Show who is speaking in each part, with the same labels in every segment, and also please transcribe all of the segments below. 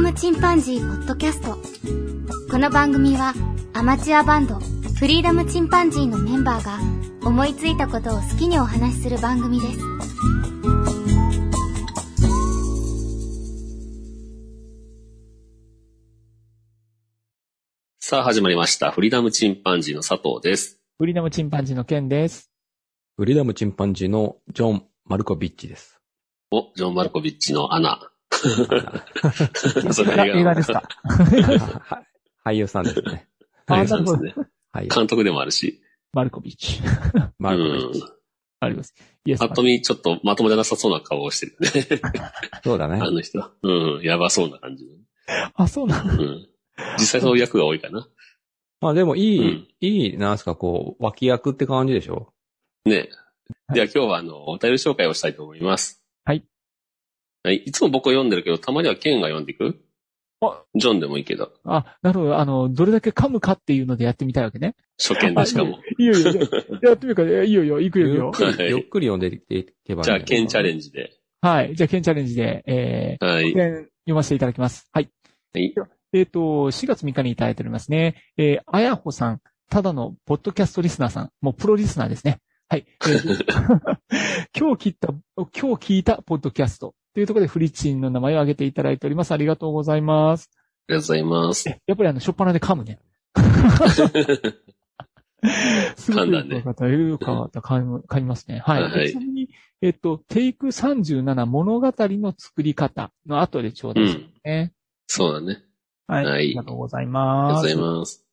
Speaker 1: ムチンパンジーポッドキャスト。この番組はアマチュアバンドフリーダムチンパンジーのメンバーが思いついたことを好きにお話しする番組です。
Speaker 2: さあ始まりました。フリーダムチンパンジーの佐藤です。
Speaker 3: フリーダムチンパンジーのケンです。
Speaker 4: フリーダムチンパンジーのジョン・マルコビッチです。
Speaker 2: お、ジョン・マルコビッチのア ナ。それ
Speaker 3: 映画映画ですか
Speaker 4: は俳優さんですね。
Speaker 2: はいそうですね。
Speaker 4: はい。
Speaker 2: 監督でもあるし。
Speaker 3: マルコビッチ。
Speaker 4: マルコビッチ。
Speaker 3: あります。イエス
Speaker 2: ぱっと見ちょっとまともじゃなさそうな顔をしてるね。
Speaker 4: そうだね。
Speaker 2: あの人。うん、やばそうな感じの。
Speaker 3: あ、そうなの
Speaker 2: うん。実際そういう役が多いかな。
Speaker 4: まあでもいい、
Speaker 2: うん
Speaker 4: いい、なんすか、こう、脇役って感じでしょ
Speaker 2: ね。では今日はあの、お便り紹介をしたいと思います。
Speaker 3: はい。
Speaker 2: はい。いつも僕は読んでるけど、たまにはケンが読んでいく
Speaker 3: あ
Speaker 2: ジョンでもいいけど、
Speaker 3: あ、なるほど。あの、どれだけ噛むかっていうのでやってみたいわけね。
Speaker 2: 初見でしかも。
Speaker 3: いいよいいよ。やってみるか。いやいいよいいよ。行くよ行く
Speaker 4: ゆっ
Speaker 3: よ。
Speaker 4: く
Speaker 2: はい
Speaker 4: り、ゆっくり読んでいけばいいん
Speaker 2: じ
Speaker 4: じ
Speaker 2: ゃ
Speaker 4: ゃ
Speaker 2: あ、
Speaker 4: ない
Speaker 2: ケンチャレンジで。
Speaker 3: はい。じゃあ、ケンチャレンジで、え
Speaker 2: は
Speaker 3: ー、
Speaker 2: い。
Speaker 3: 読ませていただきます。はい。
Speaker 2: はい。
Speaker 3: えっ、と、4月3日にいただいておりますね。えー、あやほさん、ただのポッドキャストリスナーさん、もうプロリスナーですね。はい。えー 今日聞いた、今日聞いたポッドキャストというところでフリチンの名前を挙げていただいております。ありがとうございます。
Speaker 2: ありがとうございます。
Speaker 3: やっぱりあの、しょっぱなで噛むね。すごくよかった。よかった。噛む噛みますね。はい。
Speaker 2: はい
Speaker 3: ちなみに、えっと、テイク37物語の作り方の後でちょう
Speaker 2: う
Speaker 3: どです
Speaker 2: ん。
Speaker 3: ね。
Speaker 2: そうだね。
Speaker 3: はい。
Speaker 2: はい
Speaker 3: ありがとうござい
Speaker 2: ありが
Speaker 3: ま
Speaker 2: とう
Speaker 3: す。
Speaker 2: ございます。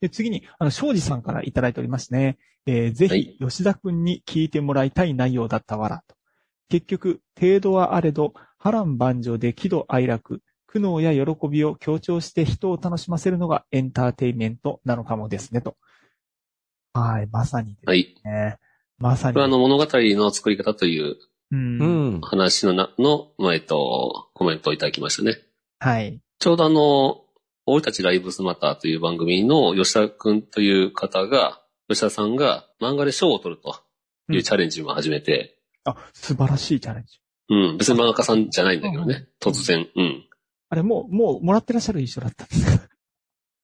Speaker 3: で、次に、あの、庄司さんからいただいておりますね。えーぜ
Speaker 2: はい
Speaker 3: ひ、吉田くんに聞いてもらいたい内容だったわら、と。結局、程度はあれど、波乱万丈で喜怒哀楽、苦悩や喜びを強調して人を楽しませるのがエンターテインメントなのかもですね、と。はい、まさにで
Speaker 2: はい。
Speaker 3: すね。まさに。
Speaker 2: これはあの物語の作り方という
Speaker 3: うん、
Speaker 4: うん。
Speaker 2: 話のな、の、まあえっと、コメントをいただきましたね。
Speaker 3: はい。
Speaker 2: ちょうどあの、俺たちライブスマターという番組の吉田くんという方が、吉田さんが漫画で賞を取るというチャレンジも始めて、
Speaker 3: あ、素晴らしいチャレンジ。
Speaker 2: うん、別に漫画家さんじゃないんだけどね、突然、うん。
Speaker 3: あれ、もう、もう、もらってらっしゃる一緒だったんですか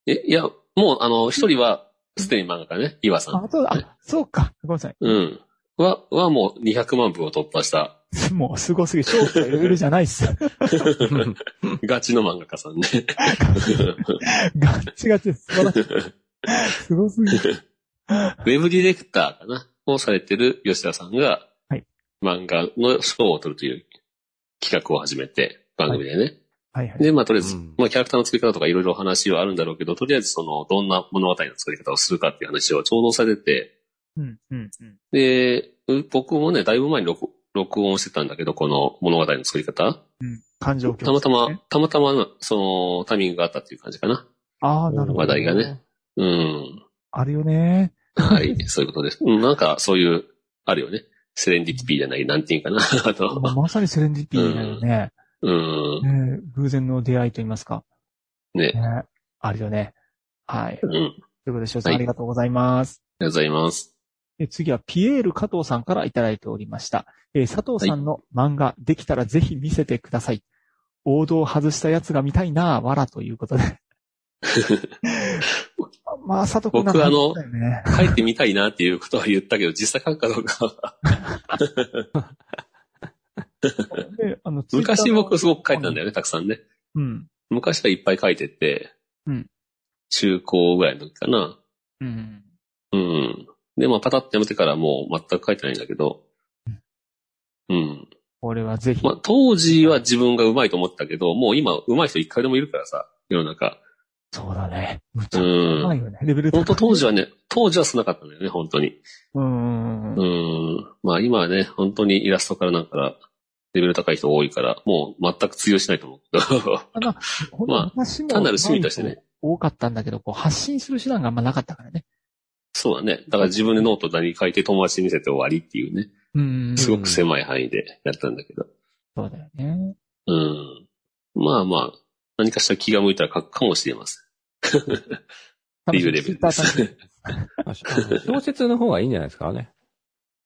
Speaker 2: え、いや、もうあの、一人はすでに漫画家ね、岩さ
Speaker 3: あ、
Speaker 2: ん。
Speaker 3: そうだ、あ、そうか。ごめんなさい。
Speaker 2: うん。は、はもう200万部を突破した、
Speaker 3: もう、すごすぎ、庄司がいろいろじゃないっす。
Speaker 2: ガチの漫画家さんね。
Speaker 3: ガッチガチです。素晴らしい。すごす ぎる。
Speaker 2: ウェブディレクターかなをされてる吉田さんが、
Speaker 3: はい
Speaker 2: 漫画の賞を取るという企画を始めて、番組でね。
Speaker 3: はいはい。
Speaker 2: で、まあ、とりあえず、
Speaker 4: うん
Speaker 2: まあ、キャラクターの作り方とかいろいろ話はあるんだろうけど、とりあえず、その、どんな物語の作り方をするかっていう話をちょうどされて
Speaker 3: うん、うん、うん。
Speaker 2: て、で、う僕もね、だいぶ前に録録音してたんだけど、この物語の作り方。
Speaker 3: うん。感情
Speaker 2: たまたま、たまたまの、その、タイミングがあったっていう感じかな。
Speaker 3: ま。ああ、なるほど。
Speaker 2: 話題がね。うん。
Speaker 3: ある よね。
Speaker 2: はい、そういうことです。うんなんか、そういう、あるよね。セレンディピティじゃない、なんていうかな。 あ
Speaker 3: まあ
Speaker 2: と、
Speaker 3: まさにセレンディピーだよね。
Speaker 2: うん、
Speaker 3: ねえ偶然の出会いと言いますか。
Speaker 2: ね。
Speaker 3: ねえあるよね。はい。
Speaker 2: うん。ありがと
Speaker 3: ということで、翔さん
Speaker 2: はい
Speaker 3: ありがとうございます。
Speaker 2: うございます。
Speaker 3: え次はピエール加藤さんからいただいておりました。えー佐藤さんの漫画、できたらぜひ見せてください。王道を外したやつが見たいなぁ、わらということ で。まあ、佐藤君なん
Speaker 2: 僕
Speaker 3: か
Speaker 2: あの
Speaker 3: だよね
Speaker 2: 書いてみたいなっていうことは言ったけど、実際書くかどうか は。
Speaker 3: であの
Speaker 2: 昔僕すごく書いてたんだ
Speaker 3: よ。
Speaker 2: よね、たくさんね。
Speaker 3: うん。
Speaker 2: 昔はいっぱい書いてて、
Speaker 3: うん
Speaker 2: 中高ぐらいの時かな。
Speaker 3: うん。
Speaker 2: うん。で、まあ、パタッとやめてからもう全く書いてないんだけど、うん。
Speaker 3: これはぜひ。
Speaker 2: まあ、当時は自分が上手いと思ってたけど、もう今上手い人一回でもいるからさ、世の中。
Speaker 3: そうだね。む
Speaker 2: う
Speaker 3: ちゃくちゃ
Speaker 2: ん
Speaker 3: う。まいよね。レベル高い
Speaker 2: 本当当時はね、当時は少なかったんだよね、本当に。
Speaker 3: うんうん
Speaker 2: う
Speaker 3: うん。
Speaker 2: ん。まあ今はね、本当にイラストからなんから、レベル高い人多いから、もう全く通用しないと思う けど。
Speaker 3: ほん
Speaker 2: まあ
Speaker 3: 昔も
Speaker 2: 単なる趣味としてね。
Speaker 3: 多かったんだけど、こう、発信する手段があんまなかったからね。
Speaker 2: そうだね。だから自分でノート何書いて友達に見せて終わりっていうね、
Speaker 3: うん。
Speaker 2: すごく狭い範囲でやったんだけど。
Speaker 3: そうだよね。
Speaker 2: うん。まあまあ、何かしら気が向いたら書くかもしれません。っていうレベルです。
Speaker 4: あし小説の方がいいんじゃないですかね。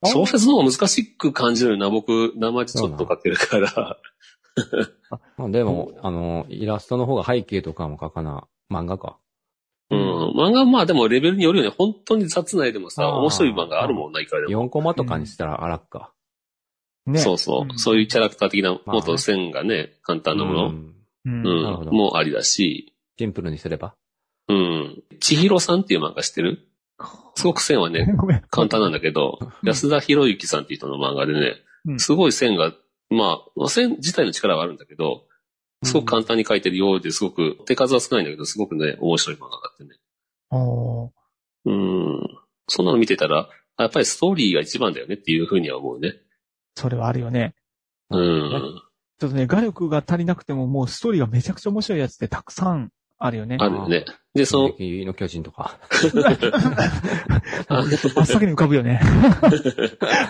Speaker 2: 小説の方が難しく感じるな、僕、生地ちょっと書けるから。
Speaker 4: まあでも、あの、イラストの方が背景とかも書かな、漫画か。
Speaker 2: うん。漫画はまあでもレベルによるよね。本当に雑な絵でもさ、
Speaker 4: あー
Speaker 2: 面白い漫画あるもんな、いくらでも。
Speaker 4: 4コマとかにしたら荒くか。
Speaker 3: ね。
Speaker 2: そうそう、
Speaker 3: ん
Speaker 2: そういうキャラクター的な、
Speaker 4: あ
Speaker 2: もっと線がね、簡単なもの、
Speaker 4: うん
Speaker 2: う
Speaker 3: う
Speaker 2: んん、
Speaker 4: なるほど
Speaker 2: もありだし、
Speaker 4: シンプルにすれば。
Speaker 2: うん。千尋さんっていう漫画知ってるすごく線はね、
Speaker 3: ごめん。
Speaker 2: 簡単なんだけど、安田博之さんっていう人の漫画でね、
Speaker 3: うん
Speaker 2: すごい線が、まあ、線自体の力はあるんだけど、すごく簡単に描いてるようですごく、手数は少ないんだけど、すごくね、面白い漫画があってね。
Speaker 3: おー
Speaker 2: うん。そんなの見てたら、あやっぱりストーリーが一番だよねっていうふうには思うね。
Speaker 3: それはあるよね。
Speaker 2: うん。
Speaker 3: ちょっとね、画力が足りなくてももうストーリーがめちゃくちゃ面白いやつってたくさんあるよね。
Speaker 2: あるよね。で、その
Speaker 4: 進、撃の巨人とか。
Speaker 3: あ真っ先に浮かぶ よね。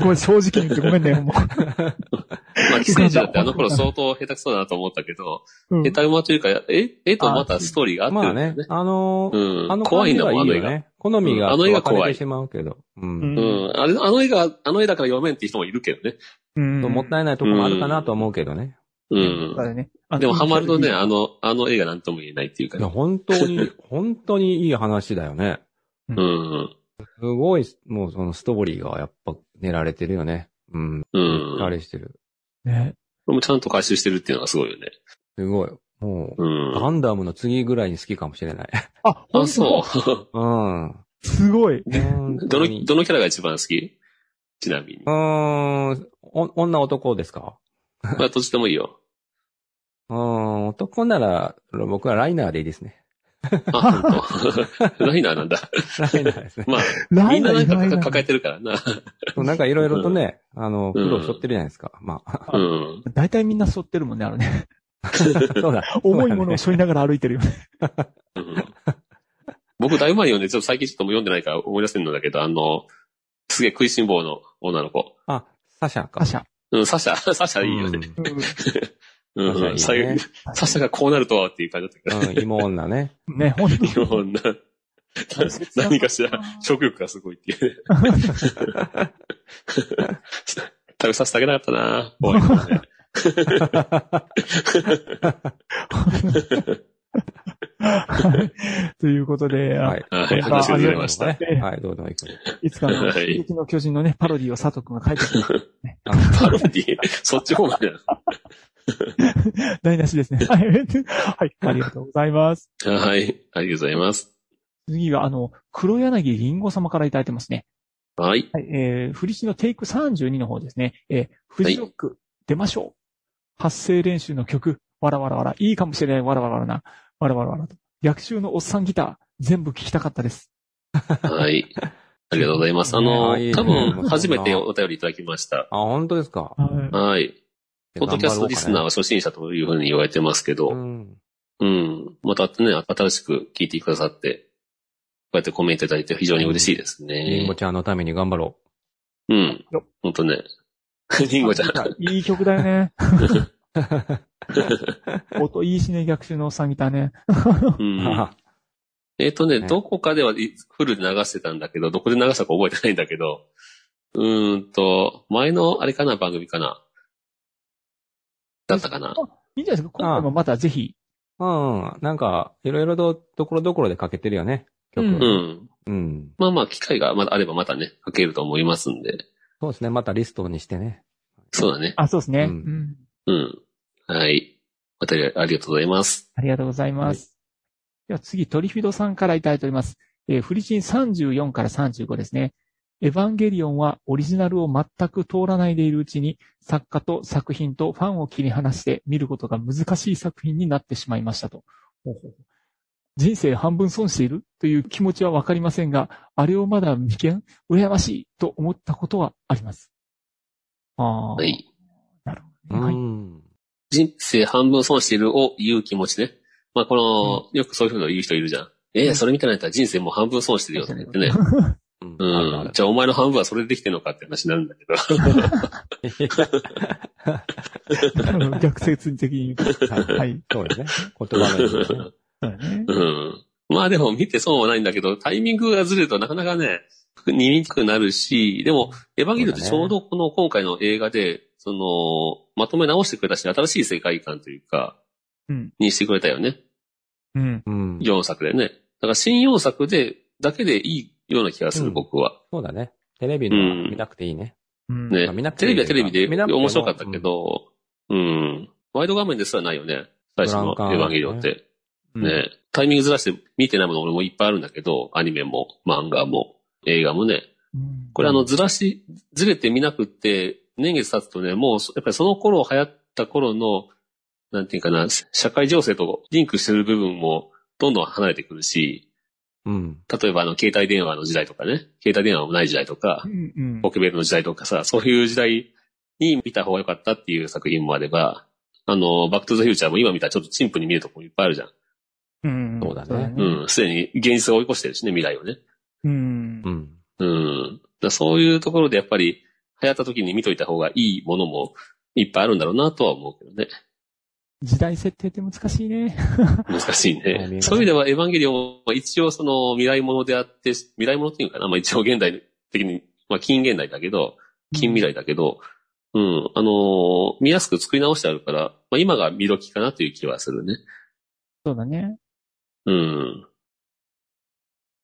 Speaker 3: ごめん、正直に言ってごめんね、も
Speaker 2: まあ、寄生児だってあの頃相当下手くそだなと思ったけど、
Speaker 3: う。うん
Speaker 2: 下手馬というか、え、えとまたストーリーがあって
Speaker 4: ま
Speaker 2: る
Speaker 4: あ
Speaker 2: んだよ
Speaker 4: ね
Speaker 2: ね。、
Speaker 4: あの
Speaker 2: う
Speaker 4: ー、
Speaker 2: ん。
Speaker 4: あの
Speaker 2: 怖いんだ
Speaker 4: 感じ
Speaker 2: もん、
Speaker 4: は
Speaker 2: あ
Speaker 4: いい
Speaker 2: の映画。
Speaker 4: よね。好み
Speaker 2: うん
Speaker 4: が
Speaker 2: あの映画怖い
Speaker 4: 分かれてしまうけど。うん。
Speaker 2: うん。あれ、あの映画、あの映だから読めんって人もいるけどね。
Speaker 3: うん
Speaker 4: もったいないとこもあるかなとは思うけどね。
Speaker 2: う
Speaker 3: だから
Speaker 2: ん。
Speaker 3: ねあの
Speaker 2: でもハマるとね、あの、あの映画なんとも言えないっていうか
Speaker 4: いや
Speaker 2: ね。
Speaker 4: 本当に、 本当にいい話だよね。
Speaker 2: うん。
Speaker 4: すごい、もうそのストーリーがやっぱ練られてるよね。うん。
Speaker 2: うん
Speaker 4: あれしてる。
Speaker 3: ね。
Speaker 2: でもちゃんと回収してるっていうのがすごいよね。
Speaker 4: すごい。もう、
Speaker 2: うん。
Speaker 4: ガンダムの次ぐらいに好きかもし れない。
Speaker 3: あ、。
Speaker 2: あ、そうう。
Speaker 4: うん。
Speaker 3: すごい。
Speaker 4: 本
Speaker 2: ど
Speaker 4: 当
Speaker 2: の、
Speaker 4: に
Speaker 2: どのキャラが一番好きちなみ に
Speaker 4: う。ーん。お女男ですか
Speaker 2: まあ、どっちでもいいよ。
Speaker 4: うーん。男なら、僕はライナーでいいです ね。
Speaker 2: あ、本当。 ライナーなんだ。
Speaker 4: ライナーですね。
Speaker 2: まあ、みんななんか抱えてるからな。
Speaker 4: なんかいろいろとね、あの、苦労しとってるじゃないですか。まあ、
Speaker 2: うん。
Speaker 3: 大体みんな背負ってるもんね、あれね。
Speaker 4: そうだ。
Speaker 3: 重いものを
Speaker 4: そ
Speaker 3: 背負いながら歩いてる よね。
Speaker 2: うん僕、だいぶ前に読んで、ちょっと最近ちょっともう読んでないから思い出せるんだけど、あの、すげえ食いしん坊の女の子。
Speaker 4: うだね。あ、サシャか。
Speaker 3: 他社。
Speaker 2: うん、サシャ、サシャいいよね。
Speaker 4: う
Speaker 2: うん、
Speaker 4: サシャいい
Speaker 2: 最
Speaker 4: ね
Speaker 2: 後サシャがこうなるとはっていう感じだったけど。
Speaker 4: んうん、芋女ね。
Speaker 3: ね、本当に。
Speaker 2: いろんな、何かしら食欲がすごいっていうね。食べさせてあげなかったな怖いな、ね。
Speaker 3: ということで、
Speaker 4: はい。
Speaker 2: はい、
Speaker 3: あ
Speaker 2: 話がずれました。
Speaker 3: ありがとうございま
Speaker 4: はい、どうぞ、行く。
Speaker 3: いつかの、
Speaker 2: はい
Speaker 3: 進撃の巨人のね、パロディを佐藤くんが書いてくれる。
Speaker 2: パロディそっち方まで。
Speaker 3: 台無しですね。 はい。はい。ありがとうございます。
Speaker 2: はい、ありがとうございます。
Speaker 3: 次が、あの、黒柳りんご様からいただいてますね。
Speaker 2: はい。
Speaker 3: はい。えー、フリチのテイク32の方ですね。えー、フジロック、出ましょう。発声練習の曲、わらわらわら。いいかもしれない、わらわらわらな。わらわらわらと。逆襲のおっさんギター、全部聴きたかったです。
Speaker 2: はい。ありがと うございます。あの、
Speaker 4: あいいね
Speaker 2: 多分、初めてお便りいただきました。
Speaker 4: あ、本当ですか。
Speaker 3: はい。
Speaker 2: はい。ポッドキャストリスナーは
Speaker 4: は。
Speaker 2: 初心者というふうに言われてますけど、
Speaker 4: う
Speaker 2: うん。
Speaker 4: ん。
Speaker 2: またね、新しく聞いてくださって、こうやってコメントいただいて非常に嬉しいです
Speaker 4: りんご
Speaker 2: ね。
Speaker 4: ちゃんのために頑張ろ
Speaker 2: うん。ほんと ね。リンゴちゃん。
Speaker 3: いい曲だよね。音いいしね、逆襲のおっさんギターね。
Speaker 2: う
Speaker 4: う。
Speaker 2: ん、
Speaker 4: あ
Speaker 2: えっ、とね、
Speaker 4: ね
Speaker 2: どこかではいフルで流してたんだけど、どこで流したか覚えてないんだけど、うーんと、前のあれかな、番組かな。だったかな。
Speaker 3: いいんじゃないですか今回もまたぜひ。
Speaker 4: うん。なんか、いろいろと、ところどころでかけてるよね。曲。
Speaker 3: うん
Speaker 2: うん。
Speaker 4: うん。
Speaker 2: まあまあ、機会がまだあればまたね、書けると思いますんで。
Speaker 4: そうですね。またリストにしてね。
Speaker 2: そうだね。
Speaker 3: あ、そうですね。う
Speaker 4: うん
Speaker 3: ん。
Speaker 2: うん。はい。お便りありがとうございます。
Speaker 3: ありがとうございます。では次、トリフィドさんからいただいております。えーフリチン34から35ですね。エヴァンゲリオンはオリジナルを全く通らないでいるうちに、作家と作品とファンを切り離して見ることが難しい作品になってしまいましたと。ほうほう人生半分損しているという気持ちはわかりませんが、あれをまだ未見、羨ましいと思ったことはあります。ああ、
Speaker 2: はい。
Speaker 3: なるほ
Speaker 4: う
Speaker 3: どね、はい。
Speaker 4: ん。
Speaker 2: 人生半分損しているを言う気持ちね。まあ、この、よくそういうふうの言う人いるじゃん。ええそれみたいなやったら人生もう半分損してるよって言ってね。
Speaker 4: うん
Speaker 2: う
Speaker 4: あ る
Speaker 2: ん。じゃあお前の半分はそれでできてるのかって話になるんだけど。
Speaker 3: 逆説的 に言うと。
Speaker 4: ある
Speaker 3: は
Speaker 4: はいい。そうですね。言葉ですね。
Speaker 3: そうだね
Speaker 2: うん。まあでも見て損はないんだけど、タイミングがずれるとなかなかね、見にくくなるし、でも、エヴァンゲリオンってちょうどこの今回の映画で、その、まとめ直してくれたし、新しい世界観というか、
Speaker 3: うん
Speaker 2: にしてくれたよね。
Speaker 3: うん。
Speaker 4: うん。
Speaker 2: 4作でね。だから新4作で、だけでいいような気がする、
Speaker 4: うん
Speaker 2: 僕は。
Speaker 4: そうだね。テレビのは見なくていいね。
Speaker 3: うん。
Speaker 2: ね
Speaker 4: まあ見な。くて
Speaker 2: テレ
Speaker 4: いい
Speaker 2: ビはテレビで
Speaker 4: 見なくても
Speaker 2: 面白かったけど、うん。ワイド画面ですらないよね。最初の
Speaker 4: ブラウ
Speaker 2: エ
Speaker 4: ン管
Speaker 2: ヴァンゲリオンって。ね。タイミングずらして見てないもの俺もいっぱいあるんだけど、アニメも、漫画も、映画もね。
Speaker 3: うん。
Speaker 2: これあの、ずらし、ずれてみなくって、年月経つとね、もう、やっぱりその頃流行った頃の、なんていうかな、社会情勢とリンクしてる部分も、どんどん離れてくるし、
Speaker 4: うん。
Speaker 2: 例えばあの、携帯電話の時代とかね、携帯電話もない時代とか
Speaker 3: う、んうん
Speaker 2: ポケベルの時代とかさ、そういう時代に見た方が良かったっていう作品もあれば、あの、バックトゥザフューチャーも今見たらちょっとチンプに見えるとこもいっぱいあるじゃん。
Speaker 3: うん。
Speaker 4: そうだね
Speaker 2: うん、すでに現実が追い越してるしね、未来をね。
Speaker 3: うん
Speaker 4: う。ん。
Speaker 2: うん。だからそういうところでやっぱり、流行った時に見といた方がいいものもいっぱいあるんだろうなとは思うけど ね。
Speaker 3: 時代設定って難しいね。
Speaker 2: 難しい
Speaker 4: まあ
Speaker 2: ね。
Speaker 4: ね
Speaker 2: そういう意味では、エヴァンゲリオンは一応その未来ものであって、未来ものっていうのかな、まあ一応現代的に、まあ近現代だけど、近未来だけど、うん、あのー見やすく作り直してあるから、まあ今が見どきかなという気はするね。
Speaker 3: そうだね。
Speaker 2: うん。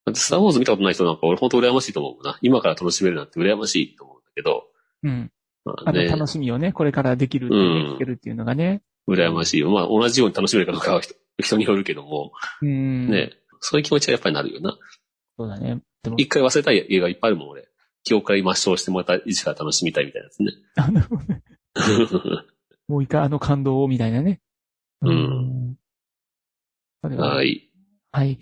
Speaker 2: だってスターウォーズ見たことない人なんか俺本当羨ましいと思うな。今から楽しめるなんて羨ましいと思うんだけど、
Speaker 3: うん。
Speaker 2: まあ
Speaker 3: あの、
Speaker 2: ね、
Speaker 3: 楽しみをね、これからできるっていうね、
Speaker 2: うん
Speaker 3: 聞けるっていうのがね。
Speaker 2: 羨ましいよ。まあ同じように楽しめるかどうかは人人によるけども、
Speaker 3: うん。
Speaker 2: ね、そういう気持ちはやっぱりなるよな。
Speaker 3: そうだね。でも、
Speaker 2: 一回忘れたい映画いっぱいあるもん、俺。記憶から抹消してまた一から楽しみたいみたいなやつね。
Speaker 3: あの、 もう一回あの感動をみたいなね。
Speaker 2: うん。
Speaker 3: それは、
Speaker 2: は
Speaker 3: はい。
Speaker 2: い。
Speaker 3: はい。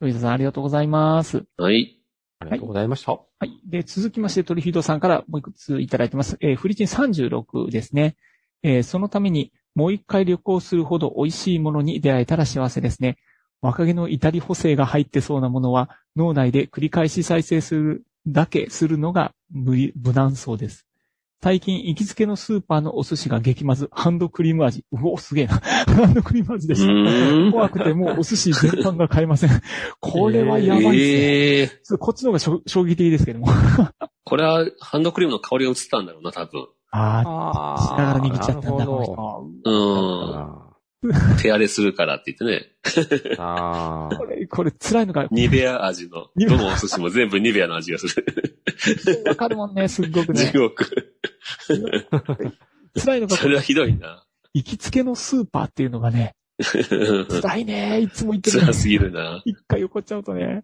Speaker 3: 富田さんありがとうございます。
Speaker 2: はい。
Speaker 4: ありがとうございました。
Speaker 3: はい。で、続きまして、トリフィードさんからもう一ついただいてます。えーフリチン36ですね。えーそのために、もう一回旅行するほど美味しいものに出会えたら幸せですね。若気の至り補正が入ってそうなものは、脳内で繰り返し再生するだけするのが無理無難そうです。最近、行きつけのスーパーのお寿司が激まず、ハンドクリーム味。うお、すげえな。 ハンドクリーム味で
Speaker 2: う
Speaker 3: した。
Speaker 2: ーん。
Speaker 3: 怖くてもうお寿司全般が買えません。これはやばいですね。
Speaker 2: ええ
Speaker 3: ちょっとこっちの方がしょ衝撃的ですけども。
Speaker 2: これはハンドクリームの香りが移ったんだろうな、多分。
Speaker 3: ああ、し
Speaker 4: あ
Speaker 3: ながら握っちゃったんだ、こ
Speaker 4: なる
Speaker 3: の
Speaker 4: ほ
Speaker 3: 人。
Speaker 2: う
Speaker 4: ど。
Speaker 2: ん。手荒れするからって言ってね。
Speaker 4: あ
Speaker 3: これ、これ辛いのが、
Speaker 2: ニベア味の、
Speaker 3: ニベ
Speaker 2: ど
Speaker 3: ア
Speaker 2: のお寿司も全部ニベアの味がする。
Speaker 3: わかるもん ね、すっごく
Speaker 2: 地
Speaker 3: ね。
Speaker 2: 獄。
Speaker 3: 辛いのが、
Speaker 2: それはひどい な。
Speaker 3: 行きつけのスーパーっていうのがね、辛いね、いつも行ってるの
Speaker 2: 辛
Speaker 3: に。
Speaker 2: すぎるな。
Speaker 3: 一回横っちゃうとね。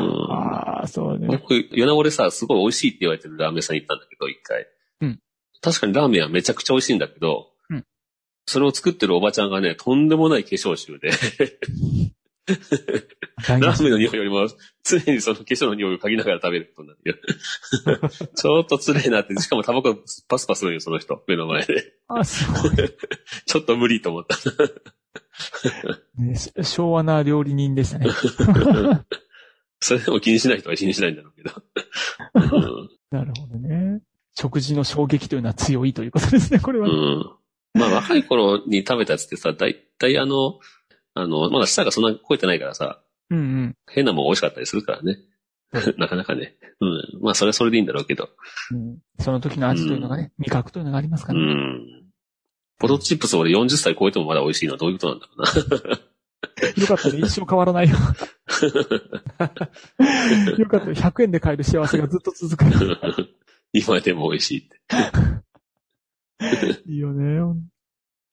Speaker 2: うん
Speaker 3: ああ、そうね。
Speaker 2: 僕、米子でさ、すごい美味しいって言われてるラーメン屋さん行ったんだけど、一回。
Speaker 3: うん
Speaker 2: 確かにラーメンはめちゃくちゃ美味しいんだけど、
Speaker 3: うん
Speaker 2: それを作ってるおばちゃんがね、とんでもない化粧臭で、
Speaker 3: 大
Speaker 2: ラ
Speaker 3: 丈
Speaker 2: ーメンの匂いよりも、常にその化粧の匂いを嗅ぎながら食べることになる よ。ちょっとつれえなって、しかもタバコパスパスするよ、その人。目の前で。
Speaker 3: 夫。あそう
Speaker 2: ちょっと無理と思った。
Speaker 3: ね。し昭和な料理人でしたね。
Speaker 2: それでも気にしない人は気にしないんだろうけ ど。
Speaker 3: なるほどね。食事の衝撃というのは強いということですね、これは
Speaker 2: う。ん。まあ若い頃に食べたやつってさ、だいたいあの、あの、まだ舌がそんな超えてないからさ、
Speaker 3: うんうん。
Speaker 2: 変なもん美味しかったりするからね。 なかなかね。うん。まあ、それはそれでいいんだろうけど。
Speaker 3: うんその時の味というのがね、味覚というのがあります
Speaker 2: う
Speaker 3: からね。
Speaker 2: ん。ポテトチップス俺40歳超えてもまだ美味しいのはどういうことなんだろうな。
Speaker 3: よかったね。一生変わらないよ。 よかった。100円で買える幸せがずっと続く。
Speaker 2: 今でも美味しいって。
Speaker 3: いいよね。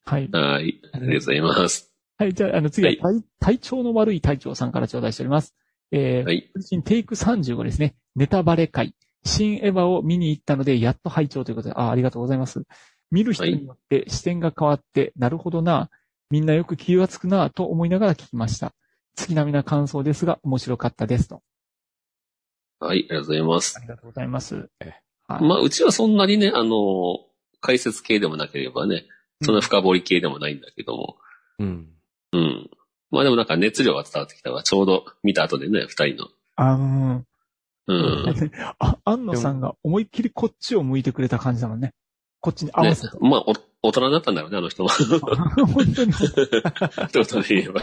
Speaker 3: はい。
Speaker 2: はい。ありがとうございます。
Speaker 3: はい、じゃあ、あの、次は
Speaker 2: はい
Speaker 3: 体、体調の悪い隊長さんから頂戴しております。えー、
Speaker 2: はい。
Speaker 3: テイク35ですね。ネタバレ会。新エヴァを見に行ったので、やっと拝聴ということで、あありがとうございます。見る人によって視点が変わって、なるほどな、みんなよく気がつくな、と思いながら聞きました。月並みな感想ですが、面白かったですと。
Speaker 2: はい。ありがとうございます
Speaker 3: あ。りがとうございます。
Speaker 4: え
Speaker 3: はい
Speaker 2: まあ、うちはそんなにね、あの、解説系でもなければね、そんな深掘り系でもないんだけども。
Speaker 4: うん。
Speaker 2: うん。まあでもなんか熱量が伝わってきたわ。ちょうど見た後でね、二人の。
Speaker 3: あのー
Speaker 2: うん。
Speaker 3: あ、安野さんが思いっきりこっちを向いてくれた感じだもんね。こっちに合わ
Speaker 2: ね
Speaker 3: せて。、
Speaker 2: まあお、大人になったんだろうね、あの人も。
Speaker 3: 本当に、
Speaker 2: 一言で言えば。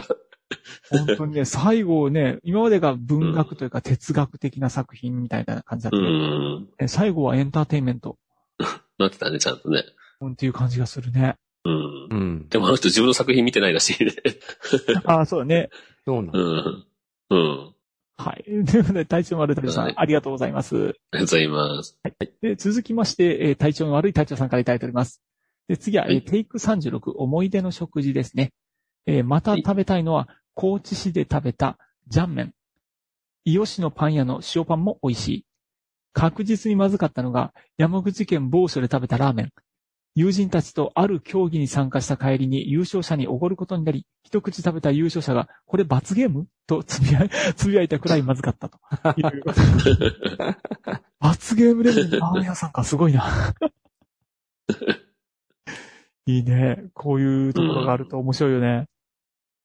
Speaker 3: 本当にね、最後ね、今までが文学というか哲学的な作品みたいな感じだった
Speaker 2: う
Speaker 3: けど、
Speaker 2: ん。
Speaker 3: ね最後はエンターテインメント。
Speaker 2: なってたね、ちゃんとね。
Speaker 3: うんっていう感じがするね。
Speaker 2: うん。
Speaker 4: うん。
Speaker 2: でもあの人自分の作品見てないらしいね。
Speaker 3: ああ、そうだね。
Speaker 4: そうなん
Speaker 2: う
Speaker 4: だ。
Speaker 2: ん。うん。
Speaker 3: はい。ということで、体調の悪い隊長さ
Speaker 2: そうだ
Speaker 3: ん
Speaker 2: ね、
Speaker 3: ありがとうございます。
Speaker 2: ありがとうございます。
Speaker 3: で、続きまして、えー体調の悪い隊長さんからいただいております。で、次は、えー
Speaker 2: はい
Speaker 3: テイク36、思い出の食事ですね。えーまた食べたいのは、高知市で食べた、ジャンメン。伊予市のパン屋の塩パンも美味しい。確実にまずかったのが、山口県某所で食べたラーメン。友人たちとある競技に参加した帰りに優勝者におごることになり、一口食べた優勝者が、これ罰ゲームとつぶやい、 つぶやいたくらいまずかった と。いう罰ゲームレベルのラーメン屋さんか、すごい な。いいね。こういうところがあると面白いよね。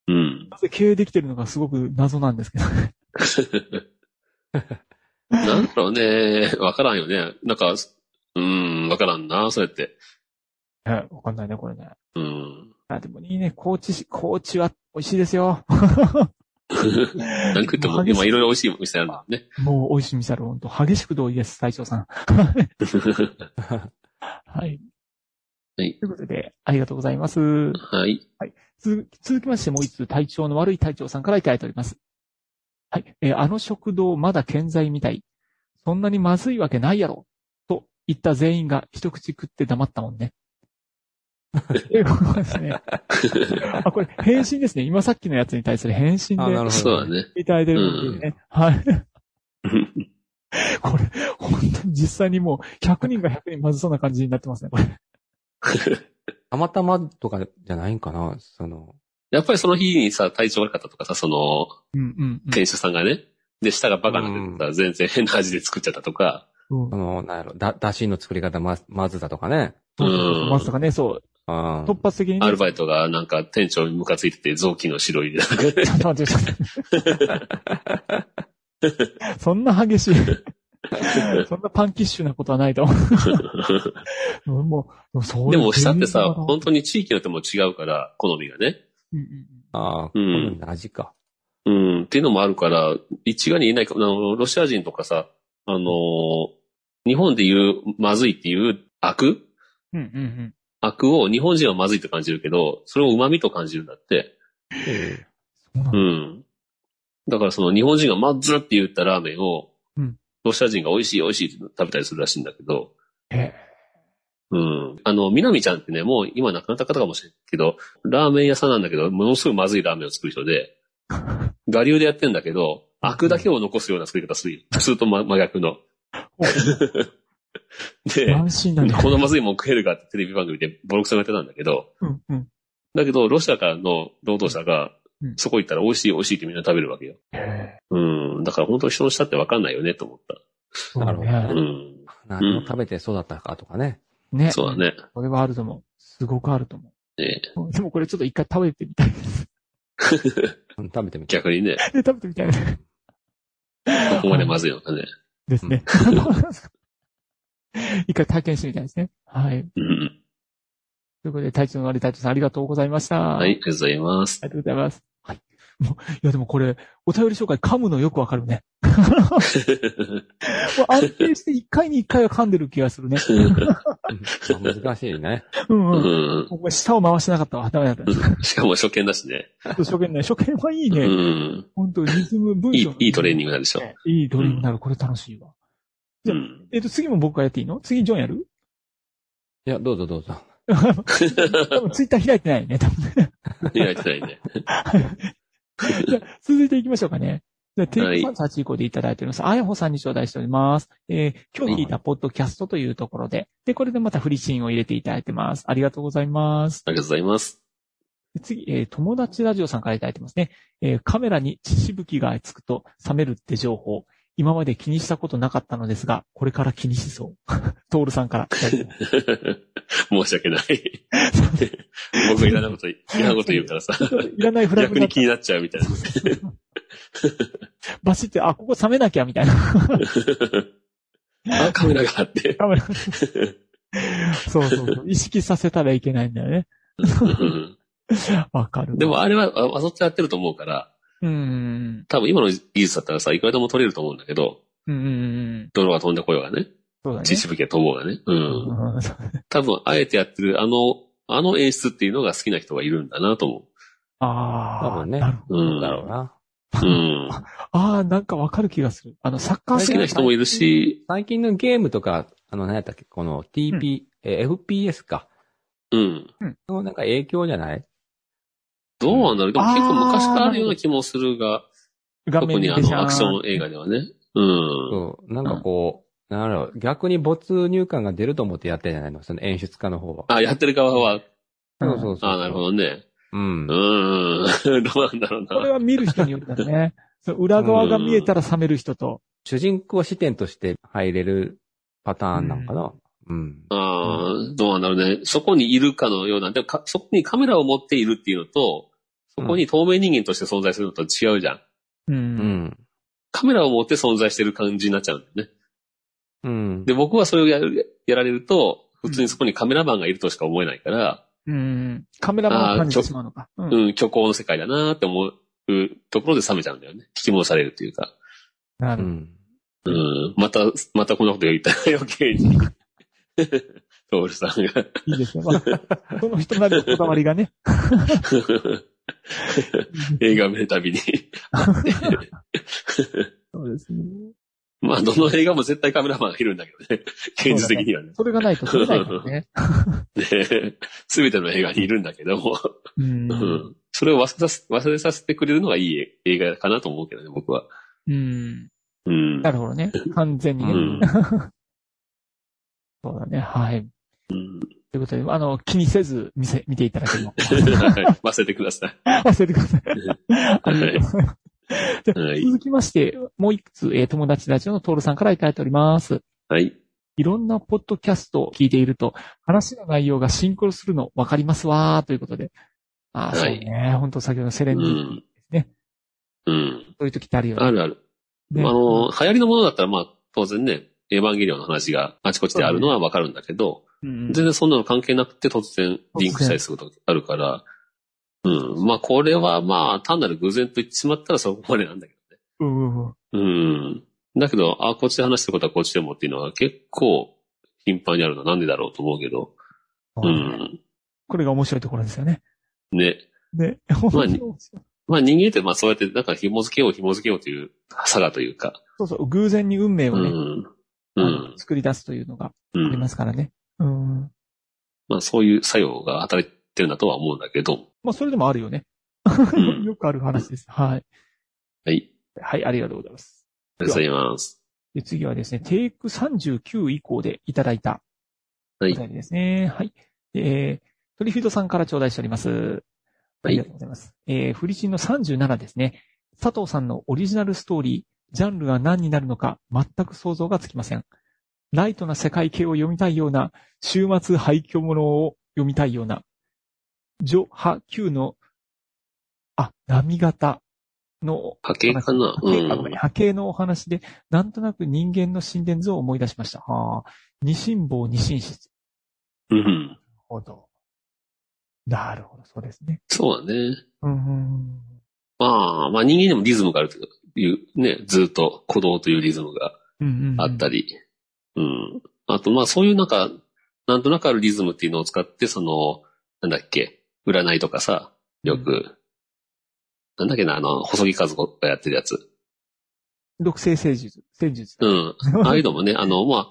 Speaker 2: うん。
Speaker 3: なぜ経営できてるのかすごく謎なんですけど。
Speaker 2: なんだろうね。わからんよね。なんか、うん、わからんな、そうやって。
Speaker 3: ねわかんないね、これね。
Speaker 2: うん。
Speaker 3: あ、でもいいね。高知市、高知は美味しいですよ。
Speaker 2: 何食っても、今いろいろ美味しい店あるもんね。
Speaker 3: もう美味しい店ある、ほんと。激しく同意です、隊長さん。はい。
Speaker 2: はい
Speaker 3: ということで、ありがとうございます。
Speaker 2: はい。
Speaker 3: 続き続きましてもう一つ体調の悪い隊長さんからいただいております。はい。えーあの食堂まだ健在みたい。そんなにまずいわけないやろ。と言った全員が一口食って黙ったもんね。ということですね。あ、これ、返信ですね。今さっきのやつに対する返信で
Speaker 4: あなるほど
Speaker 2: そうだね。
Speaker 3: いただいてるんですね。はい。 これ、本当に実際にもう100人が100人まずそうな感じになってますね、これ。
Speaker 4: たまたまとかじゃないんかなその、
Speaker 2: やっぱりその日にさ、体調悪かったとかさ、その、
Speaker 3: うんうん
Speaker 2: 店主さんがね、で、舌がバカなんでさ、全然変な味で作っちゃったとか、
Speaker 3: うん。うん
Speaker 4: その、なんやろ、だ、だしの作り方ま、まずだとかね。
Speaker 3: そうそうそうまさかね、そう、
Speaker 4: うん。
Speaker 3: 突発的にね、
Speaker 2: アルバイトがなんか店長にムカついてて、臓器の白いで、なんかね
Speaker 3: ちょっと待って、ちょっと待って。そんな 激しい。そんなパンキッシュなことはないと思う。もう、もうそう
Speaker 2: でも舌ってさ、本
Speaker 3: 本
Speaker 2: 当に地域によっても違うから、好みがね。
Speaker 4: ああ、
Speaker 2: うん
Speaker 4: 好みの味か。
Speaker 2: うん、っていうのもあるから、一概に言えないか、あの、ロシア人とかさ、あのー日本で言う、まずいっていう悪
Speaker 3: うんうんうん。
Speaker 2: 悪を日本人はまずいと感じるけど、それを旨味と感じるんだって。
Speaker 3: そうなん
Speaker 2: う
Speaker 3: だ
Speaker 2: ん。だからその日本人がまずって言ったラーメンを、
Speaker 3: うん
Speaker 2: ロシア人が美味しい美味しいって食べたりするらしいんだけど、
Speaker 3: へ
Speaker 2: うん。あの、みなみちゃんってね、もう今亡くなった方かもしれんけど、ラーメン屋さんなんだけど、ものすごいまずいラーメンを作る人 で、我流でやってんだけど、アクだけを残すような作り方するよ。すると真真逆の。
Speaker 3: え。
Speaker 2: で、
Speaker 3: 安心なんだ。
Speaker 2: このまずいもん食えるかってテレビ番組でボロクソにやってたんだけど、
Speaker 3: うんうん。
Speaker 2: だけど、ロシアからの労働者が
Speaker 3: うん、
Speaker 2: そこ行ったら美味しい美味しいってみんな食べるわけよ。
Speaker 3: へえ
Speaker 2: うん。だから本当に人の舌って分かんないよね、と思っ
Speaker 3: そうだ
Speaker 4: なるほ
Speaker 3: ね
Speaker 4: ど
Speaker 2: た。うん。
Speaker 4: 何を食べて育ったかとかね。
Speaker 3: ね。
Speaker 2: そうだ。ね。
Speaker 3: これはあると思う。すごくあると思
Speaker 2: ね
Speaker 3: う。でもこれちょっと一回食べてみたい です。
Speaker 4: うん食べてみて。
Speaker 2: 逆にね、
Speaker 3: で、食べてみたいです。
Speaker 2: ここまでまずいのかね。
Speaker 3: ですね。 一回体験してみたいですね。はい。
Speaker 2: うん。
Speaker 3: ということで、隊長の悪い隊長さんありがとうございました。
Speaker 2: はい、ありがとうございます。
Speaker 3: ありがとうございます。はい。もういや、でもこれ、お便り紹介噛むのよくわかる ね。もう安定して一回に一回は噛んでる気がするね。
Speaker 4: うん難しいね。
Speaker 3: うん
Speaker 2: う
Speaker 3: う
Speaker 2: ん。
Speaker 3: ん。お前、舌を回してなかったわ。ダメだった。ちょ
Speaker 2: しかも初見だしね。
Speaker 3: っと初見ね、初見はいいうね。
Speaker 2: ん。
Speaker 3: 本当リズム、文
Speaker 2: い
Speaker 3: 章
Speaker 2: い、いいトレーニン
Speaker 3: ン
Speaker 2: グなんでしょ。。
Speaker 3: いいトレーニングになる。これ楽しいわ。
Speaker 2: うん。
Speaker 3: えっと、次も僕がやっていいの次、ジョンやる
Speaker 4: いや、どうぞどうぞ。
Speaker 3: 多分ツイッター開いてないよね。多分
Speaker 2: いや、やってないね。
Speaker 3: じゃあ続いていきましょうかね。じゃあ、テ
Speaker 2: はい
Speaker 3: イク38以降でいただいております。あやほさんに頂戴しております。えー今日聞いたポッドキャストというところで、で、これでまたフリチンを入れていただいてます。ありがとうございます。
Speaker 2: ありがとうございます。
Speaker 3: で次、えー友達ラジオさんからいただいてますね。えーカメラに血しぶきがつくと冷めるって情報。今まで気にしたことなかったのですが、これから気にしそう。 トールさん から。
Speaker 2: 申し訳ない。僕いらないこと、いらないこと言うからさ。
Speaker 3: いらないフラグ
Speaker 2: 逆
Speaker 3: が
Speaker 2: に気になっちゃうみたいな。
Speaker 3: バシって、あ、ここ冷めなきゃみたいな。
Speaker 2: あ、カメラがあって。
Speaker 3: カメラ。そうそうそう。意識させたらいけないんだよね。
Speaker 2: うん
Speaker 3: わかるわ。
Speaker 2: でもあれは、あわざとやってると思うから、
Speaker 3: うーん。
Speaker 2: 多分今の技術だったらさ、いくらでも撮れると思うんだけど、
Speaker 3: うんうんうんうん。
Speaker 2: ドローンが飛んでこようがね。
Speaker 3: そうだね。
Speaker 2: 秩父家と思うがね。うん。
Speaker 3: うんそう
Speaker 2: 多分、あえてやってる、あの、あの演出っていうのが好きな人がいるんだなと思
Speaker 3: ああ。
Speaker 4: 多分ね
Speaker 3: なるほ
Speaker 2: う。うん。
Speaker 4: だろうな。
Speaker 3: ど
Speaker 2: うん。
Speaker 3: ああ、なんかわかる気がする。あの、サッカー
Speaker 2: 好きな人もいるし、
Speaker 4: 最近のゲームとか、あの、何やったっけ、この TP、
Speaker 3: うん
Speaker 4: えー FPS か。
Speaker 2: うん。
Speaker 4: のなんか影響じゃない
Speaker 2: どうなんだろうでも
Speaker 3: あー
Speaker 2: 結構昔からあるような気もするが、
Speaker 3: 画
Speaker 2: 特
Speaker 3: 面に
Speaker 2: にあ
Speaker 3: 出ち
Speaker 2: の、
Speaker 3: ゃう
Speaker 2: アクション映画ではね。うん。
Speaker 4: そう。なんかこう、なんだろう、逆に没入感が出ると思ってやってんじゃないのその演出家の方は。
Speaker 2: あ、やってる側は、
Speaker 3: うん
Speaker 4: そうそうそう。
Speaker 2: あなるほどね。う
Speaker 4: う。
Speaker 2: んん。 どうなんだろう
Speaker 3: これ
Speaker 2: な。
Speaker 3: は見る人によるんだね。そう裏側が見えたら冷める人と。
Speaker 4: 主人公視点として入れるパターンなんかな。うん。
Speaker 2: ああ、どうなんだろうね。そこにいるかのような、でもかそこにカメラを持っているっていうのと、そこに透明人間として存在するのと違うじゃん。
Speaker 3: う。
Speaker 4: うんん。
Speaker 2: カメラを持って存在してる感じになっちゃうんだよね。
Speaker 4: うん。
Speaker 2: で、僕はそれをやるやられると、普通にそこにカメラマンがいるとしか思えないから、
Speaker 3: うん。カメラマンを感じてしまうのか。うん
Speaker 2: うん、虚構の世界だなーって思うところで冷めちゃうんだよね。聞き戻されるというか。
Speaker 3: な
Speaker 4: う
Speaker 3: るほど
Speaker 4: ん。
Speaker 2: うん、また、またこんなこと言ったら余計に。トールさんが。
Speaker 3: いいですね。まあその人なりのこだわりがね。
Speaker 2: 映画を見るたびに。
Speaker 3: そうですね。
Speaker 2: まあ、どの映画も絶対カメラマンがいるんだけどね。現実的にはね。
Speaker 3: それがないと撮れないからね。
Speaker 2: すべての映画にいるんだけども。
Speaker 3: うん
Speaker 2: う。ん。それを忘れさせ、忘れさせてくれるのがいい映画かなと思うけどね、僕は。
Speaker 3: うん。
Speaker 2: うん。
Speaker 3: なるほどね。完全に
Speaker 4: う
Speaker 3: ね。
Speaker 4: ん
Speaker 3: そうだね。はい。
Speaker 2: うん
Speaker 3: ということで、あの、気にせず見せ、見ていただければ。
Speaker 2: はい忘れてください。
Speaker 3: 忘れてください。ありがとうございます。
Speaker 2: はい。
Speaker 3: 続きまして、もう一つ、えー友達ラジオのトールさんからいただいております。
Speaker 2: はい。
Speaker 3: いろんなポッドキャストを聞いていると、話の内容がシンクロするの分かりますわー、ということで。ああ、そう
Speaker 2: はい
Speaker 3: ね。本当先ほどのセレ
Speaker 2: う
Speaker 3: ンディピ
Speaker 2: ん。
Speaker 3: ね
Speaker 2: うん。
Speaker 3: そういう時ってあるよね。
Speaker 2: あるある。
Speaker 3: ね
Speaker 2: あの、流行りのものだったら、まあ、当然ね、エヴァンゲリオンの話があちこちであるのはわかるんだけど、
Speaker 3: うん
Speaker 2: 全然そんなの関係なくて突然リンクしたりすることあるから、うん。まあ、これはまあ、単なる偶然と言ってしまったらそこまでなんだけ
Speaker 3: うんうんうん
Speaker 2: どね。うん。だけど、あ、こっちで話したことはこっちでもっていうのは結構頻繁にあるのはなんでだろうと思うけど、うん。
Speaker 3: これが面白いところですよね。
Speaker 2: ね。
Speaker 3: ね。 本当に
Speaker 2: にまあ人間ってまあそうやってなんか紐付けよう紐付けようという差がというか。
Speaker 3: そうそう、偶然に運命
Speaker 2: う
Speaker 3: をね、
Speaker 2: ん。う
Speaker 3: あ
Speaker 2: ん
Speaker 3: の。作り出すというのが
Speaker 2: う
Speaker 3: ありま
Speaker 2: ん。
Speaker 3: すからね。うん。
Speaker 2: まあそういう作用が働いてるんだとは思うんだけど。
Speaker 3: まあ、それでもあるよね。
Speaker 2: ん
Speaker 3: よくある話です。はい。
Speaker 2: はい。
Speaker 3: はい、ありがとうございます。
Speaker 2: ありがとうございます。
Speaker 3: で、次はですね、テイク39以降でいただいた
Speaker 2: は
Speaker 3: お
Speaker 2: い
Speaker 3: 便りですね。はい。えー、トリフィードさんから頂戴しております。あ
Speaker 2: はい
Speaker 3: りがとうございます。えー、フリチンの37ですね。佐藤さんのオリジナルストーリー、ジャンルが何になるのか全く想像がつきません。ライトな世界系を読みたいような、週末廃墟ものを読みたいような、ジョ・ハ・キューの、あ、波型の
Speaker 2: 波形かな
Speaker 3: 波
Speaker 2: う
Speaker 3: 形あごめん
Speaker 2: ん。
Speaker 3: 波形のお話で、なんとなく人間の心電図を思い出しました。はあ、二心棒二心室。
Speaker 2: うん。
Speaker 3: ほど。なるほど、そうですね。
Speaker 2: そうだね。
Speaker 3: うん。
Speaker 2: まあ、まあ人間にもリズムがあるという、ね、ずっと鼓動というリズムが
Speaker 3: うんうん。
Speaker 2: あった
Speaker 3: り。
Speaker 2: り。うん。あとまあそういうなんか、なんとなくあるリズムっていうのを使って、その、なんだっけ、占いとかさ、よく、なんだっけな、あの、細木和子がやってるやつ。
Speaker 3: 独性戦術。戦術。
Speaker 2: うん。 ああいうのもね、あの、まあ、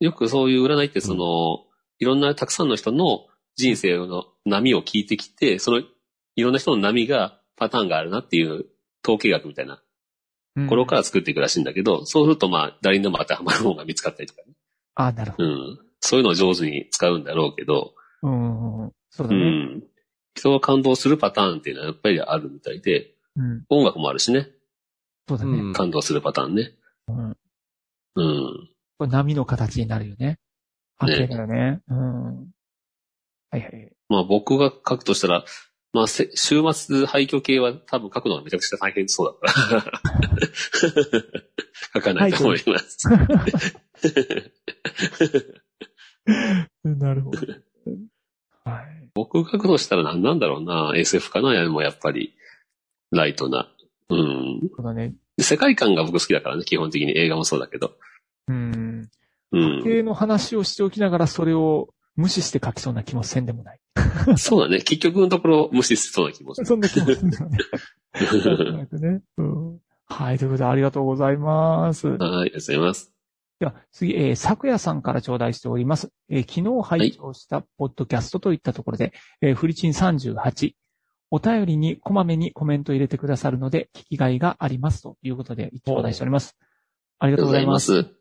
Speaker 2: よくそういう占いって、その、いろんなたくさんの人の人生の波を聞いてきて、その、いろんな人の波が、パターンがあるなっていう統計学みたいな、
Speaker 3: うん
Speaker 2: これから作っていくらしいんだけど、そうするとまあ、誰にでも当てはまるものが見つかったりとかね。
Speaker 3: あ、なるほ
Speaker 2: う
Speaker 3: ど。
Speaker 2: ん。そういうのを上手に使うんだろうけど、
Speaker 3: うんうんうん。そう
Speaker 2: う
Speaker 3: だね。
Speaker 2: ん。人が感動するパターンっていうのはやっぱりあるみたいで、
Speaker 3: うん。
Speaker 2: 音楽もあるしね、
Speaker 3: そうだ
Speaker 4: う
Speaker 3: ね。
Speaker 4: ん。
Speaker 2: 感動するパターンね。
Speaker 3: うん。
Speaker 2: うん。
Speaker 3: これ波の形になるよね。波形だよね。うん。はいはい。
Speaker 2: まあ僕が書くとしたら、まあせ週末廃墟系は多分書くのがめちゃくちゃ大変そうだから。 書かないと思います。
Speaker 3: なるほど。はい。
Speaker 2: 僕が書くとしたら何なんだろうな。SF かなやもうやっぱり、ライトな。うん。
Speaker 3: そうだね。
Speaker 2: 世界観が僕好きだからね、基本的に映画もそうだけど。
Speaker 3: うん。
Speaker 2: う
Speaker 3: 家
Speaker 2: ん。
Speaker 3: 庭の話をしておきながらそれを無視して書きそうな気もせんでもない。
Speaker 2: そうだね。結局のところ無視しそうな気もする。
Speaker 3: そんな気もするんだよね。なんとなくねうんはい、ということでありがとうございます。
Speaker 2: はい、ありがとうございます。
Speaker 3: では、次、えー、昨夜さんから頂戴しております。えー昨日拝聴したポッドキャストといったところで、えーフリチン38。お便りにこまめにコメントを入れてくださるので、聞きがいがありますということで、頂戴しております。あり
Speaker 2: あ
Speaker 3: がとうございます。
Speaker 2: りがとう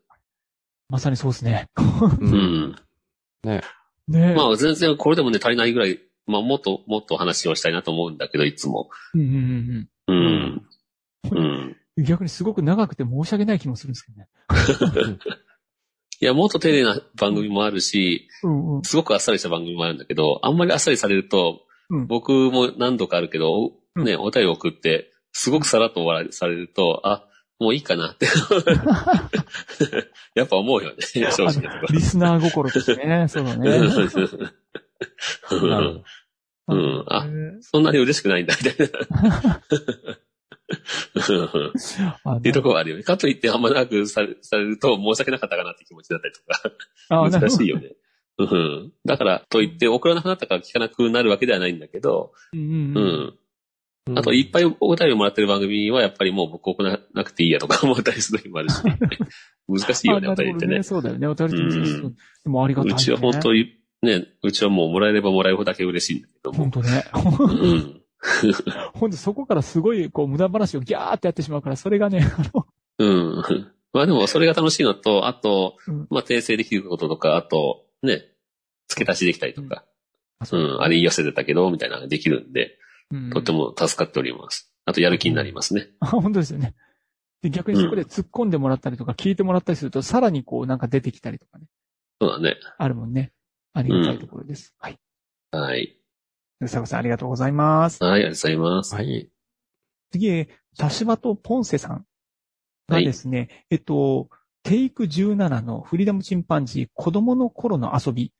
Speaker 3: まさにそうですね。
Speaker 4: う
Speaker 2: ござい
Speaker 4: ん。
Speaker 2: ます。
Speaker 3: ね
Speaker 2: うん。まあ、全然これでもね、足りないぐらい、まあ、もっともっと話をしたいなと思うんだけど、いつも。
Speaker 3: うんうんうん
Speaker 2: うん。うん。
Speaker 3: うん。逆にすごく長くて申し訳ない気もするんですけどね。
Speaker 2: いや、もっと丁寧な番組もあるし、
Speaker 3: うんうん。
Speaker 2: すごくあっさりした番組もあるんだけど、あんまりあっさりされると、
Speaker 3: うん
Speaker 2: 僕も何度かあるけど、
Speaker 3: うん
Speaker 2: ね、お便り送って、すごくさらっと終わらされると、あ、もういいか なって。やっぱ思うよね、正直なとこ
Speaker 3: リスナー心として ね。そうだ
Speaker 2: ろ
Speaker 3: ね。
Speaker 2: う
Speaker 4: なるほ
Speaker 2: ん
Speaker 4: ど。
Speaker 2: うんあ
Speaker 3: ね
Speaker 2: そんなに嬉しくないんだ、みたいな。うん
Speaker 3: あ
Speaker 2: っていうところはあるよね。かといってあんま長くされされると申し訳なかったかなって気持ちだったりとか。
Speaker 3: あなる
Speaker 2: 難
Speaker 3: ほど
Speaker 2: しいよね。うん、だから、といって、送らなくなったから聞かなくなるわけではないんだけど、
Speaker 3: うん
Speaker 2: う
Speaker 3: うん。
Speaker 2: ん。あと、いっぱいお便りもらってる番組は、やっぱりもう僕送らなくていいやとか思ったりする時もある し、難しいよね、
Speaker 3: あ
Speaker 2: お
Speaker 3: な
Speaker 2: 便
Speaker 3: る
Speaker 2: り
Speaker 3: ほ
Speaker 2: っ
Speaker 3: ど
Speaker 2: てね。
Speaker 3: そうだよね。お便りって難しい
Speaker 2: うん
Speaker 3: でもありがたい、ね。
Speaker 2: うちは本当に、ね、うちはもうもらえればもらえるほどだけ嬉しいんだけども
Speaker 3: 本。当ね。
Speaker 2: うん。
Speaker 3: 本当そこからすごい、こう、無駄話をギャーってやってしまうから、それがね、あの、
Speaker 2: うん。まあでも、それが楽しいのと、あと
Speaker 3: うん、
Speaker 2: まあ訂正できることとか、あと、ね、付け足しできたりとか、、
Speaker 3: あそううん
Speaker 2: あれ言い寄せてたけど、みたいなのができるんで、
Speaker 3: うん
Speaker 2: とても助かっております。あと、やる気になりますね。
Speaker 3: あ、本当ですよね。で、逆にそこで突っ込んでもらったりとか、聞いてもらったりすると、さらにこう、なんか出てきたりとかね、
Speaker 2: そうだね。
Speaker 3: あるもんね。ありがたいところです。はい。
Speaker 2: はい。
Speaker 3: でサコさん、ありがとうございます。
Speaker 2: はい、ありがとうございます。
Speaker 4: はい。
Speaker 3: 次、えー、シャバとポンセさんが
Speaker 2: はい
Speaker 3: ですね、えっと、テイク17のフリーダムチンパンジー子供の頃の遊び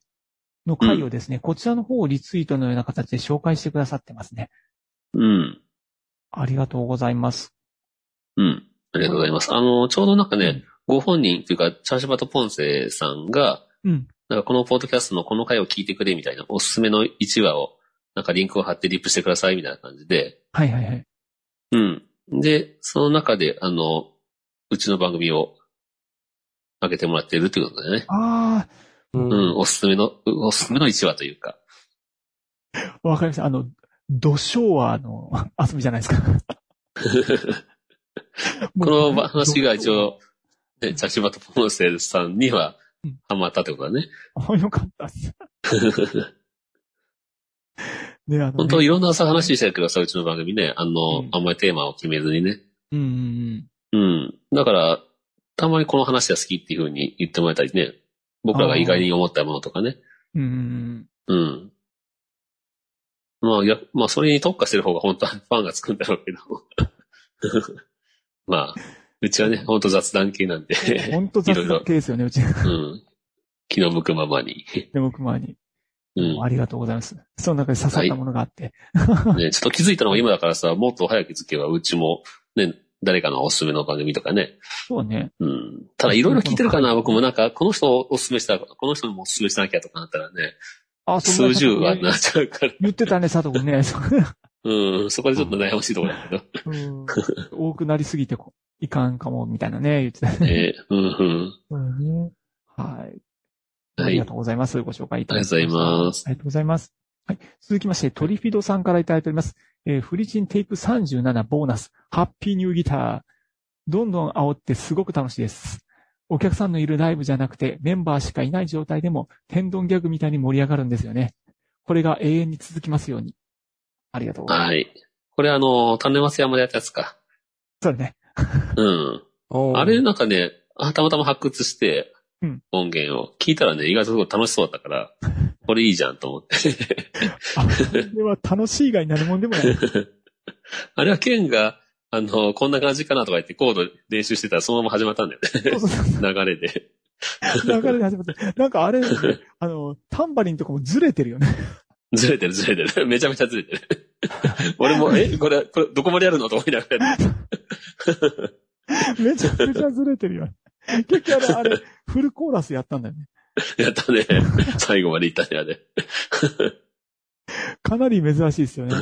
Speaker 3: の回をですね、こちらの方をリツイートのような形で紹介してくださってますね。
Speaker 2: うん。
Speaker 3: ありがとうございます。
Speaker 2: うん。ありがとうございます。あの、ちょうどなんかね、ご本人というか、チャーシバトポンセさんが、
Speaker 3: うん。
Speaker 2: なんかこのポッドキャストのこの回を聞いてくれみたいな、おすすめの1話を、なんかリンクを貼ってリップしてくださいみたいな感じで、
Speaker 3: はいはいはい。
Speaker 2: うん。で、その中で、あの、うちの番組を上げてもらっているということでね。
Speaker 3: あ
Speaker 4: う
Speaker 2: うん、
Speaker 4: ん。
Speaker 2: おすすめの、うおすすめの1話というか。
Speaker 3: あ、わかりました。あの、ド昭和の遊びじゃないですか。
Speaker 2: このば話が一
Speaker 3: も
Speaker 2: 応、ね、チャーシバトポンセさんには
Speaker 3: うん、
Speaker 2: ハマったってことだ ね。
Speaker 3: う。よかったっす。ね、あの、ね、
Speaker 2: 本当いろんな朝話してるけどさ、うちの番組ね、あの、
Speaker 3: うん
Speaker 2: あんまりテーマを決めずにね。
Speaker 3: うんうんうん。
Speaker 2: うん。だから、たまにこの話が好きっていうふうに言ってもらえたりね、僕らが意外に思ったものとかね。
Speaker 3: うんうん
Speaker 2: う
Speaker 3: うん。
Speaker 2: ん。まあ、いや、まあ、それに特化してる方が本当はファンがつくんだろうけど。 まあ、うちはね、本当雑談系なんで、
Speaker 3: 本当雑
Speaker 2: いろい
Speaker 3: 談
Speaker 2: ろ
Speaker 3: 系ですよね、うち。
Speaker 2: うん。気の向くままに。
Speaker 3: で、僕前に。
Speaker 2: うん。
Speaker 3: ありがとうございます。その中で刺さったものがあって。
Speaker 2: ね、ちょっと気づいたのが今だからさ、もっと早く気づけば、うちも、ね、誰かのおすすめの番組とかね、
Speaker 3: そうね。
Speaker 2: うん。ただいろいろ聞いてるかな、僕もなんか、この人をおすすめした、この人もおすすめしなきゃとかなったらね、
Speaker 3: あ、そん
Speaker 2: 数
Speaker 3: な
Speaker 2: 十はなっちゃうから、
Speaker 3: 言ってたね、佐藤君ね。そう
Speaker 2: うん、そこでちょっと悩ましいところだけど。
Speaker 3: うん多くなりすぎてこいかんかも、みたいなね、言ってたね。
Speaker 2: えーうん、
Speaker 3: そうねはい。
Speaker 2: うん。
Speaker 3: あ
Speaker 2: は
Speaker 3: り
Speaker 2: い。あ
Speaker 3: がとうございます。ご紹介いた
Speaker 2: りが
Speaker 3: だき
Speaker 2: とうございます
Speaker 3: あ。りがとうございます。はい。続きまして、トリフィドさんからいただいております。えーフリチンテイク37ボーナス、ハッピーニューギター。どんどん煽ってすごく楽しいです。お客さんのいるライブじゃなくて、メンバーしかいない状態でも、天丼ギャグみたいに盛り上がるんですよね。これが永遠に続きますように。ありがとうございます。
Speaker 2: はい。これあの、種松山でやったやつか。
Speaker 3: それね。
Speaker 2: うん。
Speaker 4: おー
Speaker 2: あれなんかね、あたまたま発掘して
Speaker 3: うん、
Speaker 2: 音源を聞いたらね、意外とすごい楽しそうだった から、これいいじゃんと思って。
Speaker 3: あれは楽しい以外何もんでもない。
Speaker 2: あれはケンが、あの、こんな感じかなとか言ってコード練習してたらそのまま始まったんだよね。
Speaker 3: そうそうそう
Speaker 2: 流れで。
Speaker 3: 流れで始まって。なんかあれ、あの、タンバリンとかもずれてるよね。
Speaker 2: ずれてるずれてる。 めちゃめちゃずれてる。 俺も、え、これ、これ、どこまでやるのと思いながらやって
Speaker 3: めちゃくちゃずれてるよね。結局あれ、あれ、フルコーラスやったんだよね。
Speaker 2: やった ね。最後まで行ったね、あれ。
Speaker 3: かなり珍しいですよね。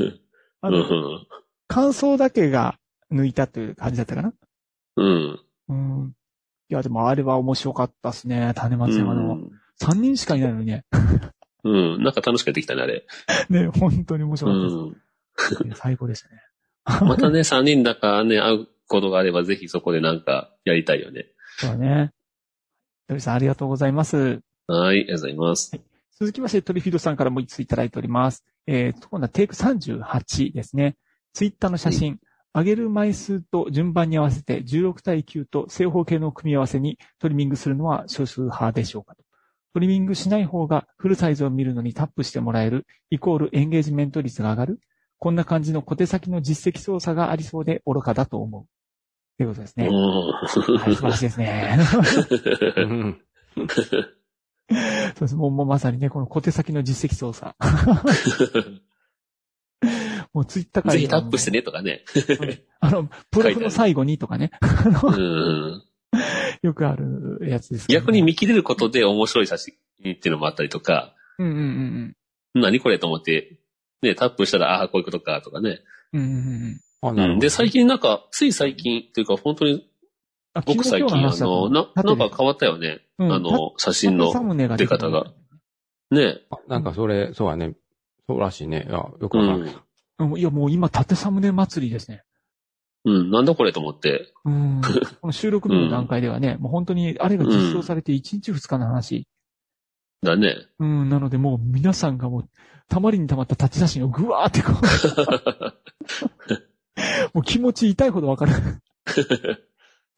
Speaker 3: あ
Speaker 2: う
Speaker 3: の、
Speaker 2: ん
Speaker 3: 感想だけが抜いたという感じだったかな。
Speaker 2: うん。
Speaker 3: うん。いや、でもあれは面白かったっすね。種
Speaker 2: う
Speaker 3: 松山の。
Speaker 2: ん。
Speaker 3: 3人しかいないのにね。
Speaker 2: うん。なんか楽しくやってきたね、あれ。
Speaker 3: ね、本当に面
Speaker 2: う
Speaker 3: 白かった
Speaker 2: ん。
Speaker 3: です。いや最高でしたね。
Speaker 2: またね、3人だからね、会うことがあれば、ぜひそこでなんかやりたいよね。
Speaker 3: そうだね。鳥さんありがとうございます。
Speaker 2: はい、ありがとうございます。
Speaker 3: 続きまして、トリフィードさんからも一通いただいております。えー、今度はテイク38ですね。ツイッターの写真、上げる枚数と順番に合わせて16対9と正方形の組み合わせにトリミングするのは少数派でしょうかと。トリミングしない方がフルサイズを見るのにタップしてもらえる、イコールエンゲージメント率が上がる。こんな感じの小手先の実績操作がありそうで愚かだと思う。ということです
Speaker 2: う。
Speaker 3: ね。はい、素晴らしいですね。
Speaker 4: うんん。
Speaker 3: そうです。もう、もうまさにね、この小手先の実績操作。もうツイッターか ら。
Speaker 2: ぜひタップしてねとかね。
Speaker 3: あの、プロフの最後にとかね。
Speaker 2: うん。
Speaker 3: よくあるやつですけどね、
Speaker 2: 逆に見切れることで面白い写真っていうのもあったりとか、
Speaker 3: うんうんうん
Speaker 2: 何これと思って、ね、タップしたら、ああー、こういうことか、とかね。
Speaker 3: うん。うんうんうん。
Speaker 4: あ、なる
Speaker 2: う
Speaker 4: ほ
Speaker 2: ん。
Speaker 4: ど。
Speaker 2: で、最近なんか、つい最近っていうか、本当に、
Speaker 3: あ
Speaker 2: 僕最近、あの、な、なんか変わったよね。あの、写真の
Speaker 3: サムネが
Speaker 2: 出
Speaker 3: て
Speaker 2: 方が。。ね。
Speaker 4: あなんかそれ、そうやね。そうらしいね。あ、よく
Speaker 2: う
Speaker 4: わからん。
Speaker 2: ん。
Speaker 3: うんいや、もう今、縦サムネ祭りですね。
Speaker 2: うん、なんだこれと思って。
Speaker 3: うん。この収録日の段階ではね、もう本当に、あれが実装されて1日2日の話。
Speaker 2: だね。
Speaker 3: うん、なのでもう皆さんがもう、たまりにたまった立ち写真をぐわーってこう、 もう気持ち痛いほどわかる。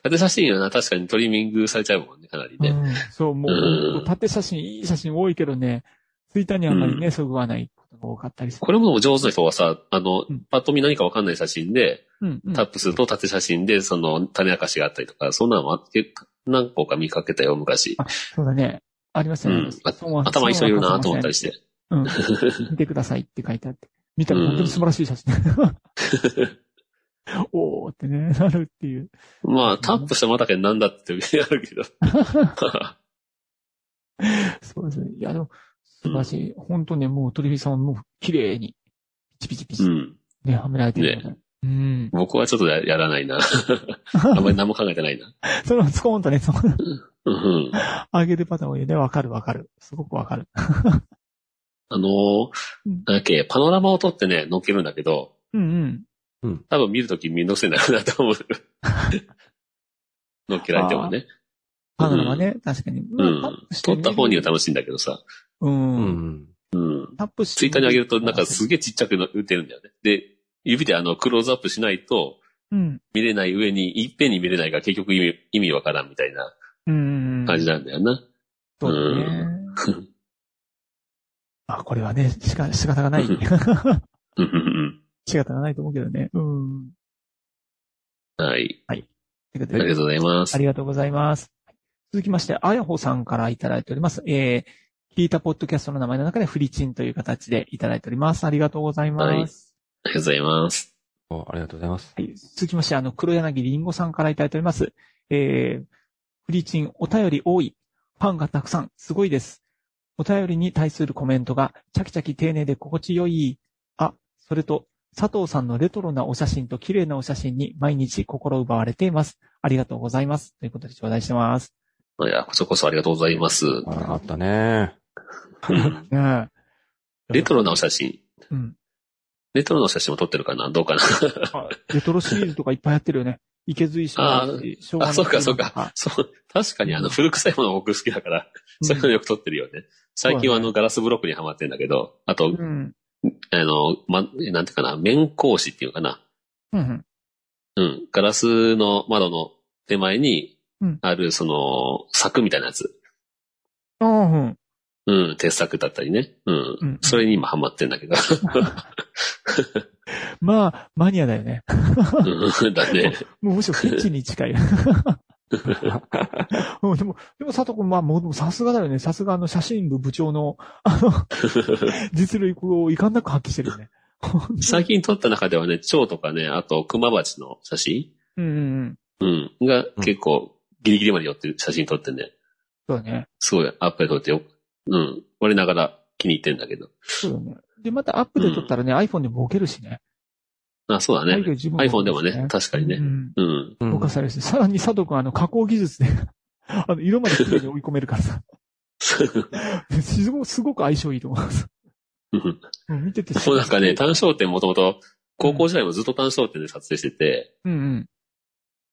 Speaker 2: 縦写真はな、確かにトリミングされちゃうもんね、かなりね。
Speaker 3: うん、そう、も
Speaker 2: う
Speaker 3: う、
Speaker 2: ん
Speaker 3: 縦写真、いい写真多いけどね、ツイッターにあんまりね、そぐわないことが多かったりする。
Speaker 2: これもでも上手な人はさ、あの
Speaker 3: うん、
Speaker 2: パッと見何かわかんない写真で、
Speaker 3: うん、うん。
Speaker 2: タップすると縦写真で、その、種明かしがあったりとか、そんなのもあって、何個か見かけたよ、昔。
Speaker 3: そうだね。あります
Speaker 2: う
Speaker 3: よね
Speaker 2: ん。。あ頭いい人いるなと思ったりし
Speaker 3: し
Speaker 2: て。
Speaker 3: うん。見てくださいって書いてあって。見たら本当に素晴らしい写真。 おーってね、なるっていう。
Speaker 2: まあ、タップしたまだけなんだってやる けど。
Speaker 3: そうですね。いや、でも、素晴らしい。本当ね、もう鳥ビさんはもう綺麗に、ピチピチピチ
Speaker 2: う
Speaker 3: ね、
Speaker 2: ん。
Speaker 3: はめられてるので。うん。
Speaker 2: 僕はちょっとややらないな。あんまり何も考えてないな。
Speaker 3: そのスコーンとね、その、
Speaker 2: うんうん。
Speaker 3: 上げるパターンを言うね、わかるわかる。すごくわかる。
Speaker 2: あのー
Speaker 3: うん
Speaker 2: なんだっけ、パノラマを撮ってね、乗っけるんだけど、
Speaker 3: うんうん。
Speaker 2: 多分見るときめんどくせえんだろうなと思う。乗っけられてもね。
Speaker 3: パノラマね、確かに。
Speaker 2: う
Speaker 3: まあ
Speaker 2: ん。撮った方には楽しいんだけどさ。
Speaker 3: う。
Speaker 4: うんん。
Speaker 2: うん。
Speaker 3: タップして。
Speaker 2: ツイッターに上げると、なんかすげえちっちゃくの打てるんだよね。で、指であの、クローズアップしないと、
Speaker 3: うん。
Speaker 2: 見れない上に、いっぺんに見れないから結局意味、意味わからんみたいな
Speaker 3: うん。
Speaker 2: 感じなんだよな。
Speaker 3: そうね
Speaker 2: うん
Speaker 3: あ、これはね、しか、仕方がない。
Speaker 2: うんうんうん
Speaker 3: 仕方がないと思うけどね。うん。
Speaker 2: うん。はい。
Speaker 3: というこ
Speaker 2: あ
Speaker 3: と
Speaker 2: り
Speaker 3: で
Speaker 2: がとうございま
Speaker 3: あ
Speaker 2: す。
Speaker 3: りがとうございます。続きまして、あやほさんからいただいております。えー、聞いたポッドキャストの名前の中でフリチンという形でいただいております。ありがとうございます。
Speaker 2: ありがとうございます。
Speaker 4: おありがとうございます。
Speaker 3: はい。続きまして、あの、黒柳りんごさんからいただいております。えー、フリチンお便り多い。ファンがたくさん。すごいです。お便りに対するコメントが、チャキチャキ丁寧で心地よい。あ、それと、佐藤さんのレトロなお写真と綺麗なお写真に毎日心奪われています。ありがとうございます。ということで頂戴してます。
Speaker 2: いや、こそこそありがとうございます。
Speaker 4: ああったね。
Speaker 2: うん
Speaker 3: ねえ
Speaker 2: レトロなお写真。
Speaker 3: うん。
Speaker 2: レトロなお写真も撮ってるかなどうかな
Speaker 3: あレトロシリーズとかいっぱいやってるよね。池水市
Speaker 2: あ
Speaker 3: もあるし、昭和
Speaker 2: あ、
Speaker 3: の
Speaker 2: そうか、そう
Speaker 3: テーマと
Speaker 2: か。。そう、確かにあの、古臭いもの僕好きだから、
Speaker 3: うん
Speaker 2: そういうのよく撮ってるよね。最近はあの、ガラスブロックにハマってんだけど、あと、
Speaker 3: うん。
Speaker 2: あの、ま、なんていうかな、面格子っていうのかな。
Speaker 3: うんうん。
Speaker 2: うん。ガラスの窓の手前に
Speaker 3: うん、
Speaker 2: ある、その、柵みたいなやつ。
Speaker 3: うんうん。
Speaker 2: うん、鉄柵だったりね。うん。
Speaker 3: うん
Speaker 2: それに今ハマってんだけど。
Speaker 3: まあ、マニアだよ ね。
Speaker 2: うんだね。
Speaker 3: もうむしろフェチに 近い。うん、でも、でも佐藤君、まあ、もうでもさすがだよね。さすがあの写真部部長の、あの、実力をいかんなく発揮してるよね。
Speaker 2: 最近撮った中ではね、蝶とかね、あと、熊鉢の写真
Speaker 3: うんうんう
Speaker 2: う
Speaker 3: ん。
Speaker 2: ん。が結構ギリギリまで寄ってる写真撮ってね。
Speaker 3: そうだね。
Speaker 2: すごいアップで撮ってよ。うん。我ながら気に入ってんだけど。
Speaker 3: そうだね。で、またアップで撮ったらね、iPhone でもボケるしね。
Speaker 2: あ、そうだね。iPhone でもね、確かに
Speaker 3: う
Speaker 2: ね。
Speaker 3: ん。
Speaker 2: うん。
Speaker 4: うん
Speaker 3: ぼかされるし、さらに佐藤くん、あの、加工技術で、 あの、色まで綺麗に追い込めるからさ、すごすごく相性いいと思い ます。
Speaker 2: うん
Speaker 3: うん見てて。
Speaker 2: もうなんかね、単焦点もともと、高校時代もずっと単焦点で撮影してて、
Speaker 3: うん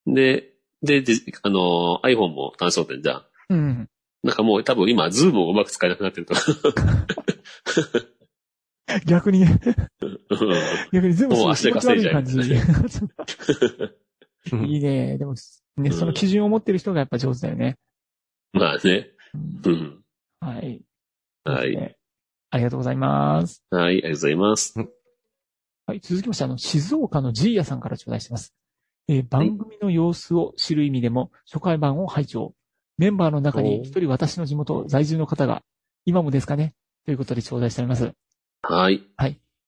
Speaker 2: で、で、であのー、iPhone も単焦点じゃん。
Speaker 3: うん。うん
Speaker 2: なんかもう多分今、ズームをうまく使えなくなってると。
Speaker 3: うん。逆にね、
Speaker 2: うん
Speaker 3: 逆に全部
Speaker 2: もう
Speaker 3: そう
Speaker 2: 足で稼いじゃう
Speaker 3: 気持ち悪い感じ。
Speaker 4: うん
Speaker 3: いいね。でも、
Speaker 2: う
Speaker 3: ね、
Speaker 2: ん
Speaker 3: その基準を持ってる人がやっぱ上手だよね。
Speaker 2: まあね。
Speaker 3: うん
Speaker 2: うん。
Speaker 3: はい。
Speaker 2: はい。。
Speaker 3: ありがとうございます。
Speaker 2: はい、ありがとうございます。
Speaker 3: はい、続きまして、あの、静岡のジーヤさんから頂戴してます。えー番組の様子を知る意味でも、初回版を拝聴。メンバーの中に
Speaker 2: おー
Speaker 3: 一人私の地元在住の方が、今もですかねということで頂戴しております。
Speaker 2: はい。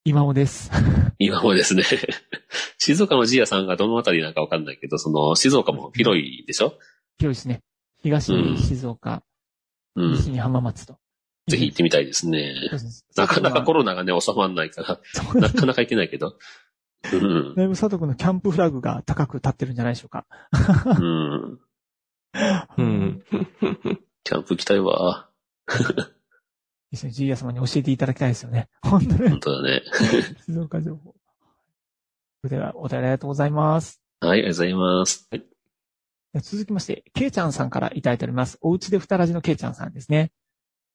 Speaker 3: 今もです。
Speaker 2: 今もですね、 静岡のジーヤさんがどのあたりなのかわかんないけど、その、静岡も広いでしょ
Speaker 3: 広いですね。東に静岡、
Speaker 2: うん。
Speaker 3: 西に浜松と。
Speaker 2: ぜひ行ってみたいですね。
Speaker 3: そうです。
Speaker 2: なかなかコロナがね、収まんないから、
Speaker 3: そうで
Speaker 2: な
Speaker 3: す
Speaker 2: かなか行けないけど。うん。
Speaker 3: だいぶ佐藤君のキャンプフラグが高く立ってるんじゃないでしょうか。
Speaker 2: うん。
Speaker 4: うん。
Speaker 2: キャンプ行きたいわ。
Speaker 3: 一緒にジーヤ様に教えていただきたいですよね。本当ね
Speaker 2: 本。当だね。
Speaker 3: 静岡情報。それでは、お便りありがとうございます。
Speaker 2: はい、ありがとうございます。はい。
Speaker 3: 続きまして、ケイちゃんさんからいただいております。おうちでふたらじのケイちゃんさんですね。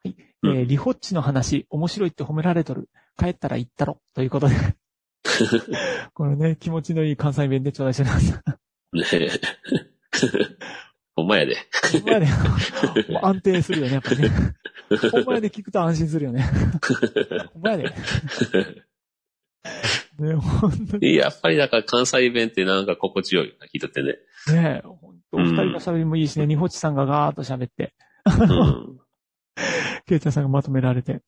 Speaker 3: はい。えー
Speaker 2: うん
Speaker 3: リホッチの話、面白いって褒められとる。帰ったら行ったろ。ということで。これね、気持ちのいい関西弁で頂戴しております。
Speaker 2: ね え。ほんまやで。
Speaker 3: お前で、もう 安定するよね、やっぱりね。お前で聞くと安心する よね。お前で。ね、ほんとに。
Speaker 2: やっぱりだから関西弁ってなんか心地よいよな、聞いとって ね。
Speaker 3: ね、ほんとお二人の喋りもいいしね、リホッチさんがガーッと喋って、
Speaker 2: うん。
Speaker 3: ケイちゃんさんがまとめられて。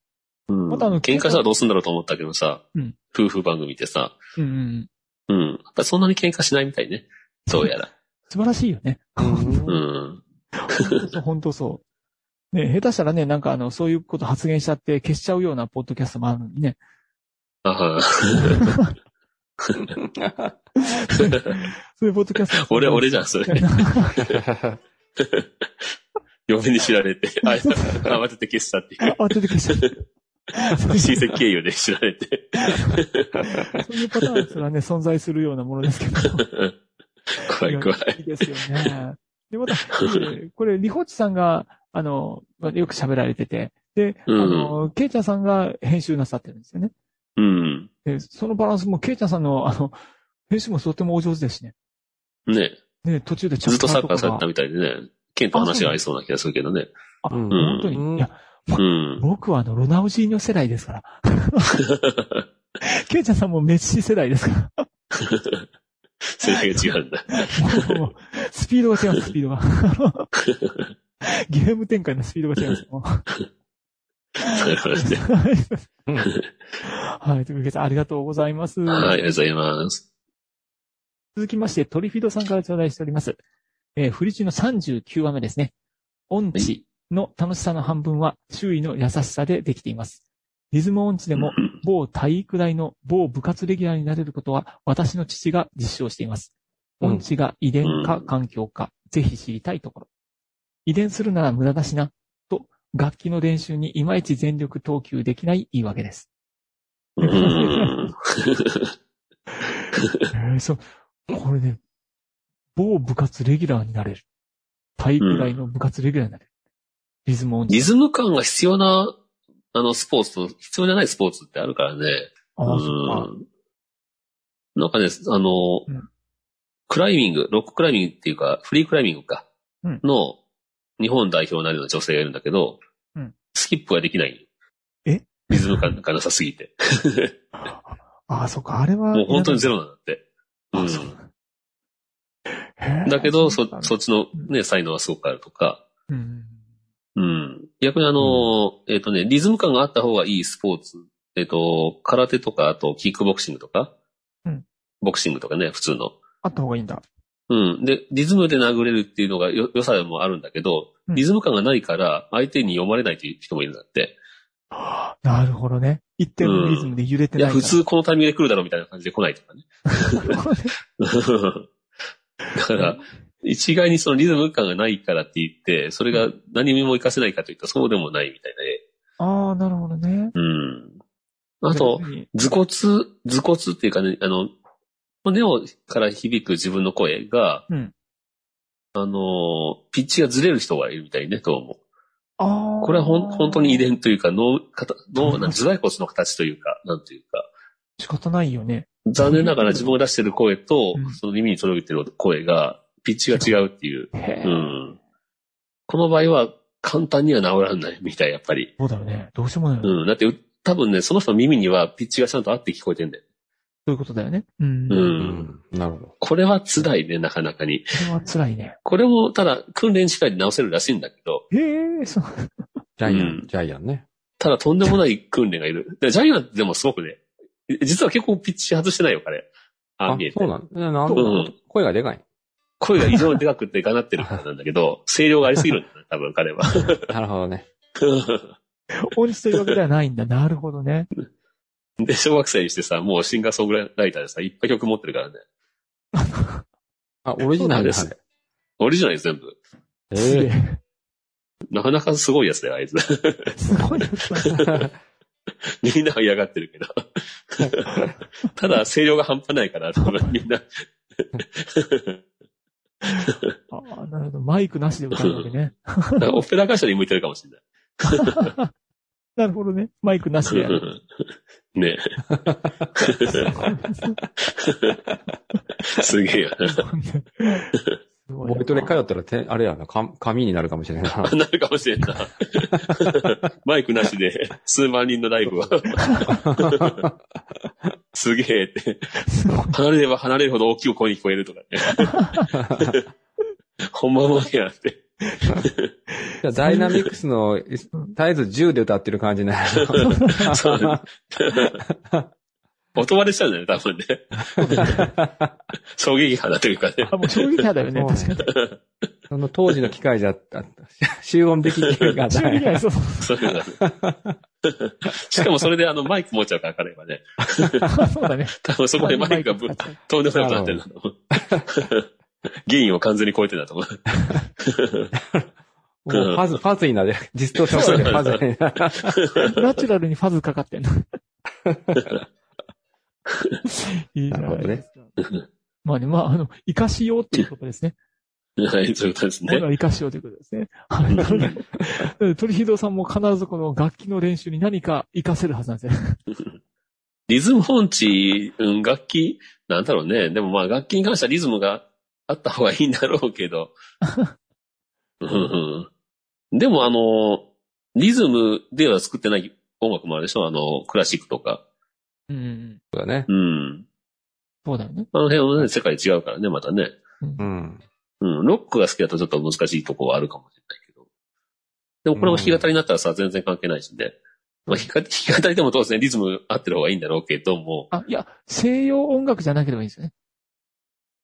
Speaker 2: うん、
Speaker 3: またあの
Speaker 2: 喧嘩したらどうすんだろうと思ったけどさ、
Speaker 3: うん
Speaker 2: 夫婦番組ってさ、
Speaker 3: うん
Speaker 2: う
Speaker 3: うん。
Speaker 2: ん。やっぱそんなに喧嘩しないみたいね。どうやら。
Speaker 3: 素晴らしいよね。
Speaker 2: うん。
Speaker 3: 本当そう、本当そう。ね、下手したらね、なんかあの、そういうこと発言しちゃって消しちゃうようなポッドキャストもあるの にね。
Speaker 2: あは
Speaker 3: そういうポッドキャスト。
Speaker 2: 俺俺じゃんそれ嫁に知られ て、あいつ慌てて消したっていう。
Speaker 3: あ、出て消し ちゃった。そう
Speaker 2: 親戚経由で知られ て。
Speaker 3: いうパターンすらね、存在するようなものですけど。
Speaker 2: 怖い怖い。
Speaker 3: いいですよね。で、また、えーこれ、リホッチさんが、あの、まあよく喋られてて、で、あ
Speaker 2: うん
Speaker 3: の、ケイちゃんさんが編集なさってるんですよね。
Speaker 2: うん。
Speaker 3: で、そのバランスも、ケイちゃんさんの、あの、編集もとてもお上手ですしね。
Speaker 2: ね
Speaker 3: ね、途中でチャ
Speaker 2: ずっ
Speaker 3: プ
Speaker 2: とサ
Speaker 3: ター
Speaker 2: ッ
Speaker 3: と
Speaker 2: カ
Speaker 3: か
Speaker 2: ーされ
Speaker 3: が
Speaker 2: てたみたいでね、剣と話が合いそうな気がするけどね。
Speaker 3: あ、
Speaker 4: うん
Speaker 3: 本当
Speaker 4: うん
Speaker 3: に。いや、
Speaker 2: うん。
Speaker 3: 僕はあの、ロナウジーニョ世代ですから。 ケイちゃんさんもメッシ世代ですか
Speaker 2: 世代が違うんだ。
Speaker 3: ら。もう、スピードが違う、スピードが。ゲーム展開のスピードが違うんですよ。
Speaker 2: なる ほどね
Speaker 3: はい、というわけで、ありがとうございます。
Speaker 2: はい、ありがとうございます。
Speaker 3: 続きまして、トリフィドさんから頂戴しております。えー、フリチュの39話目ですね。音痴の楽しさの半分は、周囲の優しさでできています。リズム音痴でも、某体育大の某部活レギュラーになれることは、私の父が実証しています。
Speaker 4: うん
Speaker 3: 音痴が遺伝か環境か、ぜひ知りたいところ。遺伝するなら無駄だしな、と、楽器の練習にいまいち全力投球できない言い訳です。
Speaker 2: うん。
Speaker 3: えー、そう、これね、某部活レギュラーになれる。体育大の部活レギュラーになれる。リズム音
Speaker 2: リ
Speaker 3: 痴。
Speaker 2: ズム感が必要な、あの、スポーツと、必要じゃないスポーツってあるからね。
Speaker 3: ああ、そうか。
Speaker 2: ん。なんかね、あの、
Speaker 3: うん
Speaker 2: クライミング、ロッククライミングっていうか、フリークライミングか、
Speaker 3: うん
Speaker 2: の日本代表になるような女性がいるんだけど、
Speaker 3: うん
Speaker 2: スキップができない。
Speaker 3: え
Speaker 2: リズム感がなさすぎて。
Speaker 3: ああ、そうか。あれは。
Speaker 2: もう本当にゼロなんだって。う
Speaker 3: あ
Speaker 2: ん
Speaker 3: そうへー
Speaker 2: だけど、
Speaker 3: うな
Speaker 2: そ、
Speaker 3: ん
Speaker 2: そっちのね、才能はすごくあるとか、
Speaker 3: うん。
Speaker 2: うん。逆にあの、えっ、とね、リズム感があった方がいいスポーツ。えっ、と、空手とか、あと、キックボクシングとか、
Speaker 3: うん
Speaker 2: ボクシングとかね、普通の。
Speaker 3: あった方がいいんだ。
Speaker 2: うん。で、リズムで殴れるっていうのがよ良さでもあるんだけど、
Speaker 3: うん
Speaker 2: リズム感がないから相手に読まれないという人もいるんだって。
Speaker 3: なるほどね。一定のリズムで揺れて
Speaker 2: いや、
Speaker 3: ないから。
Speaker 2: 普通このタイミングで来るだろうみたいな感じで来ないとかね。だから、一概にそのリズム感がないからって言って、それが何にも活かせないかといったらそうでもないみたいなね。
Speaker 3: ああ、なるほどね。
Speaker 2: うん。あと、
Speaker 3: 別に、
Speaker 2: 頭骨、頭骨っていうかね、あの、骨をから響く自分の声が、
Speaker 3: うん
Speaker 2: あの、ピッチがずれる人がいるみたいね、どうも。
Speaker 3: ああ。
Speaker 2: これはほん本当に遺。伝というか、脳、型脳な、頭蓋骨の形というか、なんというか、
Speaker 3: 仕方ないよね。
Speaker 2: 残念ながら自分が出してる声と
Speaker 3: うん、
Speaker 2: その耳に届けてる声が、ピッチが違うっていう。
Speaker 3: へえ
Speaker 2: うん。この場合は、簡単には治らないみたい、やっぱり。
Speaker 3: そうだよね。どうしようもないよね。
Speaker 2: うん。だって、う多分ね、その人の耳にはピッチがちゃんと合って聞こえてんだよ。
Speaker 3: そういうことだよね。うん。
Speaker 2: う
Speaker 3: こ
Speaker 2: ん。
Speaker 4: なるほ
Speaker 2: これは辛いね、なかなかに。
Speaker 3: れは辛いね。
Speaker 2: これも、ただ、訓練次第で治せるらしいんだけど、
Speaker 3: へえ、そう。
Speaker 4: ど。ジャイアン、
Speaker 2: うん
Speaker 4: ジャイアンね。
Speaker 2: ただとんでもない訓練がい る。でジャイアンってでもすごくね、実は結構ピッチ外してないよ、彼。ああ、見えて
Speaker 4: そう。なんだ。なん
Speaker 2: う
Speaker 4: だ
Speaker 2: ん。
Speaker 4: 声がでかい。
Speaker 2: 声が異常にでかくてがなってるからなんだけ ど、声量がありすぎるんだね、多分彼は。
Speaker 4: なるほどね。
Speaker 3: 音痴というわけではないんだ。なるほどね。
Speaker 2: で、小学生にしてさ、もうシンガーソングライターでさ、いっぱい曲持ってるからね。
Speaker 4: あ、オリジナルで
Speaker 2: そ
Speaker 4: す
Speaker 2: う。オリジナル全部。
Speaker 3: すげ
Speaker 4: ええ
Speaker 3: え。
Speaker 2: なかなかすごいやつだよ、あいつ。
Speaker 3: すごいですね。
Speaker 2: みんなは嫌がってるけど。 ただ、声量が半端ないから、多分みん な。
Speaker 3: ああ、なるほど。マイクなしで歌うわけね。
Speaker 2: だからオペラ歌手に向いてるかもしれない。
Speaker 3: なるほどね。マイクなしでやる。
Speaker 2: ね え。すげえよな。
Speaker 3: すごいな
Speaker 4: ボイトレ通ったらて、あれやな、か紙になるかもしれない な。
Speaker 2: なるかもしれんな。 マイクなしで、数万人のライ ブは。すげえって。
Speaker 3: すごい
Speaker 2: 離れれば離れるほど大きい声に聞こえるとかね。ほんまもんやって。
Speaker 4: じゃあダイナミックスの、い絶えず10で歌ってる感じになる。
Speaker 2: そうだね音割れしちゃうんだよね、多分ね。衝撃波だというかね。
Speaker 3: あ、もう衝撃派だよね。
Speaker 4: そ
Speaker 3: 確
Speaker 4: う
Speaker 3: かに。
Speaker 4: その当時の機械じゃ、あ 集音できるが
Speaker 3: 衝撃
Speaker 4: ない。
Speaker 3: 派、そうそう
Speaker 2: そういうのだねしかもそれであのマイク持っちゃうから、彼はね。
Speaker 3: あそうだね。
Speaker 2: 多分そこでマイクがぶ
Speaker 3: 確かに
Speaker 2: とんでもなくなってるんだと思う。ゲインを完全に超えてるんだと思う。
Speaker 4: もうファズ、ファズになる。ディストーションするファズになる。
Speaker 3: ナチュラルにファズかかってんの。いいじゃないですか。まあね、まあ、あの、生かしようっていうことですね。
Speaker 2: はい、そういうことです
Speaker 3: これ
Speaker 2: ね。
Speaker 3: は生かしようということですね。はい。なので、トリヒドさんも必ずこの楽器の練習に何か活かせるはずなんですよ。
Speaker 2: リズム音痴、うん、楽器、なんだろうね。でもまあ楽器に関してはリズムがあった方がいいんだろうけど。うんうんでもあの、リズムでは作ってない音楽もあるでしょあの、クラシックとか。
Speaker 3: うん。
Speaker 4: そうだね。
Speaker 2: うん。
Speaker 3: そうだよね。
Speaker 2: あの辺はね、世界違うからね、またね。
Speaker 4: うん。
Speaker 2: うん、ロックが好きだとちょっと難しいとこはあるかもしれないけど。でもこれも弾き語りになったらさ、全然関係ないしね。まあ、弾き語り弾き語りでも当然リズム合ってる方がいいんだろうけども、
Speaker 3: あ、いや、西洋音楽じゃなければいいんですよね。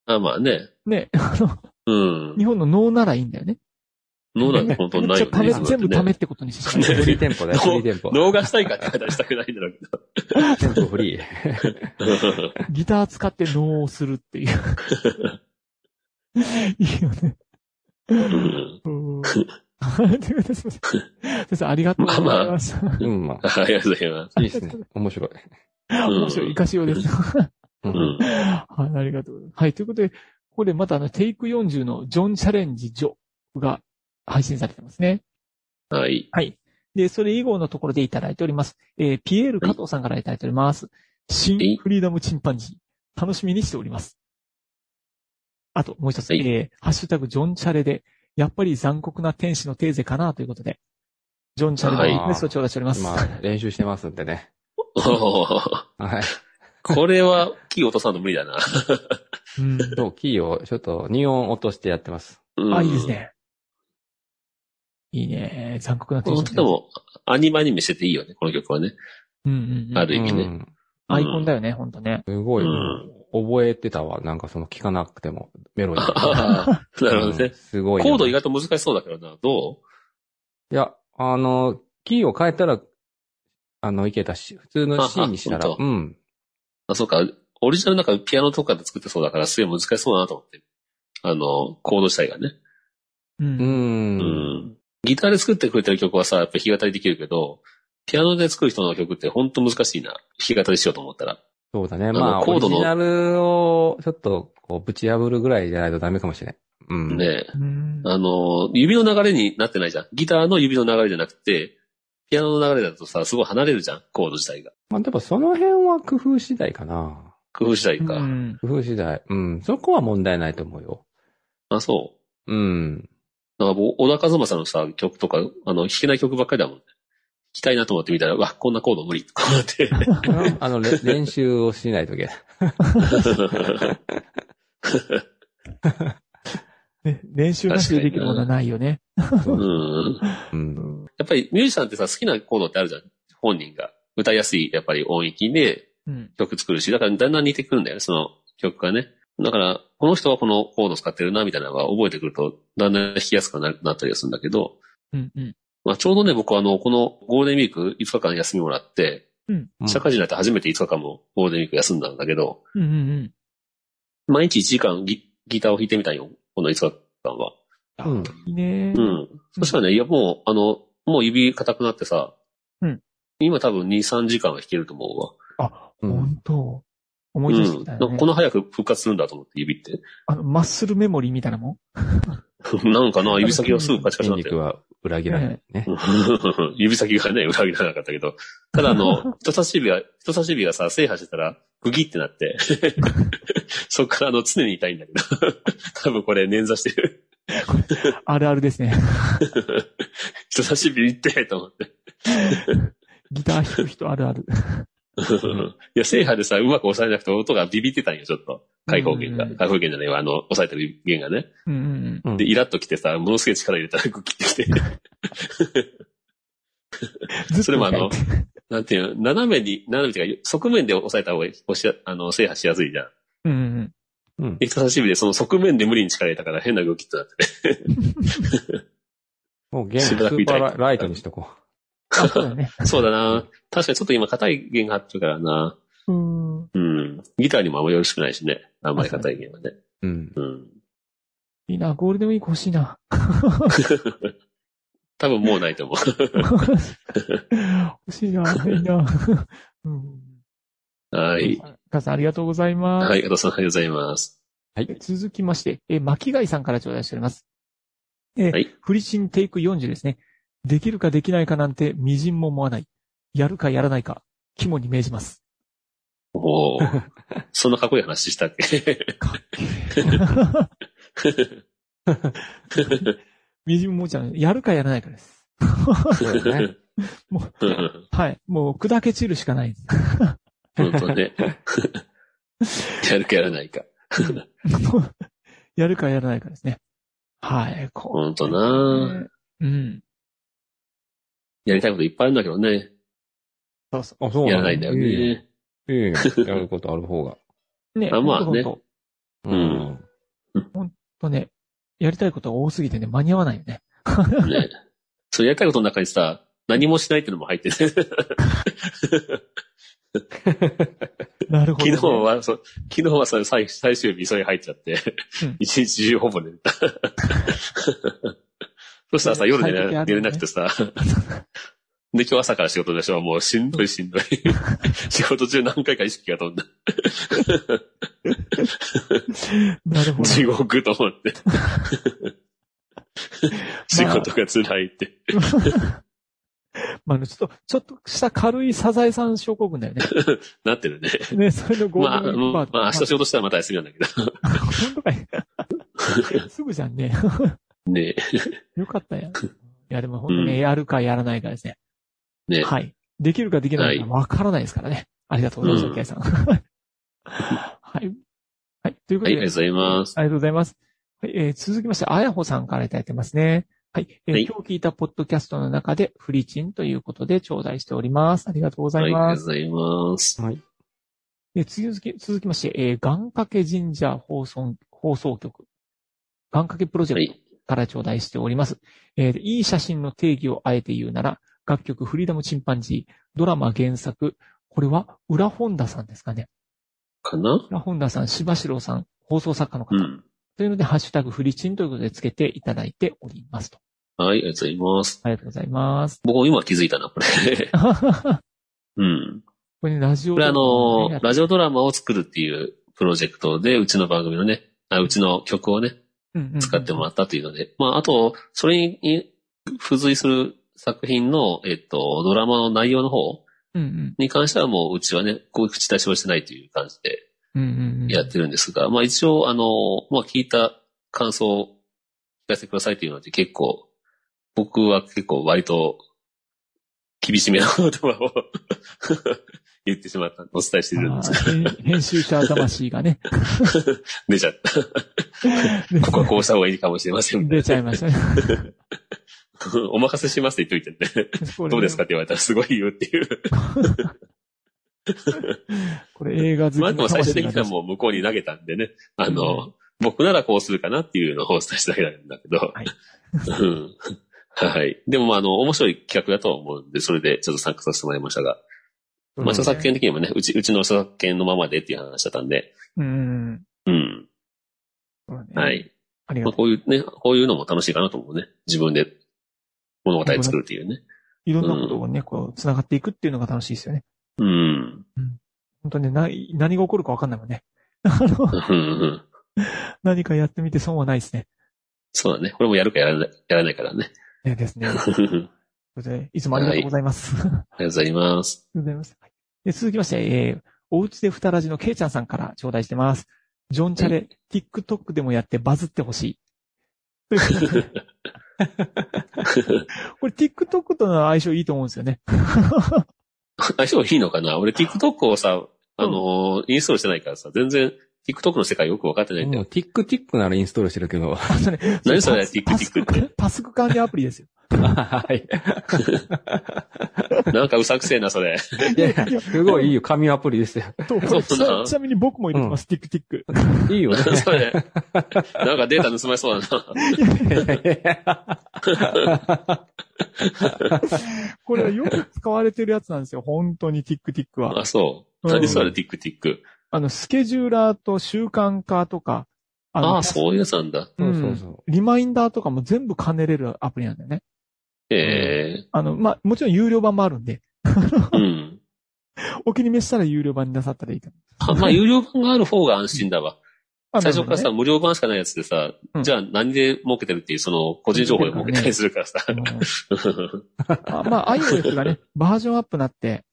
Speaker 2: あまあね、
Speaker 3: ね、 あの、
Speaker 2: うん
Speaker 3: 日。本の能ならいいんだよね。
Speaker 2: 脳なんて本当にないよ
Speaker 3: め
Speaker 2: ね。
Speaker 3: っ
Speaker 2: リ
Speaker 3: ち
Speaker 2: ズ
Speaker 3: ゃた
Speaker 2: ム
Speaker 3: め
Speaker 2: なんて
Speaker 3: 全部ためっ
Speaker 2: ね
Speaker 3: てことにしてし
Speaker 4: フ
Speaker 3: まう。
Speaker 4: リーテンポだよ、フリーテンポ。
Speaker 2: 脳がしたいかって話したくないんだろう
Speaker 4: テンポフリー。
Speaker 2: けど。
Speaker 3: ギター使って能をするっていう。 いいよね。
Speaker 2: うん
Speaker 3: うん。 ということです。先生、ありがとうございます。
Speaker 4: うん、ま
Speaker 2: ありがとうございます。
Speaker 4: あ、いいですね。面白い。
Speaker 3: 面白い、生かしようです。
Speaker 2: う。
Speaker 4: う
Speaker 2: ん。
Speaker 3: はい、ありがとうございます。はい、ということで、ここでまたあの、テイク40のジョンチャレンジジョが配信されてますね。
Speaker 2: はい。
Speaker 3: はい。で、それ以後のところでいただいております。えーピエール加藤さんからいただいております。新フリーダムチンパンジー、楽しみにしております。あと、もう一つ、
Speaker 2: はい
Speaker 3: えーハッシュタグジョンチャレで、やっぱり残酷な天使のテーゼかなということで、ジョンチャレのリクエストを頂戴しております。
Speaker 4: まあ、練習してますんでね。
Speaker 2: おー
Speaker 4: はい。
Speaker 2: これは、キー落とさんの無理だな。
Speaker 3: うん
Speaker 4: そう、キーをちょっと2音落としてやってます。
Speaker 2: うん
Speaker 3: あ、いいです。ね。いいね。残酷な
Speaker 2: ことの
Speaker 3: し
Speaker 2: でも、アニメアニメしてていいよね、この曲はね。
Speaker 3: うんうんうん
Speaker 2: ある意味ね。
Speaker 4: うん
Speaker 3: アイコンだよね、ほんとね。
Speaker 4: すごい。
Speaker 2: うん
Speaker 4: 覚えてたわ。なんかその聞かなくても、メロディー。
Speaker 2: あ あなるほど
Speaker 4: う
Speaker 2: ね
Speaker 4: ん。すごいよ。
Speaker 2: コード意外と難しそうだけどな。ど
Speaker 4: いや、あの、キーを変えたら、あの、いけたし、普通の C にしたら、
Speaker 2: 本当
Speaker 4: うん。
Speaker 2: うあ、そうか。オリジナルなんかピアノとかで作ってそうだから、すげえ難しそうだなと思って。あの、コード自体がね。
Speaker 3: う。
Speaker 4: うん。
Speaker 2: うんん。ギターで作ってくれてる曲はさ、やっぱ弾き語りできるけど、ピアノで作る人の曲ってほんと難しいな。弾き語りしようと思ったら。
Speaker 4: そうだ
Speaker 2: あ
Speaker 4: ね。
Speaker 2: の
Speaker 4: まあ、
Speaker 2: コ
Speaker 4: オ
Speaker 2: ード
Speaker 4: リ
Speaker 2: の
Speaker 4: ジナルを、ちょっと、こう、ぶち破るぐらいじゃないとダメかもしれない。うん。
Speaker 2: ねえ。
Speaker 3: うん
Speaker 2: あの、指の流れになってないじゃん。ギターの指の流れじゃなくて、ピアノの流れだとさ、すごい離れるじゃん。コード自体が。
Speaker 4: まあ、でもその辺は工夫次第かな。
Speaker 2: 工夫次第か。
Speaker 3: うん
Speaker 4: 工夫次第。うん。そこは問題ないと思うよ。
Speaker 2: あ、そう。
Speaker 4: うん。
Speaker 2: なんかもう、小田和正のさ、曲とか、あの、弾けない曲ばっかりだもんね。弾きたいなと思ってみたら、うわ、こんなコード無理とか思って。
Speaker 4: あの、れ練習をしないといけない。
Speaker 3: ね練習なしでできるものはないよね。
Speaker 2: うん。
Speaker 4: うん。
Speaker 2: やっぱりミュージシャンってさ、好きなコードってあるじゃん。本人が。歌いやすい、やっぱり音域で
Speaker 3: うん。
Speaker 2: 曲作るし、だからだんだん似てくるんだよね、その曲がね。だから、この人はこのコード使ってるな、みたいなのが覚えてくると、だんだん弾きやすくななったりはするんだけど、
Speaker 3: うん。うん。
Speaker 2: まあ、ちょうどね、僕はあの、このゴールデンウィーク5日間休みもらって、
Speaker 4: うん
Speaker 2: 社会人になって初めて5日間もゴールデンウィーク休んだんだけど、
Speaker 3: うん。うん。
Speaker 2: 毎日1時間ギギターを弾いてみたんよ、この5日間は。
Speaker 4: うん
Speaker 3: いいね
Speaker 2: う。ん。そしたらね、いやもう、あの、もう指硬くなってさ、
Speaker 3: うん
Speaker 2: 今多分2、3時間は弾けると思うわ。
Speaker 3: あ、
Speaker 4: うん
Speaker 3: 本当。思い出してきたよ
Speaker 2: うん
Speaker 3: ね
Speaker 2: こ。の早く復活するんだと思って、指って。
Speaker 3: あの、マッスルメモリーみたいなもん
Speaker 2: なんか な、指先がすぐカチカチに
Speaker 4: 筋
Speaker 2: なって
Speaker 4: 肉は裏切らないね。
Speaker 2: 指先がね、裏切らなかったけど。ただあ の、人差し指が、人差し指がさ、制覇してたら、グギってなって。 そっからあの、常に痛いんだけど。 多分これ、捻挫してる。
Speaker 3: あるあるですね。
Speaker 2: 人差し指痛いと思って。
Speaker 3: ギター弾く人あるある。
Speaker 2: いや、制覇でさ、うまく押さえなくて音がビビってたんよ、ちょっと。開放弦が。
Speaker 3: うん
Speaker 2: 開放弦じゃないわ、あの、押さえてる弦がね。
Speaker 3: うんうん
Speaker 4: うん
Speaker 2: で、イラッときてさ、ものすげえ力入れたらグギってきて。
Speaker 3: うん。
Speaker 2: それもあの
Speaker 3: ずっと痛い
Speaker 2: なんていうの、斜めに、斜めっていうか、側面で押さえた方が、押しやあの、制覇しやすいじゃん。
Speaker 3: うんうん
Speaker 4: うん。
Speaker 2: 人差し指でその側面で無理に力入れたから変な動きってなってね。
Speaker 4: もうゲー
Speaker 2: し
Speaker 4: ムス
Speaker 2: ばらく
Speaker 4: ー
Speaker 2: 痛
Speaker 4: パ
Speaker 2: い
Speaker 4: ーライトにしとこ
Speaker 3: あ、そうだよね。
Speaker 2: そうだな。確かにちょっと今硬い弦が張ってるからな。
Speaker 3: うん。
Speaker 2: うん。ギターにもあんまよろしくないしね。あんまり硬い弦はね。
Speaker 4: う。うん。
Speaker 2: うん。
Speaker 3: いいな、ゴールデンウィーク欲し いな。
Speaker 2: 多分もうないと思う。
Speaker 3: 欲しいな、いいな。うん。
Speaker 2: はい。
Speaker 3: 母さんありがとうございます。
Speaker 2: はい、加藤さん、ありがとうございます。
Speaker 3: え続きまして、えー巻貝さんから頂戴しております。えー
Speaker 2: はい
Speaker 3: フリチンテイク40ですね。できるかできないかなんて、微塵も思わない。やるかやらないか、肝に銘 じます。
Speaker 2: おお。 そんなかっこいい話したっけ
Speaker 3: 微塵も思っちゃう。やるかやらないかです。
Speaker 4: そうだね。
Speaker 3: もう、はい。もう、砕け散るしかない です。
Speaker 2: 本当 ね。やるかやらないか。
Speaker 3: もうやるかやらないかですね。はい。こ
Speaker 2: 本当
Speaker 3: う。
Speaker 2: な。
Speaker 3: うん。
Speaker 2: やりたいこといっぱいあるんだけどね。
Speaker 3: そうそ
Speaker 4: あ、そう
Speaker 2: や
Speaker 4: な
Speaker 2: ら
Speaker 4: の
Speaker 2: ないんだよ。
Speaker 4: い
Speaker 2: ね。
Speaker 4: いよいいよやることある方が。
Speaker 3: う。ね、
Speaker 2: あまあね
Speaker 3: ほんとほんと
Speaker 2: うん
Speaker 3: とね、やりたいことが多すぎてね、間に合わないよね。
Speaker 2: ね。そう、やりたいことの中にさ、何もしないってのも入って る。
Speaker 3: なるほ
Speaker 2: 昨
Speaker 3: ど、ね。
Speaker 2: 日は、そう、昨日はそれ最最終日、それ入っちゃって
Speaker 3: うん、
Speaker 2: 一日中ほぼ寝てた。 そしたらさ、夜寝
Speaker 3: 快適あるよ
Speaker 2: れ寝れ
Speaker 3: ね
Speaker 2: なくてさ、で、今日朝から仕事でしょ、もうしんどいし んどい。仕事中何回か意識が飛んだ。
Speaker 3: なるほど。
Speaker 2: 地獄と思 って。仕事が辛いって。
Speaker 3: まあね、ちょっと、ちょっとした軽いサザエさん症候群だ よね。
Speaker 2: なってるね。
Speaker 3: ね、それのゴ
Speaker 2: ま
Speaker 3: ー
Speaker 2: あ、
Speaker 3: ルデンウィーク
Speaker 2: まあ
Speaker 3: パー、ト。
Speaker 2: まあ明日仕事したらまた休みなんだけ
Speaker 3: 本当かいすぐじゃんね。
Speaker 2: ど。 ね
Speaker 3: よかったやん。いや、でも本当ね、
Speaker 2: うん
Speaker 3: やるかやらないかですね。
Speaker 2: え、ねえ。
Speaker 3: はい。できるかできないか
Speaker 2: は
Speaker 3: わからないですからね。ありがとうござ
Speaker 2: う
Speaker 3: います、
Speaker 2: ん
Speaker 3: 沖合さん。 はい。はい。というこ
Speaker 2: はい、あ
Speaker 3: と
Speaker 2: り
Speaker 3: で、
Speaker 2: がとうございます。
Speaker 3: ありがとうございます。はい、えー続きまして、あやほさんからいただいてますね。はい、えー
Speaker 2: はい
Speaker 3: 今日聞いたポッドキャストの中で、フリチンということで頂戴しております。ありがとうござ
Speaker 2: はいい、ありが
Speaker 3: ま
Speaker 2: とう
Speaker 3: す。
Speaker 2: ございます。
Speaker 4: はい。
Speaker 3: で、続き、続きまして、えー、願掛け神社放送、放送局。願掛けプロジェ
Speaker 2: は
Speaker 3: クト
Speaker 2: い。
Speaker 3: から頂戴しております。えーいい写真の定義をあえて言うなら、楽曲フリーダムチンパンジー、ドラマ原作、これは浦本田さんですかね。
Speaker 2: かな
Speaker 3: 浦本田さん、柴城さん、放送作家の方。
Speaker 2: うん。
Speaker 3: というので、ハッシュタグフリチンということでつけていただいておりますと。
Speaker 2: はい、ありがとうございます。
Speaker 3: ありがとうございます。
Speaker 2: 僕も今気づいたな、こ れ。
Speaker 3: こ
Speaker 2: うん。
Speaker 3: れね、ラジオ
Speaker 2: これあの
Speaker 3: ね
Speaker 2: ー、ラジオドラマを作るっていうプロジェクトで、うちの番組のね、あうちの曲をね、使っても
Speaker 3: うん
Speaker 2: らったというので、まあ、あと、それに付随する作品の、えっと、ドラマの内容の方
Speaker 3: うんうん。
Speaker 2: に関してはもう、うちはね、こう口出しをしてないという感じで
Speaker 3: うんうんうん。
Speaker 2: やってるんですが、まあ、一応、あの、まあ、聞いた感想を聞かせてくださいというので、結構、僕は結構割と、厳しめな言葉を 言ってしまった、お伝えしてるん
Speaker 3: あ
Speaker 2: ですが、
Speaker 3: ー編集者魂がね。
Speaker 2: 出ちゃった。ここはこうした方がいいかもしれません。
Speaker 3: 出ちゃい ましたね。
Speaker 2: お任せしますって言っといてね。
Speaker 3: これね
Speaker 2: どうですかって言われたらすごいよっていう。
Speaker 3: これ映画好き
Speaker 2: まあでも最終的
Speaker 3: が
Speaker 2: に
Speaker 3: 出
Speaker 2: は
Speaker 3: し
Speaker 2: もう向こうに投げたんでね。あの、僕ならこうするかなっていうのをお伝えしただけなんだけど。
Speaker 3: はい
Speaker 2: うんはい。でもまああの、面白い企画だとは思うんで、それでちょっと参加させてもらいましたが。まあ著作権的にもね、うち、うちの著作権のままでっていう話だったんで。
Speaker 3: うんうん
Speaker 2: うん。
Speaker 3: うん。そうだね
Speaker 2: はい。
Speaker 3: あり
Speaker 2: ま
Speaker 3: が
Speaker 2: あ
Speaker 3: と
Speaker 2: こういうね、こういうのも楽しいかなと思うね。自分で物語作るっていうね。
Speaker 3: う。いろんなことをね、こう、繋がっていくっていうのが楽しいですよね。
Speaker 2: うん。
Speaker 3: 本当にね、な何が起こるかわかんないもんね。
Speaker 2: うんうん
Speaker 3: 何かやってみて損はないですね。
Speaker 2: そうだね。これもやるかやらないやらないからね。
Speaker 3: ねですね。
Speaker 2: ありがと
Speaker 3: ということでいつもありがとうございます。 ありがと
Speaker 2: うございます。
Speaker 3: うございます。はいで続きまして、えー、おうちでふたらじのけいちゃんさんから頂戴してます。ジョンチャレ、TikTok でもやってバズってほしい。というこ とで これ TikTok との相性いいと思うんですよね。
Speaker 2: 相性いいのかな俺 TikTok をさ、あのーインストールしてないからさ、全然 TikTok の世界よくわかってないんだ
Speaker 4: も
Speaker 2: よ。
Speaker 4: うティックティックならインストールしてるけど。
Speaker 3: あ のね
Speaker 2: 何それ
Speaker 3: パス
Speaker 2: TikTok って
Speaker 3: パスパスク管理アプリですよ。
Speaker 4: はい。
Speaker 2: なんかうさくせえな、それ。
Speaker 4: いやいや、すごいいいよ。紙アプリですよ。
Speaker 3: とこれ
Speaker 2: そうなん
Speaker 3: ちちなみに僕も入れてます、TikTok。
Speaker 4: い いよね。
Speaker 2: それ。なんかデータ盗まれそうだな。
Speaker 3: これはよく使われてるやつなんですよ、本当に TikTok は。
Speaker 2: あ、そう。
Speaker 3: うん
Speaker 2: 何それ TikTok。
Speaker 3: あの、スケジューラーと習慣化とか、あ
Speaker 2: ああ、そういうやつなんだ。
Speaker 4: そうそうそ
Speaker 3: リマインダーとかも全部兼ねれるアプリなんだよね。
Speaker 2: ええ
Speaker 3: あの、まあ、もちろん有料版もあるんで、
Speaker 2: うん。
Speaker 3: お気に召したら有料版になさったらいいと
Speaker 2: あまあ、有料版がある方が安心だわ。
Speaker 3: 思う。
Speaker 2: 最初からさ、
Speaker 3: あ、
Speaker 2: 無料版しかないやつでさ
Speaker 3: う、ん
Speaker 2: じゃあ何で儲けてるっていう、その、個人情報で儲けたりするからさ。
Speaker 3: なるほどね うんあまあ、iOS がね、バージョンアップなって、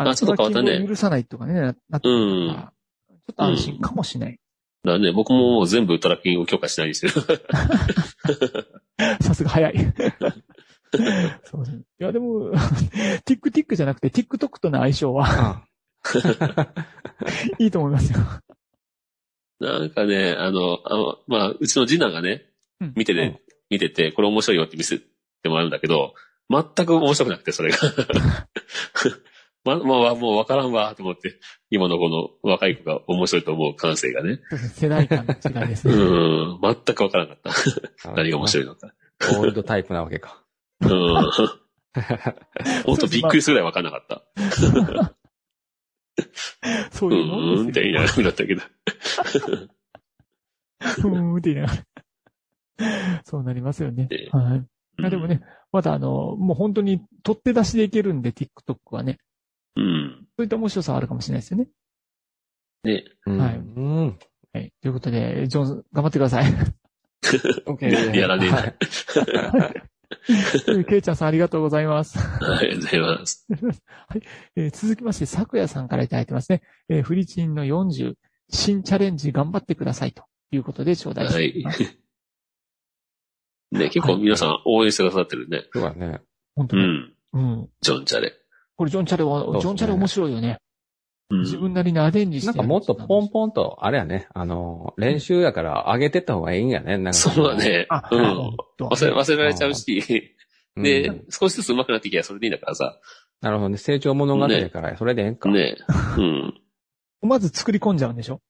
Speaker 3: あ
Speaker 2: あちょっと変わったね
Speaker 3: トラッキングを許さないとかね、ななってるから、ちょっと安心かもしれない。
Speaker 2: だからね、僕ももう全部トラッキングを許可しないようにしてる。
Speaker 3: さすが早い。 そうですね。いや、でも、TikTok じゃなくて TikTok との相性は いいと思いますよ。
Speaker 2: なんかね、あの、あのまあ、うちの次男がね、
Speaker 3: うん
Speaker 2: 見てて、
Speaker 4: うん
Speaker 2: 見てて、これ面白いよって見せてもらうんだけど、全く面白くなくて、それが。 ま、まあ、もうわからんわ、と思って、今のこの若い子が面白いと思う感性がね。
Speaker 3: 世代間の違いです
Speaker 2: う
Speaker 3: ね。
Speaker 2: ん、全くわからなかった。
Speaker 4: う。
Speaker 2: 何が面白
Speaker 4: い
Speaker 2: いのか。
Speaker 4: オールドタイプなわけか。
Speaker 2: うん。ほんとびっくりするぐらいわからなかった。
Speaker 3: そう
Speaker 2: う
Speaker 3: いうも
Speaker 2: ん、うん
Speaker 3: ん
Speaker 2: っ
Speaker 3: です
Speaker 2: て言い
Speaker 3: よ
Speaker 2: ながらだったけど。
Speaker 3: うーんって言いながら。そうなりますよね
Speaker 2: え。
Speaker 3: はい。いやでもね、まだあの、もう本当に取って出しでいけるんで、TikTok はね。
Speaker 2: うん。
Speaker 3: そういった面白さはあるかもしれないですよね。
Speaker 2: ね。
Speaker 3: はい
Speaker 4: うん。
Speaker 3: はい。ということで、ジョン、頑張ってくださ い。
Speaker 2: やらねえな
Speaker 4: はい
Speaker 3: ケイちゃんさんありがとうございます。
Speaker 2: ありがとうございます。
Speaker 3: えー続きまして、昨夜さんからいただいてますね。えーフリチンの40、新チャレンジ頑張ってくださいということで頂戴しています。
Speaker 2: ね、結構皆さん応援してくださってるね。
Speaker 4: そうだね。
Speaker 3: 本当
Speaker 2: う
Speaker 3: に。
Speaker 2: ん。
Speaker 3: うん。
Speaker 2: ジョン・チャレ。
Speaker 3: これ、ジョンチャレ
Speaker 4: う
Speaker 3: は、
Speaker 4: ですね
Speaker 3: ジョンチャレ面白いよね。
Speaker 2: うん
Speaker 3: 自分なりにアレンジして
Speaker 4: なん
Speaker 3: る
Speaker 4: かもっとポン
Speaker 3: ン。
Speaker 4: ポンと、あれやね、あの、練習やから上げてった方がいいんやね。なんか
Speaker 2: そうだ。ね。
Speaker 3: あ、
Speaker 2: う。
Speaker 3: なん
Speaker 2: 忘れ、忘れられちゃうし、
Speaker 4: うん
Speaker 2: で、少しずつ上手くなってきゃそれでいいんだからさ。
Speaker 4: なるほどね。成長物語やから、それでええんか。
Speaker 2: ね。うん。
Speaker 3: まず作り込んじゃうんでしょ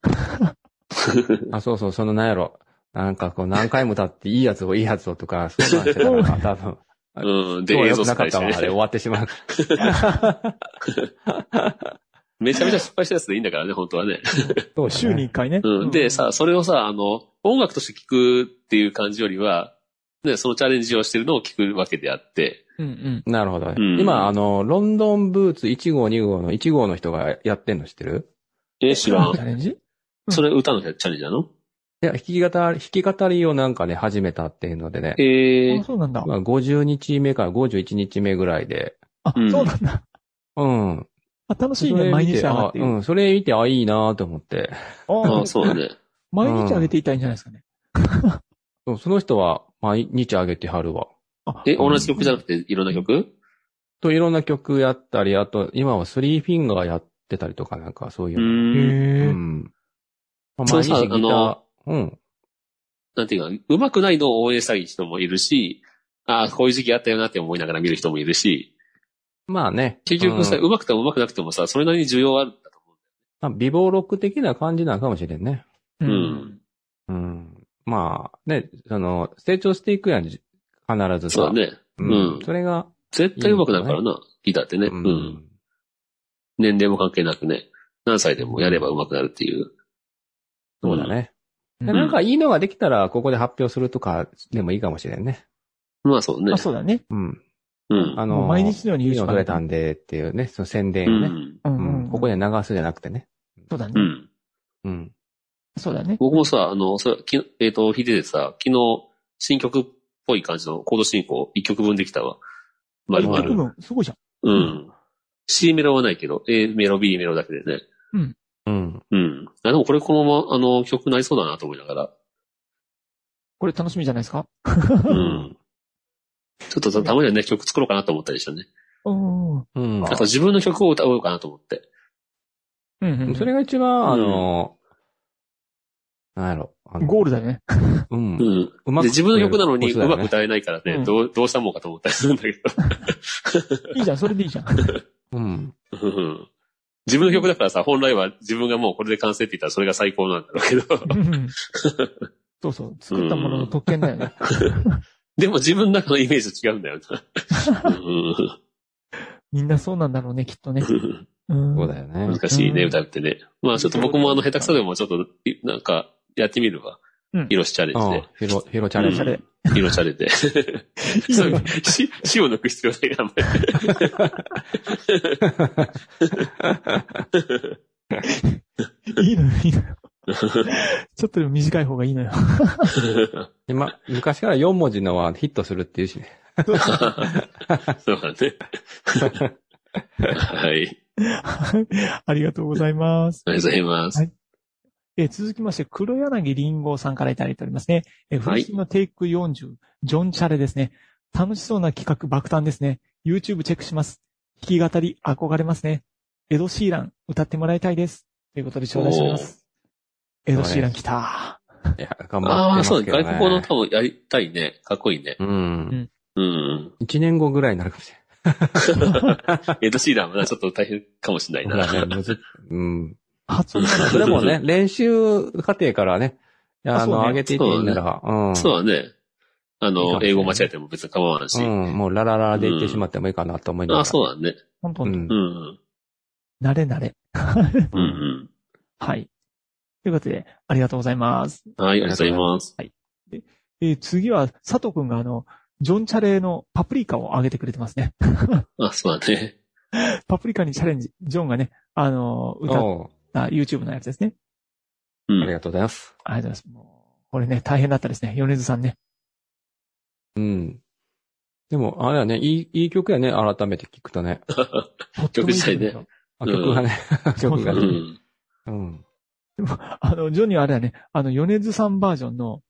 Speaker 4: あ、そうそう、そのなんやろ。なんかこう何回も経っていいやつをいいやつをとか、そうなんしてた から、多分。
Speaker 2: うん。で、
Speaker 4: 今日
Speaker 2: 映
Speaker 4: 良
Speaker 2: 像
Speaker 4: くな
Speaker 2: 使
Speaker 4: か
Speaker 2: い
Speaker 4: っ
Speaker 2: した
Speaker 4: わ、あれ終
Speaker 2: ね。
Speaker 4: わって しまう。
Speaker 2: めちゃめちゃ失敗したやつでいいんだからね、本当はね。
Speaker 4: そう
Speaker 3: 週に1回ね。
Speaker 2: うん。で、さ、それをさ、あの、音楽として聞くっていう感じよりは、ね、そのチャレンジをしてるのを聞くわけであって、
Speaker 3: うんうん。
Speaker 4: なるほど。
Speaker 2: ん
Speaker 4: 今、あの、ロンドンブーツ1号2号の1号の人がやってんの知ってる
Speaker 2: え、知らん
Speaker 3: チ。ャレンジ
Speaker 2: それ歌のチャレンジなの
Speaker 4: いや、弾き語り、弾き語りをなんかね、始めたっていうのでね。
Speaker 2: え
Speaker 3: あ、そうなんだ。
Speaker 4: まあ、50日目から51日目ぐらいで。
Speaker 3: あ、
Speaker 2: うん
Speaker 3: そうなんだ。
Speaker 4: うん。
Speaker 3: あ楽しい
Speaker 4: それ
Speaker 3: ね、毎
Speaker 4: 見
Speaker 3: 日上
Speaker 4: て、
Speaker 3: が
Speaker 4: あ
Speaker 3: っ、ている。
Speaker 4: うん、それ見て、あ、いいなと思って。
Speaker 2: あ
Speaker 3: あ
Speaker 2: そうだね。
Speaker 3: 毎日上げていたいんじゃないですかね。
Speaker 4: そうその人は、毎日上げてはるわ。
Speaker 3: あ
Speaker 2: え、同じ曲じゃなくて、いろんな曲
Speaker 4: と、いろんな曲やったり、あと、今はスリーフィンガーやってたりとかなんか、そういうう。
Speaker 3: へ
Speaker 2: ん。
Speaker 4: う
Speaker 3: え。
Speaker 4: ん。まあ
Speaker 2: そ
Speaker 4: 毎
Speaker 2: れ
Speaker 4: 日
Speaker 2: さ
Speaker 4: ギター、うん。
Speaker 2: なんていうか、上手くないのを応援したい人もいるし、ああ、こういう時期あったよなって思いながら見る人もいるし、
Speaker 4: まあね。
Speaker 2: 結局さ、
Speaker 4: うん
Speaker 2: 上手くても上手くなくてもさ、それなりに需要はあるんだと思
Speaker 4: まあ美貌ロック的な感じなのかもしれんね。
Speaker 3: う。
Speaker 2: う。うんん。
Speaker 4: うん。まあ、ね、その、成長していくやん、じ必ずさ。
Speaker 2: そうだ。ね。うん
Speaker 4: それが、
Speaker 2: 絶対上手くなるからな、ギターってね。うん。年齢も関係なくね、何歳でもやれば上手くなるっていう。
Speaker 4: そうだね。
Speaker 3: うん
Speaker 4: でなんかいいのができたら、ここで発表するとかでもいいかもしれんね。
Speaker 2: うん。まあそうね
Speaker 3: あ、。そうだね。
Speaker 4: うん。
Speaker 2: うん。
Speaker 3: も
Speaker 4: あの
Speaker 3: う
Speaker 4: ー、
Speaker 3: 毎日のように
Speaker 4: いい
Speaker 3: YouTube
Speaker 4: の撮れたんでっていうね、その宣
Speaker 2: う
Speaker 4: 伝をね。
Speaker 2: ん。
Speaker 3: う
Speaker 4: うん
Speaker 3: うん。
Speaker 4: ん。ここで流すじゃなくてね。
Speaker 3: そうだね
Speaker 2: う。ん。
Speaker 4: うん。
Speaker 3: そうだね。
Speaker 2: 僕もさ、あの、それきえっ、と、聞いててさ、昨日、新曲っぽい感じのコード進行1曲分できたわ。まるま
Speaker 3: 一
Speaker 2: る
Speaker 3: 曲。分、すごいじゃん。
Speaker 2: うん。C メロはないけど、A メロ、B メロだけでね。
Speaker 4: うん。
Speaker 2: うん。あでもこれこのまま、あの、曲になりそうだなと思いながら。
Speaker 3: これ楽しみじゃないですか
Speaker 2: うん。ちょっとさたまにはね、曲作ろうかなと思ったりしたね。
Speaker 3: うん。うん
Speaker 4: うん。
Speaker 2: あと自分の曲を歌おうかなと思って。
Speaker 3: うん。
Speaker 4: それが一番、あのー、なんやろ。あの
Speaker 3: ゴールだよね。
Speaker 4: うん。
Speaker 2: う。
Speaker 4: うんうまく
Speaker 2: で、自分の曲なのに
Speaker 4: そうだ
Speaker 2: う
Speaker 4: よね
Speaker 2: まく歌えないからね、
Speaker 3: うん
Speaker 2: どう、どうしたもんかと思ったりするんだけ
Speaker 3: いいじゃん、それでいいじゃん。
Speaker 4: ん。
Speaker 2: ど。うん自分の曲だからさ、本来は自分がもうこれで完成って言ったらそれが最高なんだろうけど。
Speaker 3: うんそうそう。作ったものの特権だよ ね。
Speaker 2: でも自分の中のイメージと違うんだよな。
Speaker 3: みんなそうなんだろうね、きっとね。
Speaker 2: うん
Speaker 3: うん
Speaker 4: そうだよね。
Speaker 2: 難しいね、
Speaker 3: うん
Speaker 2: 歌ってね。まあちょっと僕もあの下手くそでもちょっと、いなんか、やってみるわ
Speaker 3: うん。
Speaker 2: ヒロシチャレンジ
Speaker 4: う
Speaker 2: で
Speaker 4: ん。。ヒロ、ヒロチャレンジ
Speaker 3: そ。れ
Speaker 2: ヒロチャレンジで。
Speaker 3: いい
Speaker 2: そ
Speaker 3: よ
Speaker 2: う
Speaker 3: ね、
Speaker 2: 死死を抜く必要ないな、あんまり
Speaker 3: いいのよ、いい のよ。ちょっとでも短い方がいいのよ。
Speaker 4: 今、昔から4文字のはヒットするっていう しね。
Speaker 2: そうだね。はい。あり
Speaker 3: ありがとうございます。
Speaker 2: がとうございます。
Speaker 3: えー続きまして、黒柳りんごさんからいただいておりますね。えー、
Speaker 2: は
Speaker 3: 古
Speaker 2: い
Speaker 3: 市のテイク40、ジョンチャレですね。楽しそうな企画爆誕ですね。YouTube チェックします。弾き語り憧れますね。エド・シーラン歌ってもらいたいです。ということで頂戴しております。エド・シーラン来た。
Speaker 4: いや、頑張って
Speaker 2: あ
Speaker 4: ま
Speaker 2: あ、
Speaker 4: す
Speaker 2: そう
Speaker 4: け
Speaker 2: ね。
Speaker 4: どね。
Speaker 2: 外国語の歌もやりたいね。かっこいいね。
Speaker 4: うん。
Speaker 2: うん。
Speaker 4: 一年後ぐらいになるかもし
Speaker 2: エド・シーランはなちょっと大変かもしれ
Speaker 4: れ
Speaker 2: な
Speaker 4: な い
Speaker 2: な。
Speaker 4: い。だからねむず うん。
Speaker 3: 初音
Speaker 4: それもね、練習過程からね、あ
Speaker 3: そう
Speaker 4: の、
Speaker 3: ね
Speaker 4: 上げていっていいんなら、うん。
Speaker 2: そうだね。あ
Speaker 4: いいか
Speaker 2: の
Speaker 4: もしれな、い
Speaker 2: 英語間違えても別に構わんし。
Speaker 4: うん、もうラララでいってしまってもいいかなと思いなが
Speaker 2: あ
Speaker 4: ら。
Speaker 2: あ、そうだね。
Speaker 3: 本当
Speaker 4: う
Speaker 3: に。
Speaker 4: ん
Speaker 2: う。ん。
Speaker 3: 慣れ慣れ。
Speaker 2: うんうん。
Speaker 3: はい。ということで、ありがとうございます。
Speaker 2: はい、ありがとうございます。
Speaker 3: えー次は、佐藤くんがあの、ジョンチャレのパプリカをあげてくれてますね。
Speaker 2: あ、そうだね。
Speaker 3: パプリカにチャレンジ。ジョンがね、あの、歌っ
Speaker 4: おう
Speaker 3: た YouTube のやつですね。
Speaker 2: う
Speaker 4: あり
Speaker 2: ん。
Speaker 4: がとうございます。
Speaker 3: ありがとうございます。もう、これね、大変だったですね。米津さ んね。
Speaker 4: うん。でも、あれはね、いい、いい曲やね、改めて聞くとね。
Speaker 3: とってもいい曲だ
Speaker 2: 曲自体
Speaker 3: よ
Speaker 4: あ
Speaker 2: うん
Speaker 4: 曲がね、 曲
Speaker 2: う
Speaker 4: がね。
Speaker 2: ん。
Speaker 4: うん。
Speaker 3: あの、ジョンにはあれだね、あの、米津さんバージョンの、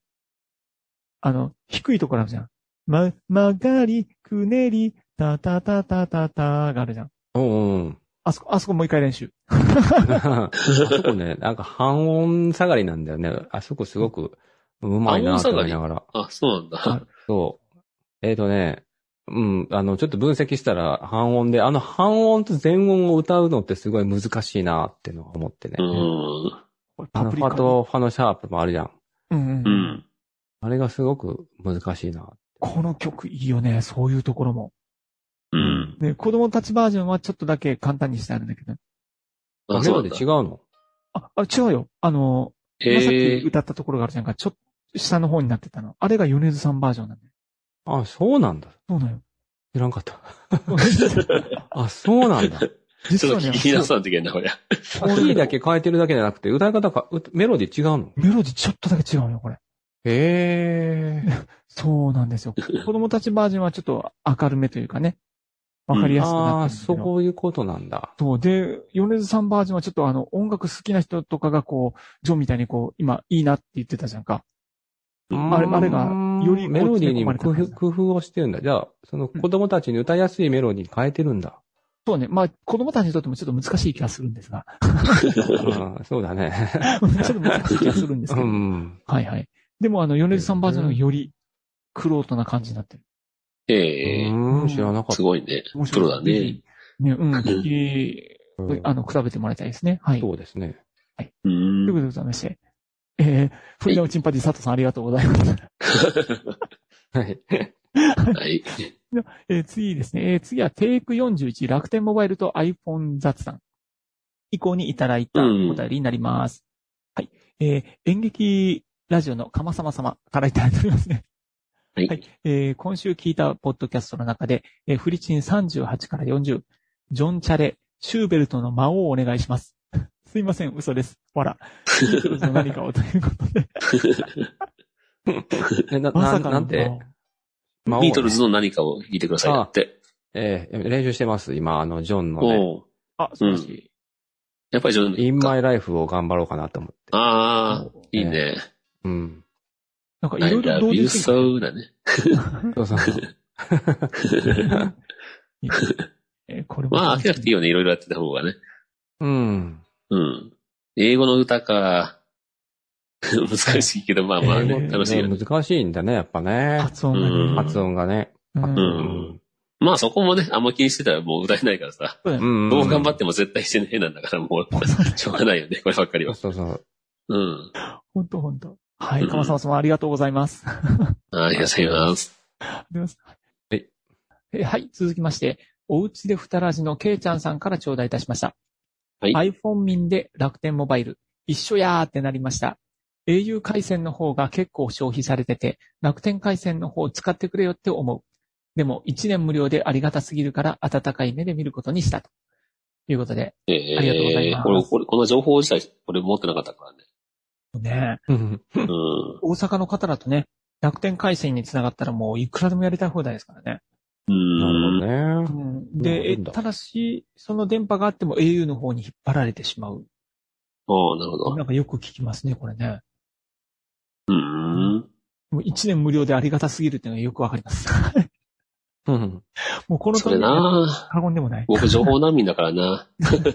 Speaker 3: あの、低いところあるじゃん。ま、曲がり、くねり、たたたたたたがあるじゃん。
Speaker 4: うんうん。
Speaker 3: あそこ、あそこもう一回練習。
Speaker 4: あそこね、なんか半音下がりなんだよね。あそこすごくうまいなと思いながら。
Speaker 2: あ、そうなんだ。
Speaker 4: そう。えっ、とね、うん、あの、ちょっと分析したら半音で、あの半音と全音を歌うのってすごい難しいなってのは思ってね。
Speaker 2: うん。
Speaker 4: あのファとファのシャープもあるじゃん。
Speaker 3: うん
Speaker 2: う
Speaker 3: うん
Speaker 2: ん。
Speaker 4: あれがすごく難しいな。
Speaker 3: この曲いいよね、そういうところも。
Speaker 2: うん。
Speaker 3: ね、子供たちバージョンはちょっとだけ簡単にしてあるんだけど。
Speaker 4: あ、
Speaker 2: あ、
Speaker 4: メ
Speaker 2: そ
Speaker 4: ロ
Speaker 2: うな
Speaker 4: デ
Speaker 2: ん
Speaker 4: ィ
Speaker 2: だ
Speaker 4: 違。うの
Speaker 3: あ、あ違うよ。あの、まさっき
Speaker 2: えー、
Speaker 3: 歌ったところがあるじゃんか、ちょっと下の方になってたの。あれが米津さんバージョンなんだよ。
Speaker 4: あ、そうなんだ。
Speaker 3: そ うなのよ。
Speaker 4: 知らんかった。あ、そうなんだ。
Speaker 2: ち
Speaker 3: 実
Speaker 2: ょ
Speaker 3: は
Speaker 2: っと
Speaker 3: ね
Speaker 2: 聞、き直さないといけんな、これ。
Speaker 4: キーだけ変えてるだけじゃなくて、歌い方か、うメロディ違うの
Speaker 3: メロディちょっとだけ違うのよ、これ。
Speaker 4: へえ。
Speaker 3: そうなんですよ。子供たちバージョンはちょっと明るめというかね。わかりやすく
Speaker 4: あ
Speaker 3: な
Speaker 4: あ、
Speaker 3: ってるんだけど、
Speaker 4: そういうことなんだ。
Speaker 3: そう。で、米津さんバージョンはちょっとあの、音楽好きな人とかがこう、ジョンみたいにこう、今いいなって言ってたじゃんか。あれあれがよりこう
Speaker 4: メロディー
Speaker 3: 詰め込
Speaker 4: にも工
Speaker 3: まれ
Speaker 4: 夫
Speaker 3: てる
Speaker 4: 工夫をしてるんだ。じゃあ、その子供たちに歌いやすいメロディーに変えてるんだ。
Speaker 3: そうね。まあ、子供たちにとってもちょっと難しい気がするんですが。
Speaker 4: うん、そうだね。
Speaker 3: ちょっと難しい気がするんです
Speaker 4: う
Speaker 3: けど。
Speaker 4: ん。
Speaker 3: はいはい。でもあの、米津さんバージョンの方がより、クロートな感じになってる。
Speaker 2: ええ
Speaker 4: うん知らなかっ
Speaker 2: すごいね。プロだ
Speaker 3: ぜ
Speaker 2: ね
Speaker 3: ひ。ね、うん、聞き、あの、比べてもらいたいですね。はい。
Speaker 4: た。そうですね。
Speaker 2: う
Speaker 3: というこ
Speaker 2: ん。
Speaker 3: とでございまして。えー、フリーダムチンパンジー佐藤さんありがとうございます。
Speaker 4: はい。
Speaker 2: はい。
Speaker 3: えー次ですね。えー次はテイク41楽天モバイルと iPhone 雑談以降にいただいたお便りになります。はい。えー演劇ラジオのかまさま様からいただいておりますね。
Speaker 2: はい
Speaker 3: はいえー今週聞いたポッドキャストの中で、えーフリチン38から40、ジョン・チャレ、シューベルトの魔王をお願いします。 すいません、嘘です。わら。何かをということ で。
Speaker 4: えな、
Speaker 3: ま
Speaker 4: な
Speaker 3: さ
Speaker 4: ん
Speaker 3: かの
Speaker 4: なんて
Speaker 3: 魔王、
Speaker 4: 魔王
Speaker 2: ビートルズの何かを聞いてくださいだって。
Speaker 4: ええ練習してます。今、あの、ジョンのね、
Speaker 2: おう
Speaker 3: あ、素晴らしい。
Speaker 2: やっぱりジョン
Speaker 4: In My Life を頑張ろうかなと思って。
Speaker 2: ああ、いい
Speaker 4: え
Speaker 2: ね。
Speaker 4: うん。
Speaker 3: なんかい
Speaker 2: I
Speaker 3: ろいろ同
Speaker 2: love you
Speaker 3: 時すぎ
Speaker 2: so だね。
Speaker 4: そうそう。
Speaker 3: えーこれも
Speaker 2: まあ、飽きなくていいよね。いろいろやってた方がね。
Speaker 4: うん。
Speaker 2: うん。英語の歌か。 難しいけど、まあまあ
Speaker 3: 英語
Speaker 2: ね、
Speaker 3: ね
Speaker 2: 楽しいよね。
Speaker 4: ね難しいんだね、やっぱね。
Speaker 3: 発音がね。
Speaker 2: うん
Speaker 4: 発音がね。
Speaker 3: うん
Speaker 4: 発音
Speaker 2: うんまあそこもね、あんま気にしてたらもう歌えないからさ。
Speaker 3: そうだよね
Speaker 4: うん。
Speaker 2: どう頑張
Speaker 4: て
Speaker 2: っても絶対して変なんだからもう、しょうがない よね、こればっかりは。
Speaker 4: そうそう。
Speaker 2: うん。
Speaker 3: ほんとほんと。は
Speaker 2: う
Speaker 3: い、
Speaker 2: ん
Speaker 3: かまさま様ありがとうございます。ありがと
Speaker 2: ありがとうございます。
Speaker 3: うございます。
Speaker 4: はい
Speaker 3: え。はい、続きまして、おうちでふたらじのけいちゃんさんから頂戴いたしました。
Speaker 2: はい
Speaker 3: iPhone 民で楽天モバイル、一緒やーってなりました。au 回線の方が結構消費されてて、楽天回線の方を使ってくれよって思う。でも、1年無料でありがたすぎるから、温かい目で見ることにしたと。いうことで。
Speaker 2: え
Speaker 3: ありがとうござい
Speaker 2: え
Speaker 3: ます
Speaker 2: これ、これ、この情報自体、これ持ってなかったからね。
Speaker 3: ね
Speaker 4: うん
Speaker 2: う
Speaker 3: 大阪の方だとね、楽天回線につながったらもういくらでもやりたい放題ですからね。
Speaker 2: ん。うん。
Speaker 4: なるほど
Speaker 3: う
Speaker 4: ね。
Speaker 3: ん
Speaker 4: な
Speaker 3: で、
Speaker 4: る
Speaker 3: え
Speaker 4: んだ
Speaker 3: ただし、その電波があっても au の方に引っ張られてしまう。
Speaker 2: ああ、なるほど
Speaker 3: な。んかよく聞きますね、これね。
Speaker 2: うん。
Speaker 3: もう1年無料でありがたすぎるっていうのがよくわかり ます。
Speaker 4: うん。
Speaker 3: もうこの
Speaker 2: そ
Speaker 3: 通り
Speaker 2: れ
Speaker 3: には
Speaker 2: な
Speaker 3: 過言でもない。
Speaker 2: 僕情報難民だからな。
Speaker 3: いや、違う違う違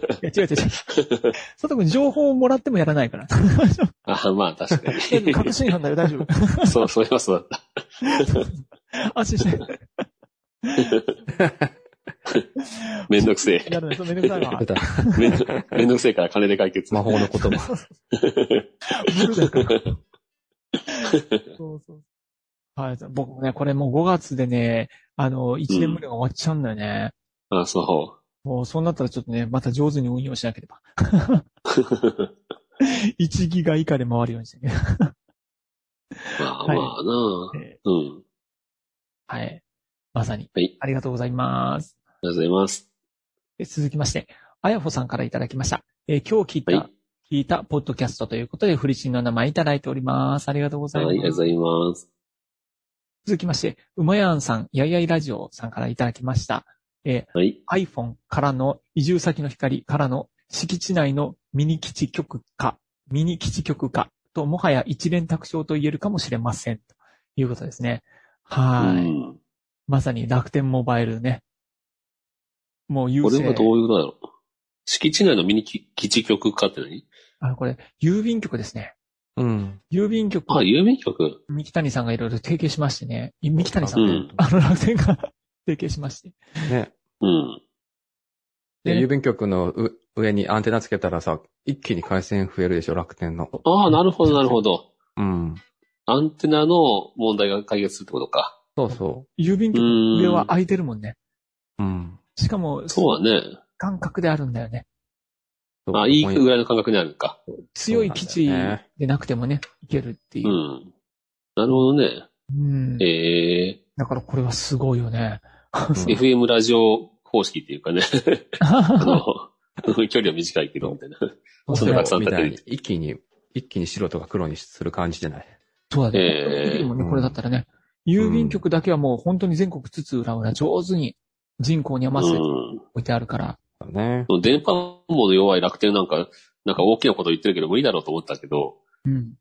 Speaker 3: う。佐藤君、情報をもらってもやらないから。
Speaker 2: ああ、まあ確か
Speaker 3: 確信犯だよ、大 丈夫。
Speaker 2: に。そう、そういえばそうだっ
Speaker 3: 安心して。
Speaker 2: た。 めんどくせえ。
Speaker 3: やるね、そうめんどくさいわ。
Speaker 4: 歌
Speaker 2: めんどめんどくせえから金で解決。
Speaker 4: 魔法の言葉。
Speaker 3: 無理だからそうそう。 はい、僕もね、これもう5月でね、あの、1年無料が終わっちゃうんだよね。
Speaker 2: ああ、そ
Speaker 3: もうそうなったらちょっとね、また上手に運用しなければ。
Speaker 2: う。
Speaker 3: 1ギガ以下で回るようにしてね。
Speaker 2: まあまあな、
Speaker 3: え
Speaker 2: うん。
Speaker 3: ーはい。まさに。
Speaker 2: はい
Speaker 3: ありがとうございます。
Speaker 2: ありがとうございます。
Speaker 3: で続きまして、あやほさんからいただきました。えー今日聞いた、
Speaker 2: はい。
Speaker 3: 聞いたポッドキャストということで、フリチンの名前いただいております。ありがとうござ
Speaker 2: はいい、
Speaker 3: ま
Speaker 2: あ
Speaker 3: す。
Speaker 2: りがとうございます。
Speaker 3: 続きまして、うまやんさん、やいやいラジオさんからいただきました。
Speaker 2: はい。
Speaker 3: iPhone からの移住先の光からの敷地内のミニ基地局化、ミニ基地局化ともはや一連卓勝と言えるかもしれません。ということですね。はい。
Speaker 2: うん
Speaker 3: まさに楽天モバイルね。もう優
Speaker 2: こ
Speaker 3: 勢。
Speaker 2: れはどういうことだろう。敷地内のミニ基基地局化って何
Speaker 3: あ、これ、郵便局ですね。
Speaker 4: うん。
Speaker 3: 郵便局、
Speaker 2: あ、郵便局。
Speaker 3: 三木谷さんがいろいろ提携しましてね。三木谷さん、
Speaker 2: うん
Speaker 3: あの楽天が提携しまして。
Speaker 4: ね。
Speaker 2: うん。
Speaker 4: で、
Speaker 3: ね
Speaker 4: 郵便局のう上にアンテナつけたらさ、一気に回線増えるでしょ、楽天の。
Speaker 2: ああ、なるほど、なるほど。
Speaker 4: うん。
Speaker 2: アンテナの問題が解決するってことか。
Speaker 4: そうそ
Speaker 3: 郵便局の上は空いてるもんね。
Speaker 4: う。うん。
Speaker 3: しかも、
Speaker 2: そうだね。
Speaker 3: 感覚であるんだよね。
Speaker 4: そう
Speaker 2: あいい
Speaker 4: ここ
Speaker 2: ぐ
Speaker 4: に
Speaker 2: らいの感覚になるか。
Speaker 3: 強い基地
Speaker 4: そうなんだよね
Speaker 3: でなくてもね、いけるっていうう。
Speaker 2: ん。なるほどね。
Speaker 3: うん。
Speaker 2: ええ
Speaker 3: だからこれはすごいよ ね。
Speaker 4: うん
Speaker 2: FM ラジオ方式っていうか ね。あの、距離は短いけど、みたいな。そんなたくさん
Speaker 4: みたいに
Speaker 2: 立、
Speaker 4: 一気に、一気に白とか黒にする感じじゃない。
Speaker 3: そうだね。
Speaker 2: えー
Speaker 3: でもね、
Speaker 4: うん
Speaker 3: これだったらね、郵便局だけはもう本当に全国津々浦々上手に人口に合わせて置
Speaker 2: う
Speaker 3: いてあるから。
Speaker 4: ね。
Speaker 2: ん。電波網の弱い楽天なんか、なんか大きなこと言ってるけど無理だろうと思ったけど、
Speaker 3: うん。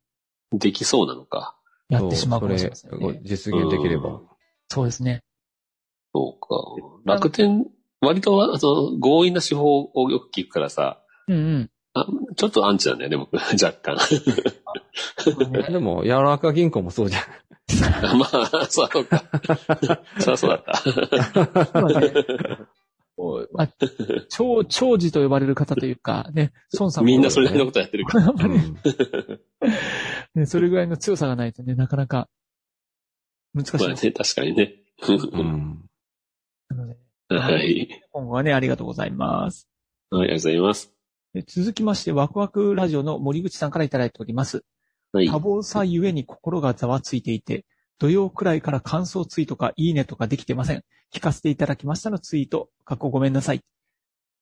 Speaker 2: できそうなのか。
Speaker 3: やってしまうか
Speaker 4: そ
Speaker 3: もしれ
Speaker 4: れ
Speaker 3: ませんね。
Speaker 4: 実現できれば。
Speaker 3: そうですね。
Speaker 2: そうか。楽天、割と、あの、強引な手法をよく聞くからさ、
Speaker 3: うんうん。
Speaker 2: あちょっとアンチなんだよね、僕、 若干。
Speaker 4: でも、柔らか銀行もそうじゃん。
Speaker 2: まあ、そう か。そりゃそうだった。
Speaker 3: そうだねこうまあ、超、長寿と呼ばれる方というか、ね、孫さんも
Speaker 2: みんなそれなりのことやってるから。
Speaker 4: うん
Speaker 3: ね、それぐらいの強さがないとね、なかなか難しい
Speaker 2: まあね、
Speaker 3: で
Speaker 2: 確
Speaker 3: す
Speaker 2: かにね。
Speaker 4: うん。
Speaker 3: ので、
Speaker 2: はい。
Speaker 3: 今後はね、ありがとうございます。
Speaker 2: はいありがとうございます。
Speaker 3: で続きまして、ワクワクラジオの森口さんからいただいております。
Speaker 2: はい。
Speaker 3: 多忙さゆえに心がざわついていて、土曜くらいから感想ツイートかいいねとかできてません。聞かせていただきましたのツイート、過去ごめんなさい。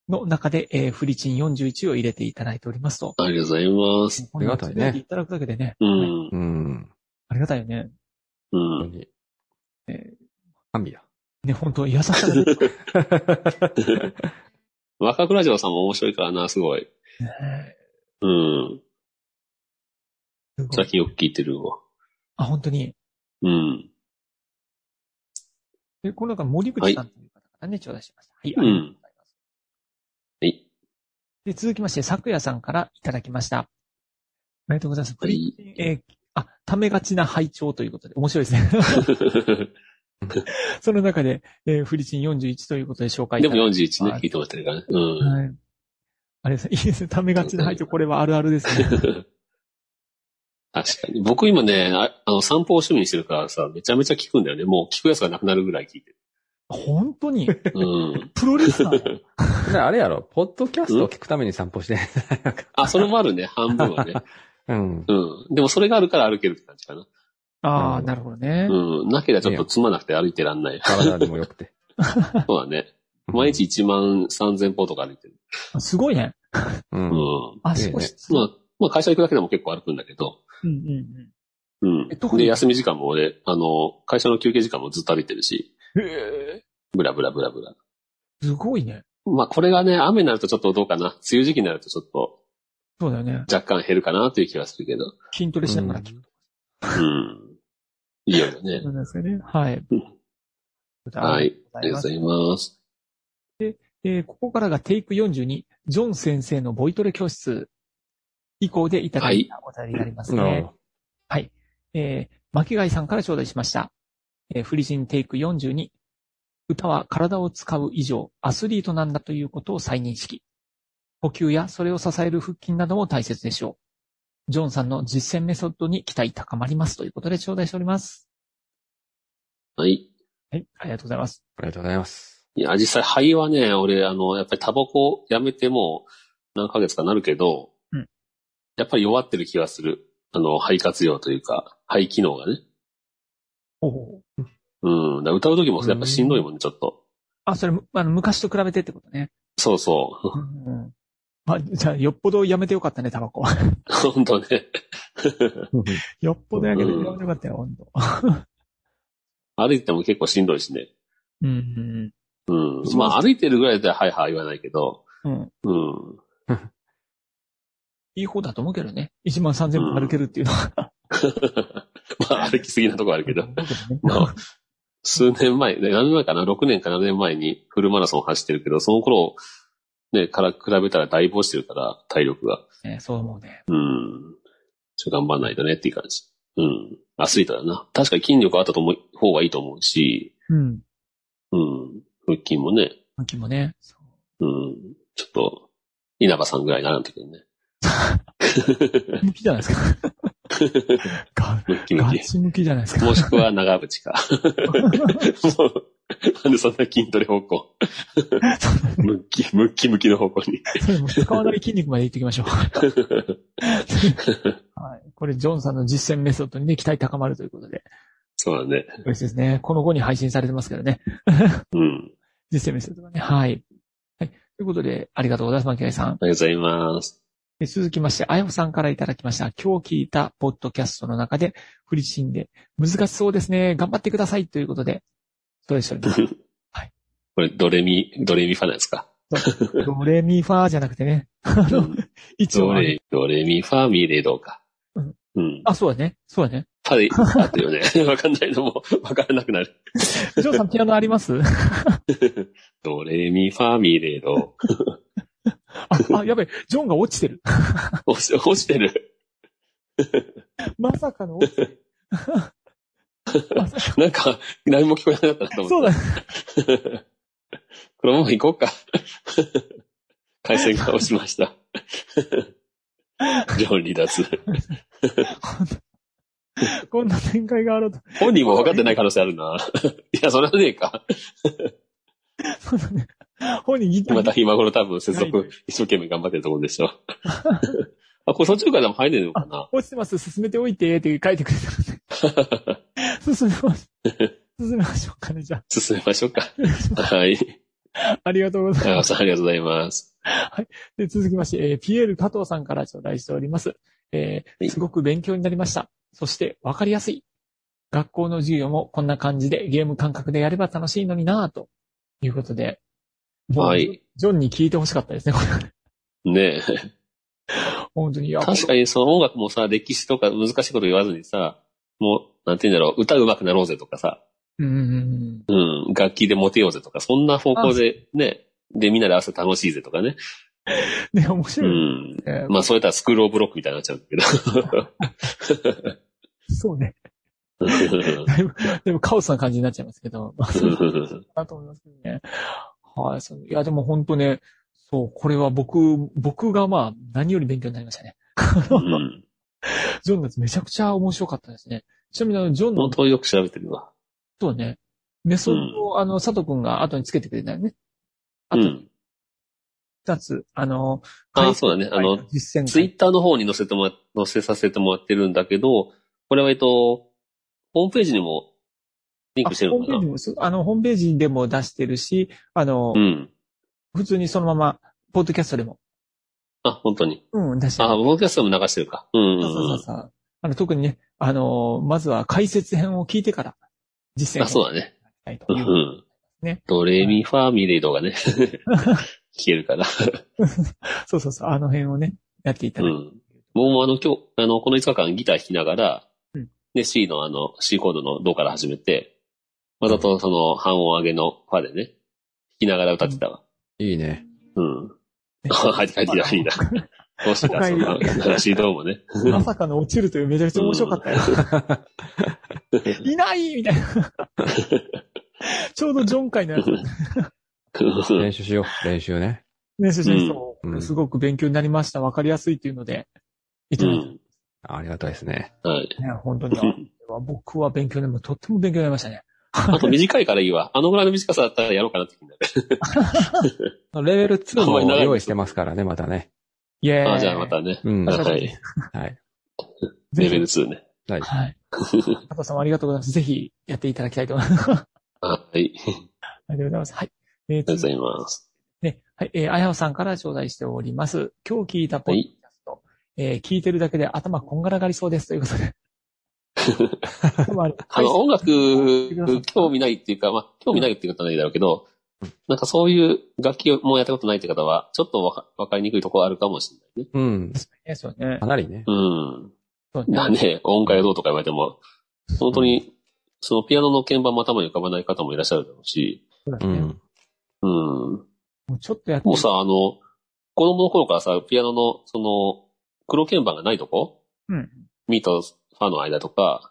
Speaker 3: の中で、えー、フリチン41を入れていただいておりますと。
Speaker 2: ありがとうございます。
Speaker 3: あ
Speaker 4: りがたいね
Speaker 3: いただくだけでね。
Speaker 2: う
Speaker 3: はい
Speaker 2: ん
Speaker 4: う。ん。
Speaker 3: ありがたいよね。
Speaker 2: う
Speaker 4: 本当
Speaker 2: ん。
Speaker 4: に
Speaker 3: え。
Speaker 4: 神 だ。
Speaker 3: ね、本当優しさで、
Speaker 2: 若倉城さんも面白いからな、すごい。
Speaker 3: ね。
Speaker 2: うん。
Speaker 3: すご
Speaker 2: 最
Speaker 3: い
Speaker 2: 近よく聞いてるわ。
Speaker 3: あ、本当に。
Speaker 2: うん。
Speaker 3: で、この中、森口さんという方からね、頂戴しました。はい、
Speaker 2: うん
Speaker 3: ありがとうございます。
Speaker 2: はい。
Speaker 3: で、続きまして、昨夜さんからいただきました。ありがとうございます。
Speaker 2: はい
Speaker 3: フリチンえーあ、ためがちな拝聴ということで、面白いですね。 その中で、えーフリチン41ということで紹介 い
Speaker 2: で
Speaker 3: ただ
Speaker 2: も
Speaker 3: い
Speaker 2: 41ね、聞いてましたからね。うん。
Speaker 3: はい。あれですね、いいですね。ためがちな拝聴、これはあるあ るですね。
Speaker 2: 確かに。僕今ね、ああの、散歩を趣味にしてるからさ、めちゃめちゃ聞くんだよね。もう聞くやつがなくなるぐらい聞いてる。
Speaker 3: 本当に、
Speaker 2: うん。
Speaker 3: プロリスナーだ。
Speaker 4: じ ゃああれやろ、ポッドキャストを聞くために散歩して。
Speaker 2: あ、それもあるね、半分はね。
Speaker 4: うん。
Speaker 2: うん。でもそれがあるから歩けるって感じかな。
Speaker 3: ああ、なるほどね。
Speaker 2: うん。なければちょっとつまなくて歩いてらんない。
Speaker 4: 体にも良くて。
Speaker 2: そうだね。毎日1万3000歩とか歩いてる。
Speaker 3: あすごいね。
Speaker 4: うん。
Speaker 2: う
Speaker 4: うん。
Speaker 2: ん。
Speaker 3: あ、
Speaker 4: いいね
Speaker 3: 少し。
Speaker 2: まあ、まあ会社行くだけでも結構歩くんだけど。
Speaker 3: うんうんうん。
Speaker 2: うん
Speaker 3: えどこ。に
Speaker 2: で、休み時間も俺、あの、会社の休憩時間もずっと歩いてるし。ブラブラブラブラ。
Speaker 3: すごいね。
Speaker 2: まあ、これがね、雨になるとちょっとどうかな。梅雨時期になるとちょっと
Speaker 3: そうだよね。
Speaker 2: 若干減るかなという気がするけど。
Speaker 3: 筋トレしながら聞く。
Speaker 2: うん。いいよね。
Speaker 3: なんですかね。はい。
Speaker 2: はい。あ
Speaker 3: あ
Speaker 2: り
Speaker 3: り
Speaker 2: が
Speaker 3: が
Speaker 2: と
Speaker 3: と
Speaker 2: う
Speaker 3: うございます。
Speaker 2: ございます。
Speaker 3: えーここからがテイク42、ジョン先生のボイトレ教室以降でいただいたお便りになりますね。
Speaker 4: なるほ
Speaker 3: えー巻貝さんから頂戴しました。えーフリジンテイク42。歌は体を使う以上、アスリートなんだということを再認識。呼吸やそれを支える腹筋なども大切でしょう。ジョンさんの実践メソッドに期待高まりますということで頂戴しております。
Speaker 2: はい。
Speaker 3: はい、ありがとうございます。
Speaker 4: ありがとうござ います。
Speaker 2: いや、実際肺はね、俺、あの、やっぱりタバコやめてもう何ヶ月かなるけど、
Speaker 3: うん
Speaker 2: やっぱり弱ってる気がする。あの、肺活量というか、肺機能がね。
Speaker 3: おお。
Speaker 2: うん。だから歌う時もやっぱしんどいもんね、ちょっと。
Speaker 3: あ、それ、むあの、昔と比べてってことね。
Speaker 2: そうそう。
Speaker 3: うんうん。まあ、じゃあ、よっぽどやめてよかったね、タバコは。
Speaker 2: 本当ね。
Speaker 3: よっぽどやめて
Speaker 2: うん
Speaker 3: やめてよかったよ、本当。
Speaker 2: 歩いても結構しんどいしね。
Speaker 3: うん、
Speaker 2: うん
Speaker 3: そう。そう
Speaker 2: まあ、歩いてるぐらいではいはい言わないけど、
Speaker 3: うん。うん。
Speaker 2: うん。
Speaker 3: いい方だと思うけどね。1万3000歩歩けるっていうのは。
Speaker 2: まあ、歩きすぎなとこあるけど。
Speaker 3: 思うけどね
Speaker 2: まあ、数年前、ね何年前かな ?6 年か7年前にフルマラソン走ってるけど、その頃、ね、から比べたらだいぶ落ちてるから、体力が。
Speaker 3: ねそう思うね。
Speaker 2: うん。ちょっと頑張んないとねっていう感じ。うん。アスリートだな。確かに筋力あったと思う方がいいと思うし、
Speaker 3: うん。
Speaker 2: うん。腹筋もね。
Speaker 3: 本気もね。そう
Speaker 2: うん。ちょっと、稲葉さんぐらいにならんといけんね。
Speaker 3: ムきじゃないです か。ガ
Speaker 2: ムッキム
Speaker 3: ガ
Speaker 2: キ。
Speaker 3: チ向きじゃない ですか。
Speaker 2: もしくは長渕か。 もうなんでそんな筋トレ方 向。ムッキ、ムッキムキの方向に。
Speaker 3: それも使わない筋肉までいっときま しょう。はい。これ、ジョンさんの実践メソッドにね、期待高まるということで。
Speaker 2: そうだね。
Speaker 3: 嬉しいですね。この後に配信されてますからね。
Speaker 2: うん。
Speaker 3: 実践メソッドがね。はい。はい。ということで、ありがとうございます、巻貝さ
Speaker 2: あ
Speaker 3: ん。
Speaker 2: りがとうございます。
Speaker 3: え続きまして、あやほさんからいただきました。今日聞いたポッドキャストの中で、振り死んで、難しそうですね。頑張ってください。ということで、どうでし ょうね。
Speaker 2: これ、ドレミ、ドレミファなんですか
Speaker 3: ドレミファーじゃなくてね。あの、一応
Speaker 2: ド
Speaker 3: あの、
Speaker 2: レ、ドレミファミレドか
Speaker 3: うん。
Speaker 2: うん。
Speaker 3: あ、そうだね。そうだね。
Speaker 2: ファで、ファってよね。 わかんないのも、わからなくなる。
Speaker 3: ジョーさん、ピアノあります
Speaker 2: ドレミファミレド。
Speaker 3: あ、あやべえ、ジョンが落ちてる。
Speaker 2: 落ち落ちてる。
Speaker 3: まさかの落ちてる。まさか
Speaker 2: なんか、何も聞こえなかったなと思って。
Speaker 3: そうだね。
Speaker 2: このまま行こうか。 回線が落ちま した。ジョン離脱。
Speaker 3: こんな展開があると。
Speaker 2: 本人も分かってない可能性あるな。いや、それはねえか。
Speaker 3: そうだね。本人ギター
Speaker 2: また今頃多分接
Speaker 3: ない
Speaker 2: 続一生懸命頑張ってると思うんでしょ。 あ、これ途中からでも入れるのかな
Speaker 3: 落ちてます、進めておいて、って書いてくれたの で。進めます。進めましょうかね、じゃ
Speaker 2: 進めましょう か。はい。
Speaker 3: あ。ありがとうございます。
Speaker 2: 長尾さんありがとうございます。
Speaker 3: で、続きまして、えーピエール加藤さんから頂戴しております。えー
Speaker 2: はい
Speaker 3: すごく勉強になりました。そして、わかりやすい。学校の授業もこんな感じでゲーム感覚でやれば楽しいのになぁ、ということで。もう
Speaker 2: はい。
Speaker 3: ジョンに聞いてほしかったですね、こ れ。
Speaker 2: ねえ。
Speaker 3: 本当に。いや
Speaker 2: 確かにその音楽もさ、歴史とか難しいこと言わずにさ、もう、なんて言うんだろう、歌上手くなろうぜとかさ、
Speaker 3: うんうんう
Speaker 2: う
Speaker 3: ん。
Speaker 2: ん、楽器でモテようぜとか、そんな方向でね、で、みんなで朝楽しいぜとかね。
Speaker 3: ね、面
Speaker 2: う
Speaker 3: 白い、
Speaker 2: ん。
Speaker 3: ね
Speaker 2: まあ、それとはスクロールオブロックみたいになっちゃうんだけ
Speaker 3: そうね。
Speaker 2: ど。
Speaker 3: だいぶ、でもカオスな感じになっちゃいますけど。まあそうなと思いますけどね。はい、そう。いや、でも本当ね、そう、これは僕、僕がまあ、何より勉強になりましたね。
Speaker 2: うん。
Speaker 3: ジョンのやつめちゃくちゃ面白かったですね。ちなみにあの、ジョンの
Speaker 2: 本当によく調べてるわ。
Speaker 3: とはね、メソッドを、あの、佐藤くんが後につけてくれたよね。あ
Speaker 2: う
Speaker 3: と
Speaker 2: ん。
Speaker 3: 二つ、あの、
Speaker 2: あ、そうだね。あの、、
Speaker 3: 実践
Speaker 2: ツイ
Speaker 3: 会。
Speaker 2: ッターの方に載せてもら、載せさせてもらってるんだけど、これはえっと、ホームページにもリン
Speaker 3: あ
Speaker 2: クしてる
Speaker 3: ホー
Speaker 2: の
Speaker 3: ムペ
Speaker 2: か
Speaker 3: ージ
Speaker 2: な
Speaker 3: もす、あの、ホームページでも出してるし、あの、
Speaker 2: うん。
Speaker 3: 普通にそのまま、ポッドキャストでも、
Speaker 2: あ、本当に。
Speaker 3: うん、出してる
Speaker 2: あ、僕がそれも流してるか。うんうん。
Speaker 3: そうそううんそう。あの、特にね、あのー、まずは解説編を聞いてから、実践
Speaker 2: あ、そうだね。
Speaker 3: だね。と
Speaker 2: う。
Speaker 3: いうんね
Speaker 2: ドレミファミレドがね、 聞けるから。
Speaker 3: そうそうそう、あの辺をね、やっていた
Speaker 2: う
Speaker 3: だいて。
Speaker 2: ん。僕もあの、今日、あの、この5日間ギター弾きながら、
Speaker 3: うん
Speaker 2: で、C のあの、C コードのドから始めて、わざとその半音上げのファでね、弾きながら歌ってたわ。
Speaker 4: いいね。
Speaker 2: うん。
Speaker 3: ね
Speaker 2: はい、帰ってきた、いいな。どうして
Speaker 3: お
Speaker 2: た、
Speaker 3: 帰
Speaker 2: そ
Speaker 3: り
Speaker 2: んな話、どうもね。
Speaker 3: まさかの落ちるというめちゃくちゃ面白かったよ。いないみたいな。 ちょうどジョン会のやつ、
Speaker 2: うん
Speaker 4: 練習しよう。練習ね。
Speaker 3: ね、主人公
Speaker 4: う、ん
Speaker 3: すごく勉強になりました。わかりやすいっていうので、いた
Speaker 2: う
Speaker 3: だい
Speaker 2: ん。
Speaker 4: ありがたいですね。
Speaker 2: はい。
Speaker 3: たね、本当に。僕は勉強でも、とっても勉強になりましたね。
Speaker 2: あと短いからいいわ。 あのぐらいの短さだったらやろうかなって気になる。
Speaker 4: レベル2
Speaker 2: あんま
Speaker 4: も
Speaker 2: り長い
Speaker 4: 用意してますからね、またね。
Speaker 3: イェーイ。
Speaker 2: あ、じゃあま。たね。
Speaker 4: うん。
Speaker 3: あ
Speaker 4: は
Speaker 2: はい。
Speaker 4: い。
Speaker 2: レベル
Speaker 3: ひ。
Speaker 2: 2ね。
Speaker 4: はい。
Speaker 3: はい。加藤さんもありがとうございます。ぜひ、やっていただきたいと思います。
Speaker 2: はい。あり
Speaker 3: ありがとうございます。はい。えー、
Speaker 2: がとうござ
Speaker 3: 続い
Speaker 2: います。
Speaker 3: てね、はい、えー、あやほさんから頂戴しております。今日聞いたポッドキャスト、えー聞いてるだけで頭こんがらがりそうです。ということで。でもあれ
Speaker 2: あの、音楽、興
Speaker 3: 味。
Speaker 2: 味ないっていうか、まあ、興味ないっていうことはないだろうけど、なんかそういう楽器をもうやったことないって方は、ちょっとわかわかりにくいところあるかもしれないね。
Speaker 4: うん。
Speaker 3: ねそうね
Speaker 4: か。なりね。
Speaker 2: うん。
Speaker 3: そうね
Speaker 2: まあね、音階がどうとか言われても、本当に、そのピアノの鍵盤も頭に浮かばない方もいらっしゃるだろうし、
Speaker 3: そうだ
Speaker 4: う
Speaker 3: ね
Speaker 4: ん。
Speaker 2: うん。
Speaker 3: もうちょっとやって
Speaker 2: もうさ、あの、子供の頃からさ、ピアノの、その、黒鍵盤がないとこ
Speaker 3: うん。
Speaker 2: ミとファの間とか、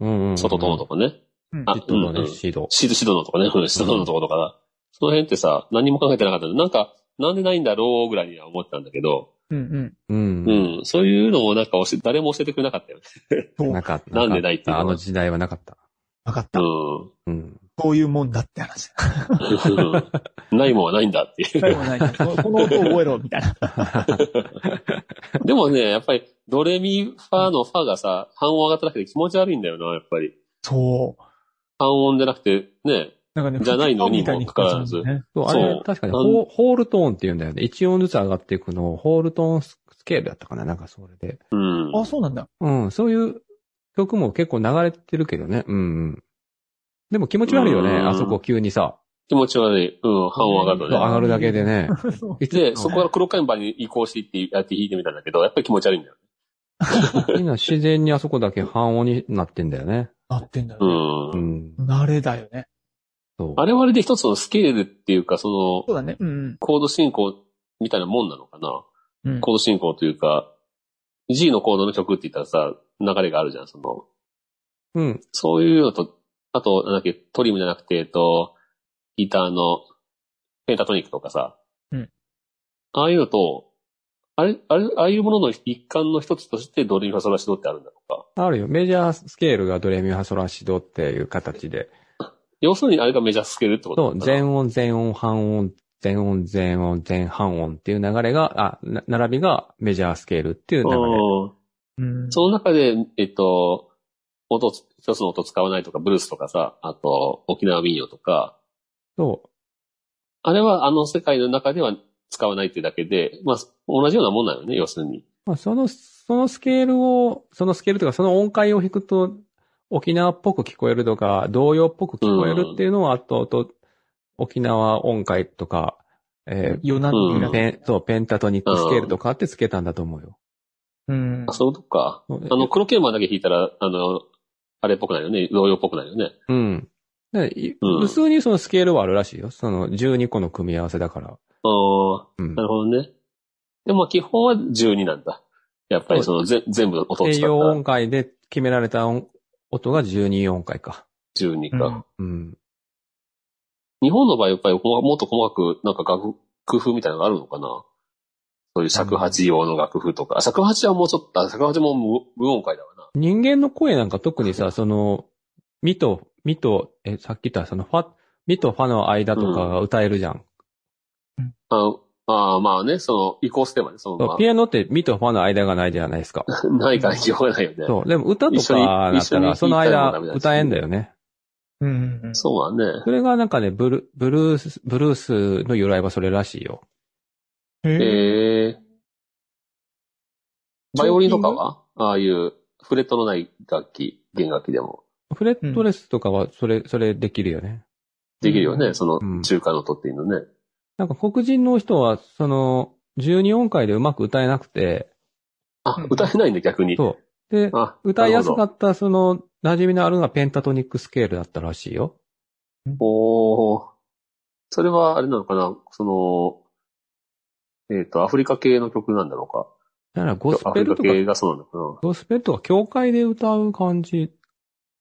Speaker 4: うんうん。
Speaker 2: 外とのとこね。
Speaker 3: ううん
Speaker 2: あ
Speaker 4: シッドの
Speaker 2: うんうん
Speaker 4: ね、シード。
Speaker 2: シード、シードのとかね、うんシードのとことかな。その辺ってさ、何も考えてなかったんで、なんか、なんでないんだろうぐらいには思ってたんだけど、
Speaker 3: うん
Speaker 4: うん。
Speaker 2: うん、そういうのをなんか教え誰も教えてくれなかったよね。
Speaker 3: うん。
Speaker 4: なかった。
Speaker 2: なんでないっていうのは
Speaker 4: あの時代はなかった。
Speaker 3: わかった。
Speaker 2: う
Speaker 4: うん。
Speaker 3: こういうもんだって話。
Speaker 2: ん。ないもんはないんだってい う。
Speaker 3: 最後ない この音を覚えろ、みたいな。
Speaker 2: でもね、やっぱり、ドレミファのファがさ、半音上がっただけで気持ち悪いんだよな、やっぱり。
Speaker 3: そう。
Speaker 2: 半音じゃなくて、ね。
Speaker 3: なんかね、
Speaker 2: じゃないのに
Speaker 3: みたいに聞こえちゃうんだよね
Speaker 4: そう、あ
Speaker 2: そう
Speaker 4: れ、確かに
Speaker 2: あの
Speaker 4: ホー、ホールトーンって言うんだよね。一音ずつ上がっていくのを、ホールトーンスケールだったかななんかそれで。
Speaker 2: うん。
Speaker 3: あ、そうなんだ。
Speaker 4: うん、そういう曲も結構流れてるけどね。うんうん。でも気持ち悪いよね、
Speaker 2: うん
Speaker 4: あそこ急にさ。
Speaker 2: 気持ち悪い。うん、半音上がる
Speaker 4: 上
Speaker 2: のね。
Speaker 4: がるだけでね。
Speaker 3: そう
Speaker 2: で、そこから黒鍵盤に移行していって、やって弾いてみたんだけど、やっぱり気持ち悪いんだよ。
Speaker 4: みんな自然にあそこだけ半音になってんだよね。
Speaker 3: なってんだ
Speaker 2: う。
Speaker 3: よね。
Speaker 4: うんん。
Speaker 3: 慣れだよね。
Speaker 4: そう。
Speaker 2: あれはあれで一つのスケールっていうか、そ
Speaker 3: そう
Speaker 2: の、
Speaker 3: だね。うん
Speaker 2: コード進行みたいなもんなのかな。
Speaker 3: うん。うん
Speaker 2: コード進行というか、G のコードの曲って言ったらさ、流れがあるじゃん、その、
Speaker 4: うん。
Speaker 2: そういうのと、あと、なんだっけ、トリムじゃなくて、えっと、ギターの、ペンタトニックとかさ。
Speaker 3: うん
Speaker 2: ああいうのと、あれ、あれ、ああいうものの一環の一つとして、ドリミファソラシドってあるんだろうか。
Speaker 4: あるよ。メジャースケールがドレミファソラシドっていう形で。
Speaker 2: 要するに、あれがメジャースケールってこと
Speaker 4: そう、全音、全音、半音、全音、全音、全半音っていう流れが、あ、な並びがメジャースケールっていう流れ。
Speaker 2: うん
Speaker 3: うん。
Speaker 2: その中で、えっと、音つ、一つの音使わないとか、ブルースとかさ、あと、沖縄民謡とか、
Speaker 4: そ
Speaker 2: あれはあの世界の中では使わないっていうだけで、まあ、同じようなもんなのね、要するに。
Speaker 4: う。まあ、その、そのスケールを、そのスケールとかその音階を弾くと、沖縄っぽく聞こえるとか、童謡っぽく聞こえるっていうのを、あと、あと、沖縄音階とか、え
Speaker 3: よな
Speaker 4: ー
Speaker 2: うんん
Speaker 4: ペン、そう、ペンタトニックスケールとかってつけたんだと思うよ。
Speaker 3: うん。
Speaker 2: あ、そういうことか。あの、黒鍵盤だけ弾いたら、あの、あれっぽくなるよね。同様っぽくなるよね。
Speaker 4: うん。でい
Speaker 2: うん
Speaker 4: 無数にそのスケールはあるらしいよ。その12個の組み合わせだから。
Speaker 2: あ
Speaker 4: うん
Speaker 2: あ、な。るほどね。でも、基本は12なんだ。やっぱりその、ぜ全部の音を
Speaker 4: 低
Speaker 2: 使っ
Speaker 4: 用
Speaker 2: た
Speaker 4: 音階で決められた音音が12音階か。
Speaker 2: 12
Speaker 3: う
Speaker 2: か。
Speaker 3: ん
Speaker 4: うん。
Speaker 2: 日本の場合、やっぱりこうもっと細かく、なんか楽工夫みたいなのがあるのかなそういう尺八用の楽譜とか。あ尺八はもうちょっと、あ尺八も無無音階だわな。
Speaker 4: 人間の声なんか特にさ、その、ミと、ミと、え、さっき言ったそのファ、ミとファの間とかが歌えるじゃん。
Speaker 2: あのあーまあね、その、移行すればね、その、ま
Speaker 4: ピアノってミとファの間がないじゃないですか。
Speaker 2: あ、 ないから基本がないよね。
Speaker 4: そう。でも歌と
Speaker 2: 一緒に
Speaker 4: かだっ
Speaker 2: 一緒
Speaker 4: た
Speaker 2: に弾いたりもダメだ
Speaker 4: ら、
Speaker 2: し
Speaker 4: その間歌えんだよね。
Speaker 3: うんうん。
Speaker 2: そうだね。
Speaker 4: それがなんかね、ブル、ブルース、ブルースの由来はそれらしいよ。
Speaker 3: へえ
Speaker 2: ええバイオリンとかはああいうフレットのない楽器、弦楽器でも
Speaker 4: フレットレスとかはそれ、それできるよね。
Speaker 2: できるよね、
Speaker 3: うん
Speaker 2: そ
Speaker 4: うん
Speaker 2: の中華の音っていうのね。
Speaker 4: なんか黒人の人は、その、12音階でうまく歌えなくて、
Speaker 2: あ
Speaker 3: うん、
Speaker 2: 歌えないんだ逆に。
Speaker 4: そう。で、
Speaker 2: あ
Speaker 4: 歌いやすか
Speaker 2: なる
Speaker 4: った、その、馴染みのあるのがペンタトニックスケールだったらしいよ。
Speaker 2: ほどおーそれはあれなのかなその、えっ、と、アフリカ系の曲なんだろうか。
Speaker 4: だからゴス
Speaker 2: アフ
Speaker 4: ペ
Speaker 2: リ
Speaker 4: ル
Speaker 2: カ
Speaker 4: と
Speaker 2: 系
Speaker 4: か、
Speaker 2: がそうなのかな
Speaker 4: ゴスペルとか教会で歌う感じ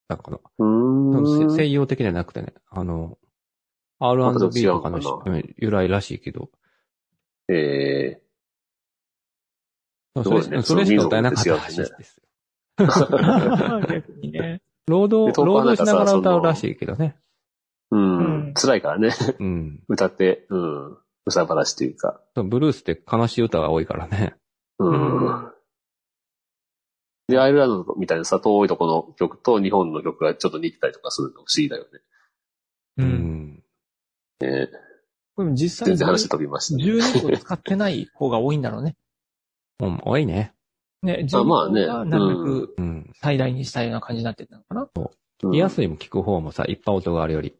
Speaker 4: だから、
Speaker 2: う
Speaker 4: そ
Speaker 2: ー
Speaker 4: の
Speaker 2: ん。
Speaker 4: 西洋的じゃなくてね、あの、R&B とかの
Speaker 2: また違うのか
Speaker 4: うん由来らしいけど、
Speaker 2: え
Speaker 4: それ
Speaker 2: すごいね
Speaker 4: それしか歌えなかったらしいです。
Speaker 2: ー
Speaker 3: 逆にね。
Speaker 4: 労働
Speaker 2: で、遠く
Speaker 4: 労
Speaker 2: はなん
Speaker 4: 働
Speaker 2: か
Speaker 4: し
Speaker 2: さ
Speaker 4: ながら歌
Speaker 2: そうの
Speaker 4: らしいけどね。
Speaker 2: う
Speaker 3: うん
Speaker 2: ん。辛いからね。
Speaker 4: うん。
Speaker 2: 歌って、うん。うさばらしというか。
Speaker 4: そうブルースって悲しい歌が多いからね。
Speaker 2: うん。で、アイルランドみたいなさ、遠いとこの曲と日本の曲がちょっと似てたりとかするの不思議だよね。
Speaker 3: う。
Speaker 4: うんん。
Speaker 2: え
Speaker 3: でも実際
Speaker 2: 全
Speaker 3: に
Speaker 2: 然話飛びましたね。
Speaker 3: 12個使ってない方が多いんだろうね。
Speaker 4: うん、多いね。
Speaker 3: ね、12
Speaker 2: あ
Speaker 3: 個
Speaker 2: まあね
Speaker 3: はなるべく
Speaker 4: うん。
Speaker 3: 最大にしたような感じになってったのかな。
Speaker 4: リア
Speaker 2: い。
Speaker 4: スイも聞く方もさ、いっぱい音があるより。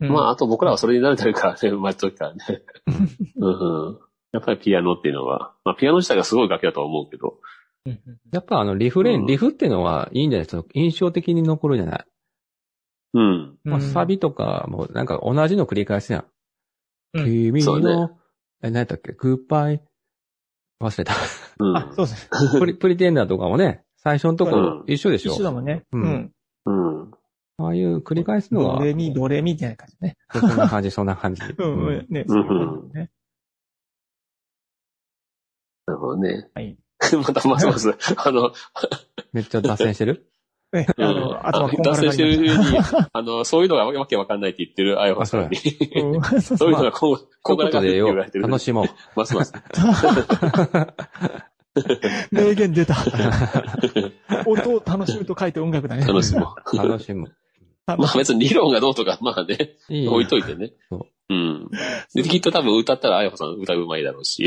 Speaker 3: うん
Speaker 2: まあ、あと僕らはそれに慣れてるからね、生まれた時からね。うんうんやっぱりピアノっていうのは、まあピアノ自体がすごい楽器だとは思うけど、
Speaker 3: うん
Speaker 4: やっぱあの、リフレイン、
Speaker 2: うん
Speaker 4: リフっていうのはいいんじゃないですか印象的に残るじゃない、
Speaker 2: うん。
Speaker 3: うん。
Speaker 4: まあ、サビとかもなんか同じの繰り返しやん。
Speaker 3: うん
Speaker 4: 君
Speaker 2: そう
Speaker 4: の、
Speaker 2: ね
Speaker 4: え、何やったっけグッバイ。忘れた。
Speaker 2: うん。
Speaker 3: あ、そうですね。
Speaker 4: プリ、プリテンダーとかもね、最初のとこ
Speaker 2: うん
Speaker 4: 一緒でしょ、
Speaker 3: 一緒だもんね。
Speaker 4: うん
Speaker 3: うん。
Speaker 2: うん。
Speaker 4: ああいう繰り返すの
Speaker 3: ド
Speaker 4: は、
Speaker 3: レミ、ドレミみたいな感じね。
Speaker 4: そんな感じ、そんな感 じ。
Speaker 3: うん、
Speaker 4: うん
Speaker 3: ね、
Speaker 2: うん
Speaker 3: そういうことね。
Speaker 2: なるほどね。
Speaker 3: はい。
Speaker 2: またますます、あの、
Speaker 4: めっちゃ脱線してる
Speaker 3: ね、
Speaker 2: う
Speaker 3: あ
Speaker 2: ん
Speaker 3: の、頭こんが
Speaker 2: 脱
Speaker 3: ら
Speaker 2: 線
Speaker 3: が
Speaker 2: してる
Speaker 3: り
Speaker 2: ように、あの、そういうのがわけわかんないって言ってる、あやほさんに。
Speaker 3: ました。うんそう
Speaker 2: そ
Speaker 3: そうう
Speaker 2: いうのがこう、 こ
Speaker 4: こ
Speaker 2: う
Speaker 4: うい
Speaker 2: から
Speaker 4: うことで
Speaker 2: 言
Speaker 4: よ
Speaker 2: われて、る。
Speaker 4: 楽しもう。
Speaker 2: ますます。
Speaker 3: 名言出た。音を楽しむと書いて音楽だね。
Speaker 2: 楽しもう。
Speaker 4: 楽しむ。
Speaker 3: 楽
Speaker 2: ま
Speaker 3: し
Speaker 2: あ別に理論がどうとか、まあね、
Speaker 4: いいな
Speaker 2: 置いといてね
Speaker 4: そ。
Speaker 2: うん。で、きっと多分歌ったら、あやほさん歌うまいだろうし、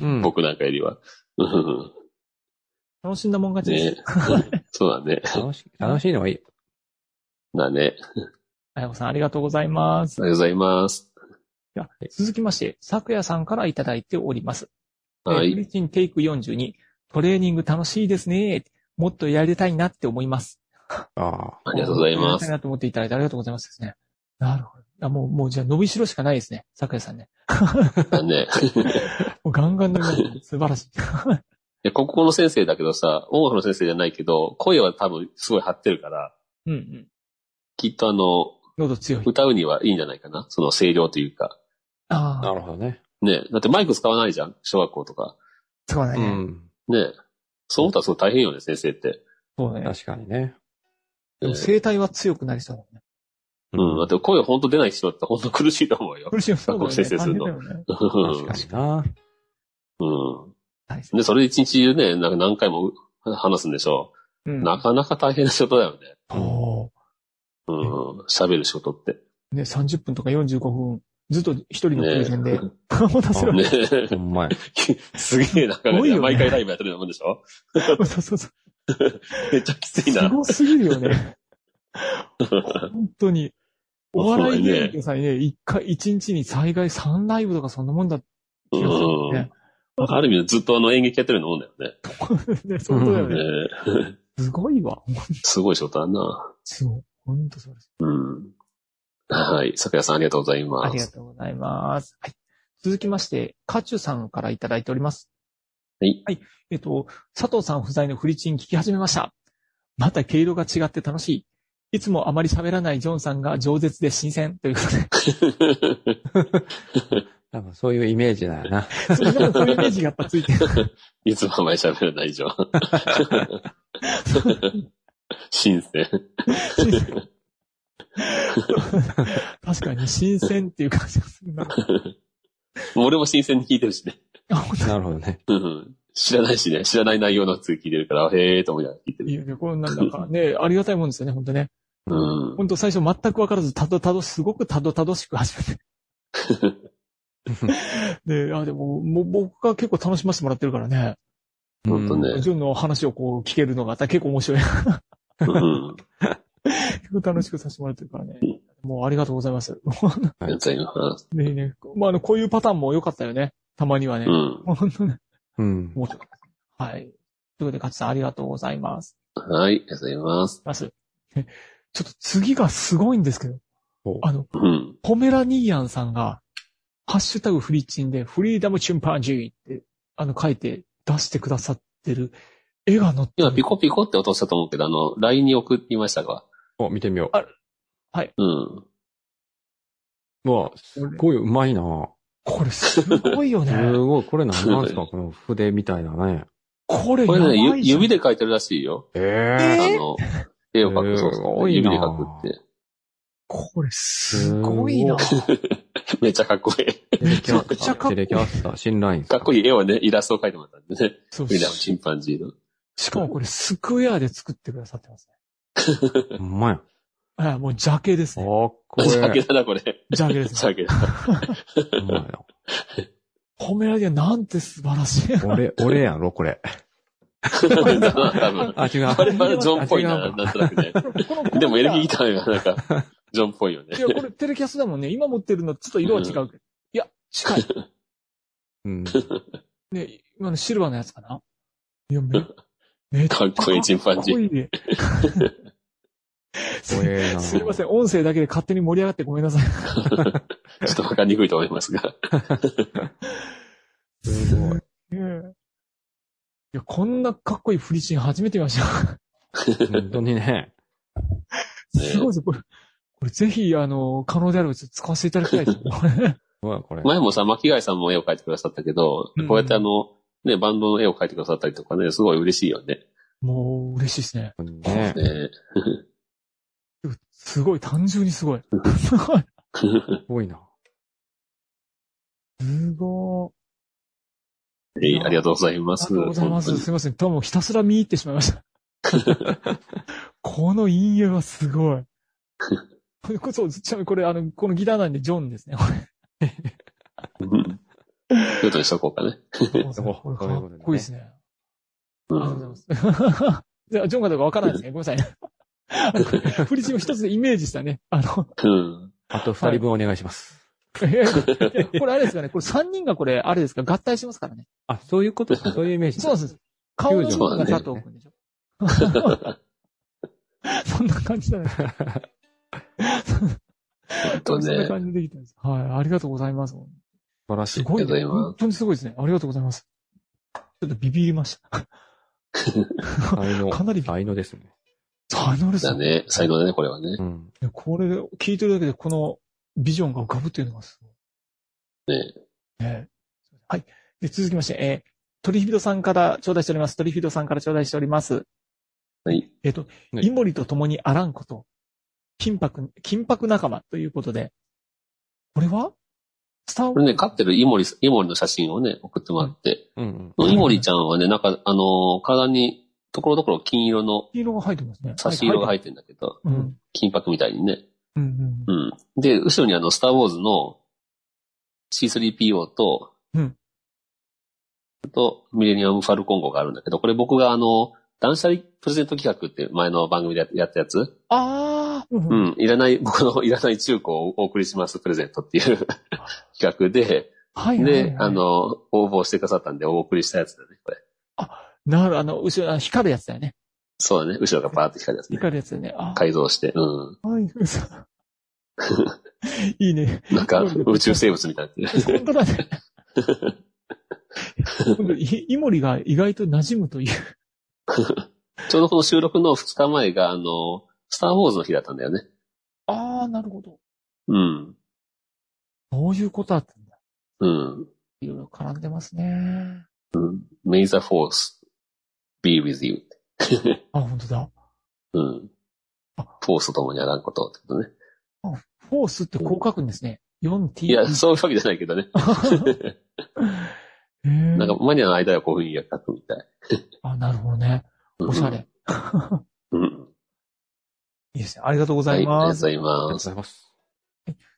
Speaker 4: う ん。
Speaker 2: 僕なんかよりは。うん
Speaker 3: 楽しんだもん勝ちで
Speaker 2: ね
Speaker 3: す。
Speaker 2: そうだね。
Speaker 4: 楽し、楽しいのはいい。
Speaker 2: だね。
Speaker 3: あやこさん、ありがとうございます
Speaker 2: あ。りがとうございます。
Speaker 3: では続きまして、昨夜さんからいただいております。
Speaker 2: は
Speaker 3: えーフ
Speaker 2: い。
Speaker 3: リチンテイク42。トレーニング楽しいですね。もっとやりたいなって思います。
Speaker 4: あ
Speaker 2: ありがとうござい
Speaker 3: や
Speaker 2: ま
Speaker 3: りたい
Speaker 2: す。
Speaker 3: なと思っていただいてありがとうございますですね。なるほど。あもう、もうじゃあ伸びしろしかないですね。昨夜さんね。
Speaker 2: だね。
Speaker 3: もうガンガン伸びます。素晴らしい。
Speaker 2: いや、国語の先生だけどさ、音楽の先生じゃないけど、声は多分すごい張ってるから、
Speaker 3: うんうん。
Speaker 2: きっとあの、
Speaker 3: 喉強い。
Speaker 2: 歌うにはいいんじゃないかな。その声量というか。
Speaker 4: あ。
Speaker 3: あ
Speaker 4: な
Speaker 3: あ、
Speaker 4: るほどね。
Speaker 2: ねだってマイク使わないじゃん小学校とか。
Speaker 3: 使わないうね。
Speaker 4: ん。
Speaker 2: ねそう思ったらすごい大変よね、先生って。
Speaker 3: そうね。
Speaker 4: 確かにね。
Speaker 3: でも声帯は強くなりそうだね。
Speaker 2: うん。だって声ほんと出ない人だってほんと苦しいと思うよ。
Speaker 3: 苦しい。そうだ
Speaker 2: 学
Speaker 3: ね。
Speaker 2: 校先生するの
Speaker 3: 大変だよね
Speaker 4: 確かにな。
Speaker 2: うん。
Speaker 3: 大変
Speaker 2: で、それで一日中ね、なんか何回も話すんでしょ
Speaker 3: うん。
Speaker 2: なかなか大変な仕事だよね。
Speaker 3: おー
Speaker 2: うん。喋る仕事って。
Speaker 3: ね、30分とか45分、ずっと一人のプレゼンで
Speaker 2: ね、
Speaker 3: 持たせるわけ。
Speaker 2: ね
Speaker 4: ほんまや。
Speaker 2: すげえなんか
Speaker 3: すごいよね
Speaker 2: 毎回ライブやってるようなもんでしょ
Speaker 3: そうそうそう。
Speaker 2: めっちゃきつい
Speaker 3: す
Speaker 2: な。
Speaker 3: ごすぎるよね。本当に。お笑い芸人ってさ、ね、一回、一日に最大3ライブとかそんなもんだ
Speaker 2: う
Speaker 3: 気がするよ
Speaker 2: ん
Speaker 3: ね。。
Speaker 2: ある意味ずっとあの演劇やってるようなもんだよ
Speaker 3: ね、そうだよ
Speaker 2: ね
Speaker 3: ね。
Speaker 2: ね。
Speaker 3: すごいわ。
Speaker 2: すごい仕事だな。
Speaker 3: すごい。本当そうです。
Speaker 2: うん。はい。桜さんありがとうございます。
Speaker 3: ありがとうございます。はい。続きまして、カチュさんからいただいております。
Speaker 2: はい。
Speaker 3: はい。えっと、佐藤さん不在のフリチン聞き始めました。また毛色が違って楽しい。いつもあまり喋らないジョンさんが饒舌で新鮮ということで。
Speaker 4: 多分そういうイメージだよな。
Speaker 3: それなんかそういうイメージがやっぱついてる。
Speaker 2: いつもあまり喋らない以上。新鮮。
Speaker 3: 確かに新鮮っていう感じがするな。
Speaker 2: 俺も新鮮に聞いてるしね。
Speaker 3: あ本当
Speaker 4: なるほどね。
Speaker 2: うん知らないしね。知らない内容のやつ聞いてるから、へえーと思いながら聞いて
Speaker 3: いい
Speaker 2: る。
Speaker 3: よね。これなんだかね、ありがたいもんですよね、本当ね。
Speaker 2: うん。
Speaker 3: 本当最初全くわからず、たどたど、すごくたどたどしく始 めて。で、あ、でも、もう僕が結構楽しませてもらってるからね。
Speaker 2: ほんとね
Speaker 3: ジョンの話をこう聞けるのが結構面白い。
Speaker 2: うん。
Speaker 3: 結構楽しくさせてもらってるからね。もうありがとうございます。
Speaker 2: ありがとうございます。
Speaker 3: ねえねえまあ、あの、こういうパターンも良かったよね。たまにはね。
Speaker 2: うん。
Speaker 3: 本当ね。
Speaker 4: うん。
Speaker 3: 面白かったはい。ということで、勝さんありがとうございます。
Speaker 2: はい。ありがとうございます。
Speaker 3: ます。えちょっと次がすごいんですけど、
Speaker 4: ほ
Speaker 3: あの、
Speaker 2: うん。
Speaker 3: ポメラニーアンさんが、ハッシュタグフリチンで、フリーダムチンパンジーって、あの、書いて出してくださってる絵が載って
Speaker 2: 今、
Speaker 3: る
Speaker 2: ピコピコって音したと思うけど、あの、LINE に送ってみましたか
Speaker 4: うお、見てみよ
Speaker 3: あ
Speaker 2: うん。
Speaker 4: う。うわ、すごい、うまいな。
Speaker 3: これすごいよね。
Speaker 4: すごい、これ何なんですかこの筆みたいなね。
Speaker 3: これや
Speaker 2: こ
Speaker 3: ば
Speaker 2: れね、ゆ
Speaker 3: いじゃん
Speaker 2: 指で書いてるらしいよ。あ
Speaker 4: え
Speaker 2: の、絵を描く。そう
Speaker 4: す
Speaker 2: そ
Speaker 4: ご
Speaker 2: う。
Speaker 4: い
Speaker 2: 指
Speaker 4: な
Speaker 2: で描くって。
Speaker 3: これすごいな。
Speaker 2: めっちゃかっこいい。
Speaker 4: え。テレキャ
Speaker 3: めちゃくちゃ
Speaker 4: ス
Speaker 3: かっこい
Speaker 4: ター、
Speaker 3: い
Speaker 4: テレキャスター、新ライン。
Speaker 2: かっこいい絵をね、イラストを描いてもらったんでね。
Speaker 3: そう
Speaker 2: ウィリアムチンパンジーの。
Speaker 3: しかもこれスクエアで作ってくださってますね。
Speaker 4: いい。ほんまや。か
Speaker 3: あもう邪気です
Speaker 4: っ
Speaker 3: ね。
Speaker 4: こいい。
Speaker 2: ジャケだな、これ。
Speaker 3: 邪気 です
Speaker 2: ジ
Speaker 3: ね。
Speaker 2: ャケだ。
Speaker 4: ほんまや
Speaker 3: ポメラニアンなんて素晴らし い。
Speaker 4: 俺、俺やろ、これ。
Speaker 2: 多 分。
Speaker 4: あ、違う。
Speaker 2: あれはジョンっぽい
Speaker 4: あ違
Speaker 2: な、
Speaker 4: う
Speaker 2: なんとなくね。
Speaker 3: この
Speaker 2: でもエレキギターがなん か、ジョンっぽいよね
Speaker 3: い。や、これテレキャスだもんね。今持ってるのはちょっと色は違うけど。いや、近い。
Speaker 4: うん。
Speaker 3: ね、今のシルバーのやつかないや、め、めっちゃ
Speaker 2: かっこいいチンパンジー
Speaker 3: かっこいいね
Speaker 4: 怖えな
Speaker 3: すいません。音声だけで勝手に盛り上がってごめんなさい。
Speaker 2: ちょっとわかりにくいと思います が。
Speaker 4: すごい。
Speaker 3: いや、こんなかっこいいフリチン初めて見ました。
Speaker 4: 本当にね。
Speaker 3: すごいですこれ、これぜひ、あの、可能であればちょっと使わせていただきたいです。
Speaker 4: すごい、これ。
Speaker 2: 前もさ、巻貝さんも絵を描いてくださったけど
Speaker 3: うん、
Speaker 2: こうやってあの、ね、バンドの絵を描いてくださったりとかね、すごい嬉しいよね。
Speaker 3: もう、嬉しいですね。
Speaker 4: ね
Speaker 2: ね
Speaker 3: すごい、単純に すごい。
Speaker 4: すごいな。
Speaker 3: すご
Speaker 2: えいありがとうございま
Speaker 3: い。あ
Speaker 2: す。
Speaker 3: りがとうございます。
Speaker 2: 本
Speaker 3: すいません。多分ひたすら見入ってしまいました。この陰影はすごい。これこそ、ちなみにこれ、あの、このギターなんでジョンですね。こ
Speaker 2: 当にうんということにしとこうかね。
Speaker 3: れ、
Speaker 4: すごい
Speaker 3: これかっこいいですね。
Speaker 2: う
Speaker 3: ありが
Speaker 2: ん
Speaker 3: とうございます。 じゃあ、ジョンがどうかわからないですね。ごめんなさいね。あのフリチーム一つでイメージしたね。あの、
Speaker 2: うん。
Speaker 4: あと二人分お願いします。
Speaker 3: えーこれあれですかね。これ3人がこれ、あれですか合体しますからね。
Speaker 4: あ、そういうことですかそういうイメージ
Speaker 3: そうなんです。顔の部分が佐藤くんでしょ。 そんな感じだね。
Speaker 2: 本
Speaker 3: そ
Speaker 2: 当
Speaker 3: ん
Speaker 2: ね。あ
Speaker 3: な
Speaker 2: りが
Speaker 3: 感じでできたんです。はい。ありがとうございます。
Speaker 4: 素晴らし
Speaker 3: す
Speaker 4: い。
Speaker 3: ごい,、
Speaker 2: ありがとうございます
Speaker 3: 本当にすごいですね。ありがとうございます。ちょっとビビりました。
Speaker 4: 才能。
Speaker 3: かなり
Speaker 4: 才能ですね。
Speaker 3: 才能です
Speaker 2: だ
Speaker 3: ね。
Speaker 2: ね。才能だね、これはね。
Speaker 4: うん。
Speaker 3: いやこれ、聞いてるだけでこのビジョンが浮かぶっていうのがすごい。
Speaker 2: ね
Speaker 3: ええはい。で、続きまして、えー、トリフィドさんから頂戴しております。トリフィドさんから頂戴しております。
Speaker 2: はい。
Speaker 3: えっ、と、
Speaker 4: はい
Speaker 3: イモリと共にあらんこと、金箔、金箔仲間ということで、これはスターウォー
Speaker 2: これね、飼ってるイモリ、イモリの写真をね、送ってもらって。
Speaker 4: うんうん。
Speaker 2: イモリちゃんはね、なんか、あのー体に、ところどころ金色の
Speaker 3: 黄色が入ってますね。
Speaker 2: 差し色が入
Speaker 3: っ
Speaker 2: ってんだけど、
Speaker 3: てうん。
Speaker 2: 金箔みたいにね。
Speaker 3: うんうん。
Speaker 2: うん。で、後ろにあの、スターウォーズの C3PO と、
Speaker 3: うん
Speaker 2: と、ミレニアム・ファルコン号があるんだけど、これ僕があの、断捨離プレゼント企画って前の番組でややったやつ、
Speaker 3: ああ、うん
Speaker 2: う
Speaker 3: うん
Speaker 2: ん、いらない、 僕のいらない中古をお送りしますプレゼント っていう企画で、
Speaker 3: はいはい、はい。
Speaker 2: で、あ、の、応募してくださったんでお送りしたやつだね、これ。
Speaker 3: なる、あの、後ろ、あの光るやつだよね。
Speaker 2: そうだね、後ろがバーって光るやつね。
Speaker 3: 光るやつだよね。あー
Speaker 2: 改造して、うん。
Speaker 3: はい、 嘘いい ね。
Speaker 2: なんか、宇宙生物みたいな。
Speaker 3: 本当だね。 今度イイモリが意外と馴染むという。
Speaker 2: ちょうどこの収録の2日前が、あの、スター・ウォーズの日だったんだよね。
Speaker 3: ああ、なるほど。
Speaker 2: うん。
Speaker 3: そういうことだったんだ。
Speaker 2: うん。
Speaker 3: いろいろ絡んでますね。
Speaker 2: May the force be with you.
Speaker 3: あ、本当だ。
Speaker 2: うん
Speaker 3: あ。
Speaker 2: フォースと共にあらんことってことね。
Speaker 3: フォースってこう書くんですね。4t。
Speaker 2: いや、そういうわけじゃないけどね。
Speaker 3: へー
Speaker 2: なんか、マニアの間ではこういうふうに書くみたい。
Speaker 3: あ、なるほどね。
Speaker 2: うん
Speaker 3: おしゃれ。。
Speaker 2: うん。
Speaker 3: いいですね。ありがとうご
Speaker 2: は
Speaker 3: ざ
Speaker 2: い、あり
Speaker 3: い
Speaker 2: がとう
Speaker 3: ま
Speaker 2: ご
Speaker 3: す。
Speaker 2: ざい
Speaker 4: ありがとう
Speaker 2: ま
Speaker 4: ご
Speaker 2: す。
Speaker 4: ざいます。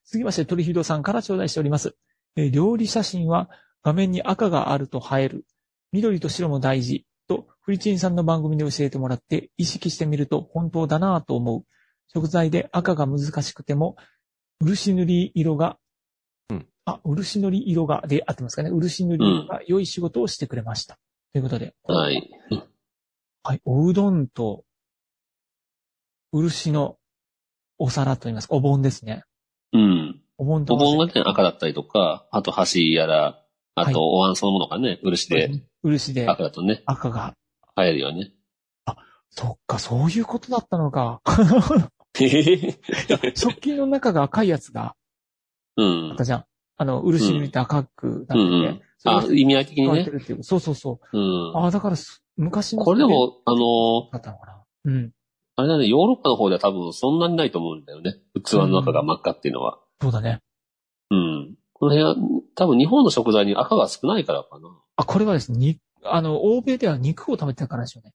Speaker 3: 続きまして、鳥ひどさんから頂戴しております。えー料理写真は画面に赤があると映える。緑と白も大事。と、フリチンさんの番組で教えてもらって、意識してみると本当だなぁと思う。食材で赤が難しくても、漆塗り色が、
Speaker 4: うん
Speaker 3: あ、漆塗り色が、で合ってますかね。漆塗り色が良い仕事をしてくれました。ということで。
Speaker 2: はい。
Speaker 3: はい。おうどんと、漆のお皿といいますか、お盆ですね。
Speaker 2: うん。
Speaker 3: お盆と
Speaker 2: お
Speaker 3: 合わせて
Speaker 2: 盆がね、赤だったりとか、あと箸やら、あとお椀そのものがね、漆で、
Speaker 3: 漆で
Speaker 2: 赤だとね、
Speaker 3: 赤が。
Speaker 2: 映えるよね。
Speaker 3: そっか、そういうことだったのか。
Speaker 2: へへへ
Speaker 3: 食器の中が赤いやつが
Speaker 2: う
Speaker 3: あっ
Speaker 2: ん
Speaker 3: た。じゃん。あの、漆塗りって赤くな
Speaker 2: うんう
Speaker 3: って
Speaker 2: ん
Speaker 3: て。。
Speaker 2: あ、意味合い的に
Speaker 3: 変わって
Speaker 2: ね。
Speaker 3: るっていう。そうそうそう。
Speaker 2: うん。
Speaker 3: ああ、だからす、昔の。
Speaker 2: これで、も、あのー、
Speaker 3: だったのかな。うん。
Speaker 2: あれだね、ヨーロッパの方では多分そんなにないと思うんだよね。器の中が真っ赤っていうのは。
Speaker 3: そうだね。
Speaker 2: うん。この辺は、多分日本の食材に赤が少ないからかな。
Speaker 3: あ、これはですね、にあの、欧米では肉を食べてたからでしょうね。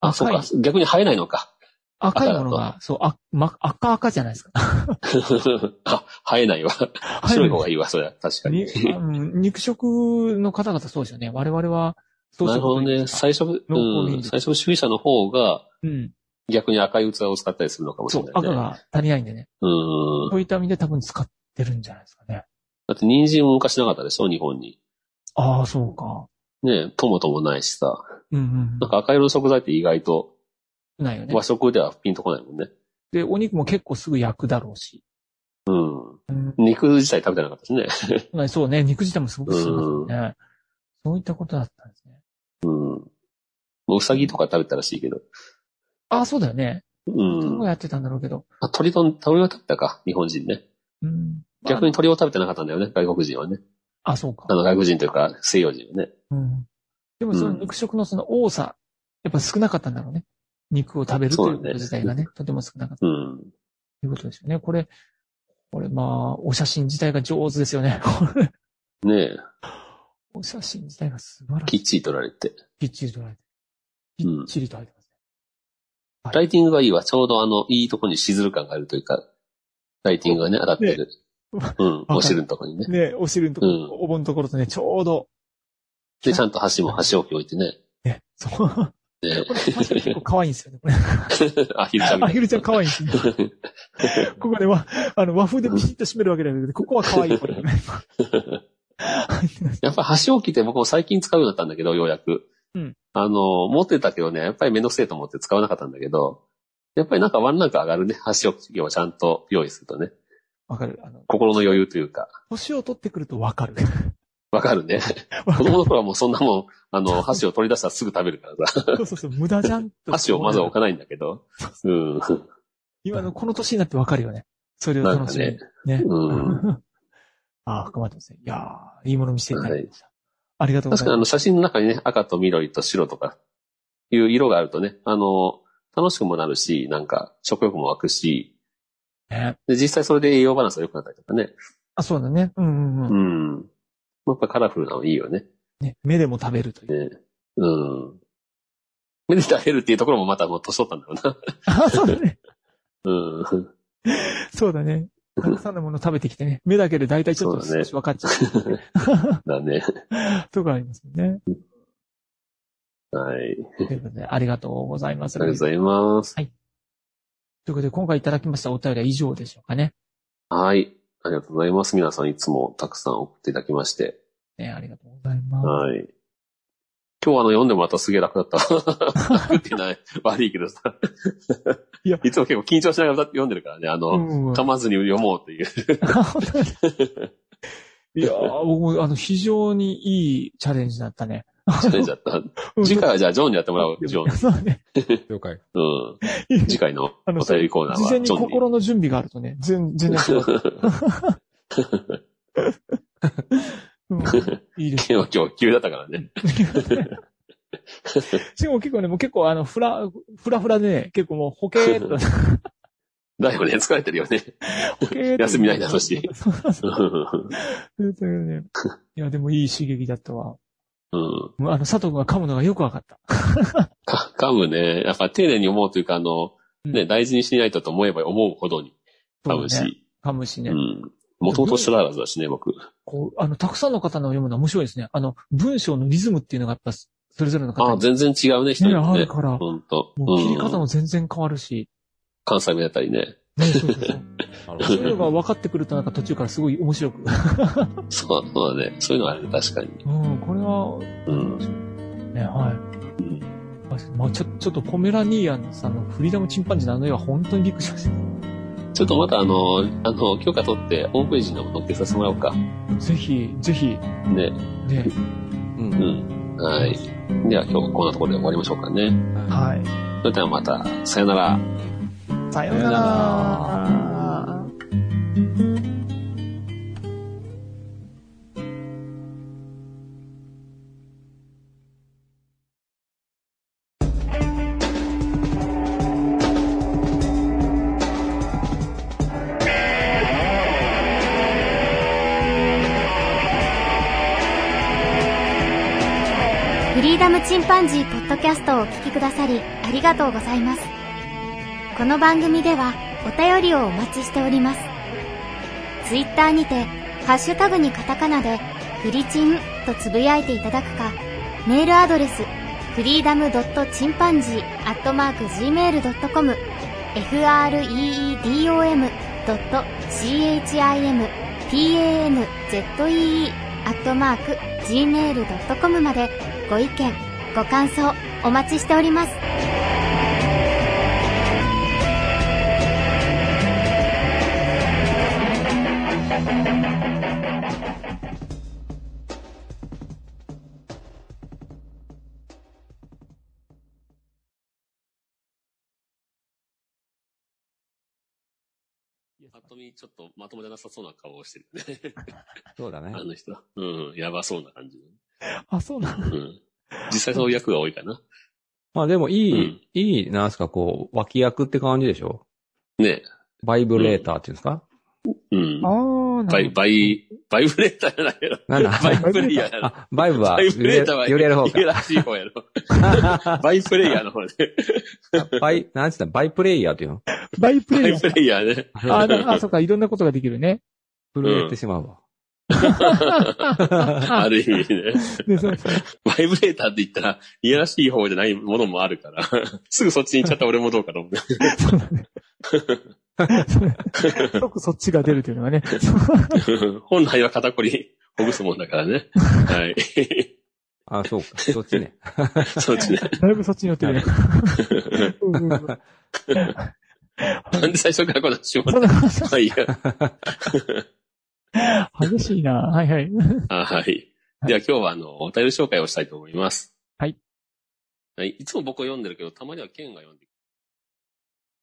Speaker 2: あ、
Speaker 3: 赤
Speaker 2: そう
Speaker 3: い
Speaker 2: か。逆に生えないのか。
Speaker 3: 赤いものが、そう、あ、ま、赤赤じゃないですか。
Speaker 2: あ、生えないわ。白い方がいいわ、それは。確かに。
Speaker 3: にあの肉食の方々そうですよね。我々は、そう
Speaker 2: な
Speaker 3: す
Speaker 2: る
Speaker 3: る
Speaker 2: ほ
Speaker 3: こ
Speaker 2: ど
Speaker 3: とに
Speaker 2: ね。最初、
Speaker 3: 濃厚
Speaker 2: う
Speaker 3: 民
Speaker 2: ん。最
Speaker 3: 族
Speaker 2: 初主義者の方が
Speaker 3: うん。
Speaker 2: 逆に赤い器を使ったりするのかもし
Speaker 3: そ
Speaker 2: れ
Speaker 3: う
Speaker 2: ない、ね。、
Speaker 3: 赤。が足りないんでね。
Speaker 2: うん。
Speaker 3: そういった意味で多分使ってるんじゃないですかね。
Speaker 2: だって人参も昔なかったでしょ、日本に。
Speaker 3: ああ、そうか。
Speaker 2: ねトマトもないしさ。
Speaker 3: うんうん
Speaker 2: なんか赤色の食材って意外と
Speaker 3: うん。ないよね
Speaker 2: 和。食ではピンとこないもんね。
Speaker 3: で、お肉も結構すぐ焼くだろうし。
Speaker 2: うん。
Speaker 3: うん。
Speaker 2: 肉自体食べてなかったですね。
Speaker 3: まあそうね、肉自体もすごく進ますよね。そういったことだったんですね。
Speaker 2: うん。うさぎとか食べたらしいけど。
Speaker 3: ああ、そうだよね。
Speaker 2: う。
Speaker 3: どうんやってたんだろうけど。
Speaker 2: あ鳥と、鳥を食べたか、日本人ね。
Speaker 3: うん。
Speaker 2: 逆に鳥を食べてなかったんだよね、外国人はね。
Speaker 3: あ、そうか
Speaker 2: あ。の、外国人というか、西洋人はね。
Speaker 3: うん。でもその
Speaker 2: うん
Speaker 3: 肉食のその多さ、やっぱ少なかったんだろうね。肉を食べるという
Speaker 2: そうだ
Speaker 3: こと
Speaker 2: ね
Speaker 3: 自体がね、とても少なかった
Speaker 2: うん。
Speaker 3: ということですよね。これ、これまあ、お写真自体が上手ですよね。 これ
Speaker 2: ねえ、
Speaker 3: お写真自体が素晴らし
Speaker 2: き
Speaker 3: い。
Speaker 2: っちり取られて。
Speaker 3: ぴっちりとられてる。
Speaker 2: う
Speaker 3: ぴ
Speaker 2: ん
Speaker 3: っちりと入ってますね。
Speaker 2: ライティングがいいわ。ちょうどあの、いいとこにしずる感があるというか、ライティングがね、当たってる。うん、お汁のとこにね。
Speaker 3: ね、お尻のとこ
Speaker 2: うん
Speaker 3: お盆のところとね、ちょうど、
Speaker 2: で、ちゃんと 箸も、箸置き置いてね。
Speaker 3: ね、そう。こ
Speaker 2: ね
Speaker 3: れ、確かに結構可愛いんですよね、これ。
Speaker 2: アヒルちゃんみ
Speaker 3: ア
Speaker 2: たい
Speaker 3: ヒルちゃん可愛いん ですね。ここでは、あの、和風でビシッと締めるわけじゃなくて、ここは可愛いこれ、ね。入って ます
Speaker 2: やっぱ箸置きって僕も最近使うようになったんだけど、ようやく。
Speaker 3: うん
Speaker 2: あの、持ってたけどね、やっぱりめんどくせえと思って使わなかったんだけど、やっぱりなんかワンランク上がるね、箸置きをちゃんと用意するとね、
Speaker 3: わかる。あの、
Speaker 2: 心の余裕というか、
Speaker 3: 年を取ってくるとわかる。
Speaker 2: わか るね。
Speaker 3: わか
Speaker 2: 子
Speaker 3: る
Speaker 2: 供の頃はもうそんなもん、あの、箸を取り出したらすぐ食べるから さ、
Speaker 3: そうそうそう、無駄じゃんと。
Speaker 2: 箸をまずは置かないんだけど、うん。
Speaker 3: 今のこの年になってわかるよね。それを楽しみに。ね。
Speaker 2: う
Speaker 3: ああ、含まれてますね。いやーいいもの見せていただきました。ありがとうご
Speaker 2: 確か
Speaker 3: ざい
Speaker 2: にあ
Speaker 3: ま
Speaker 2: の写真の中にね、赤と緑と白とか、いう色があるとね、あの、楽しくもなるし、なんか食欲も湧くし、
Speaker 3: す。ね。
Speaker 2: で、実際それで栄養バランスが良くなったりとかね。
Speaker 3: あ、そうだね。うんうんう。
Speaker 2: うんん。やっぱカラフルなのいいよね。
Speaker 3: ね目でも食べるという。
Speaker 2: ねうん。目で食べるっていうところもまたもう年取ったんだろ
Speaker 3: あ、そうだね。
Speaker 2: うな。 うん。
Speaker 3: そうだね。たくさんのもの食べてきてね。目だけで大体ちょっと
Speaker 2: そうだ
Speaker 3: 少
Speaker 2: ね
Speaker 3: し分かっちゃう。
Speaker 2: だね。
Speaker 3: とかありますよね。
Speaker 2: はい。
Speaker 3: ということで、ありがとうございます。
Speaker 2: ありがとうご
Speaker 3: と
Speaker 2: ざ
Speaker 3: いう
Speaker 2: います。
Speaker 3: ことで、今回いただきましたお便りは以上でしょうかね。
Speaker 2: はい。ありがとうございます。皆さんいつもたくさん送っていただきまして。
Speaker 3: ね、ありがとうございます。
Speaker 2: はい。今日あの読んでもらったらすげえ楽だ った。楽ってない。悪いけどさ。
Speaker 3: いや
Speaker 2: いつも結構緊張しながら読んでるからね。あ
Speaker 3: う
Speaker 2: の、
Speaker 3: んうん
Speaker 2: 噛まずに読もうっていう。
Speaker 3: いやー、僕も、あの、非常にいいチャレンジだったね。
Speaker 2: 疲れちゃ った。次回はじゃあジョンにやってもらおう。ジョン。
Speaker 3: そうね。
Speaker 4: 了解。
Speaker 2: うん。次回の
Speaker 3: あの、
Speaker 2: お便りコーナー
Speaker 3: 事前
Speaker 2: は
Speaker 3: に
Speaker 2: ジョンに。
Speaker 3: 心の準備があるとね、全全然違う。うんいいです
Speaker 2: 今日今日急だったからね。
Speaker 3: しかも結構ね、もう結構あの、ふら、ふらふらでね、結構もう、ほけ ーっと、
Speaker 2: だよね。疲れてるよね。
Speaker 3: ほけーっと。
Speaker 2: 休みないだろうし
Speaker 3: そうそうそう
Speaker 2: うん
Speaker 3: ということでね。いや、でもいい刺激だったわ。
Speaker 2: うん。
Speaker 3: もうあの、佐藤君が噛むのがよくわかった。
Speaker 2: か噛むね。やっぱ丁寧に思うというか、あの、
Speaker 3: う
Speaker 2: ね、大事にしないとと思えば思うほどに噛む
Speaker 3: そうね
Speaker 2: し。
Speaker 3: 噛むし
Speaker 2: う
Speaker 3: ね。
Speaker 2: ん。もともと知らずだしね、僕。
Speaker 3: こう、あの、たくさんの方の読むのは面白いですね。あの、文章のリズムっていうのがやっぱ、それぞれの方
Speaker 2: あ
Speaker 3: に
Speaker 2: 全然違うね、人に
Speaker 3: ね、
Speaker 2: よっ
Speaker 3: あ
Speaker 2: て
Speaker 3: る
Speaker 2: ね。
Speaker 3: から、も
Speaker 2: ほんと。
Speaker 3: う切り方
Speaker 2: うん
Speaker 3: も全然変わるし。
Speaker 2: 関西弁だったりね。
Speaker 3: ね、そうそう そう。
Speaker 4: な
Speaker 3: そういう
Speaker 4: る
Speaker 3: のが分かってくるとなんか途中からすごい面白く。
Speaker 2: そうそうだね。そういうのはあるね、確かに。
Speaker 3: うん、これは、
Speaker 2: うん。
Speaker 3: ね、はい。まあ、ちょ、ちょっとポメラニーアンさんのフリーダムチンパンジーのあの絵は本当にびっくりしまし
Speaker 2: ちょっとまたあの、あの、許可取ってホームページにも載っけさせてもらおうか。
Speaker 3: た。ぜひ、ぜひ、
Speaker 2: ね。
Speaker 3: ね、
Speaker 4: うん
Speaker 2: う。ん。はい。では今日こんなところで終わりましょうかね。
Speaker 3: はい。
Speaker 2: それではまた、さよなら。
Speaker 3: さような
Speaker 2: さよ
Speaker 3: ら。
Speaker 1: フリーダムチンパンジーポッドキャストをお聞きくださりありがとうございます。この番組ではお便りをお待ちしております。ツイッターにて、ハッシュタグにカタカナで、フリチンとつぶやいていただくか、メールアドレス、フリーダムドットチンパンジーアットマーク Gmail.com、freedom ドット chimpanzee アットマーク gmail.com までご意見、ご感想、お待ちしております。
Speaker 3: です
Speaker 2: ぱ
Speaker 3: か
Speaker 2: っと見ちょっとまともじゃなさそうな顔をしてるね。
Speaker 4: そうだね
Speaker 2: あ。の人は。うん、やばそうな感じの。
Speaker 3: あ、そうなんだ。
Speaker 2: うん。実際そういう役が多いかな。
Speaker 4: まあでもいい、
Speaker 2: うん
Speaker 4: いい、なんすか、こう、脇役って感じでしょ
Speaker 2: ね
Speaker 4: バイブレーターっていうんですか、
Speaker 2: うん
Speaker 3: あ。あ、な
Speaker 2: バ
Speaker 3: る
Speaker 2: イ、
Speaker 3: ほど。
Speaker 2: バイ、バイブレーターじゃないけど。
Speaker 4: なんだ
Speaker 2: バイプレイヤーやろ。
Speaker 4: あ、バイブは
Speaker 2: バイブレーターは
Speaker 4: 揺れる方
Speaker 2: 揺れ
Speaker 4: か。
Speaker 2: らしい方やろ。バイプレイヤーの方で。
Speaker 4: バイ、なんつったバイプレイヤーっていうの
Speaker 3: バイプ
Speaker 2: バ
Speaker 3: レイヤ
Speaker 2: イ
Speaker 3: ー
Speaker 2: プ。レイヤーね。
Speaker 3: あなあ、そうか、いろんなことができるね。
Speaker 4: 震えてしまうわ。
Speaker 2: ある意味ね。
Speaker 3: で、そう
Speaker 2: バイブレーターって言ったら、いやらしい方じゃないものもあるから、すぐそっちに行っちゃった俺もどうかと思う。
Speaker 3: そうだね。 そう即そっちが出るというのがね。
Speaker 2: 本来は肩こりほぐすもんだからね。はい。
Speaker 4: あ、そうか。そっちね。
Speaker 2: そっちね。
Speaker 3: だいぶそっちに寄ってるね。 うんうんうん
Speaker 2: なんで最初からこの話を。
Speaker 3: そんな話
Speaker 2: まあいいや。
Speaker 3: 激しいな。はいはい。
Speaker 2: あはい。では今日はあの、お便り紹介をしたいと思います。
Speaker 3: はい。
Speaker 2: はい。いつも僕は読んでるけど、たまにはケンが読んでく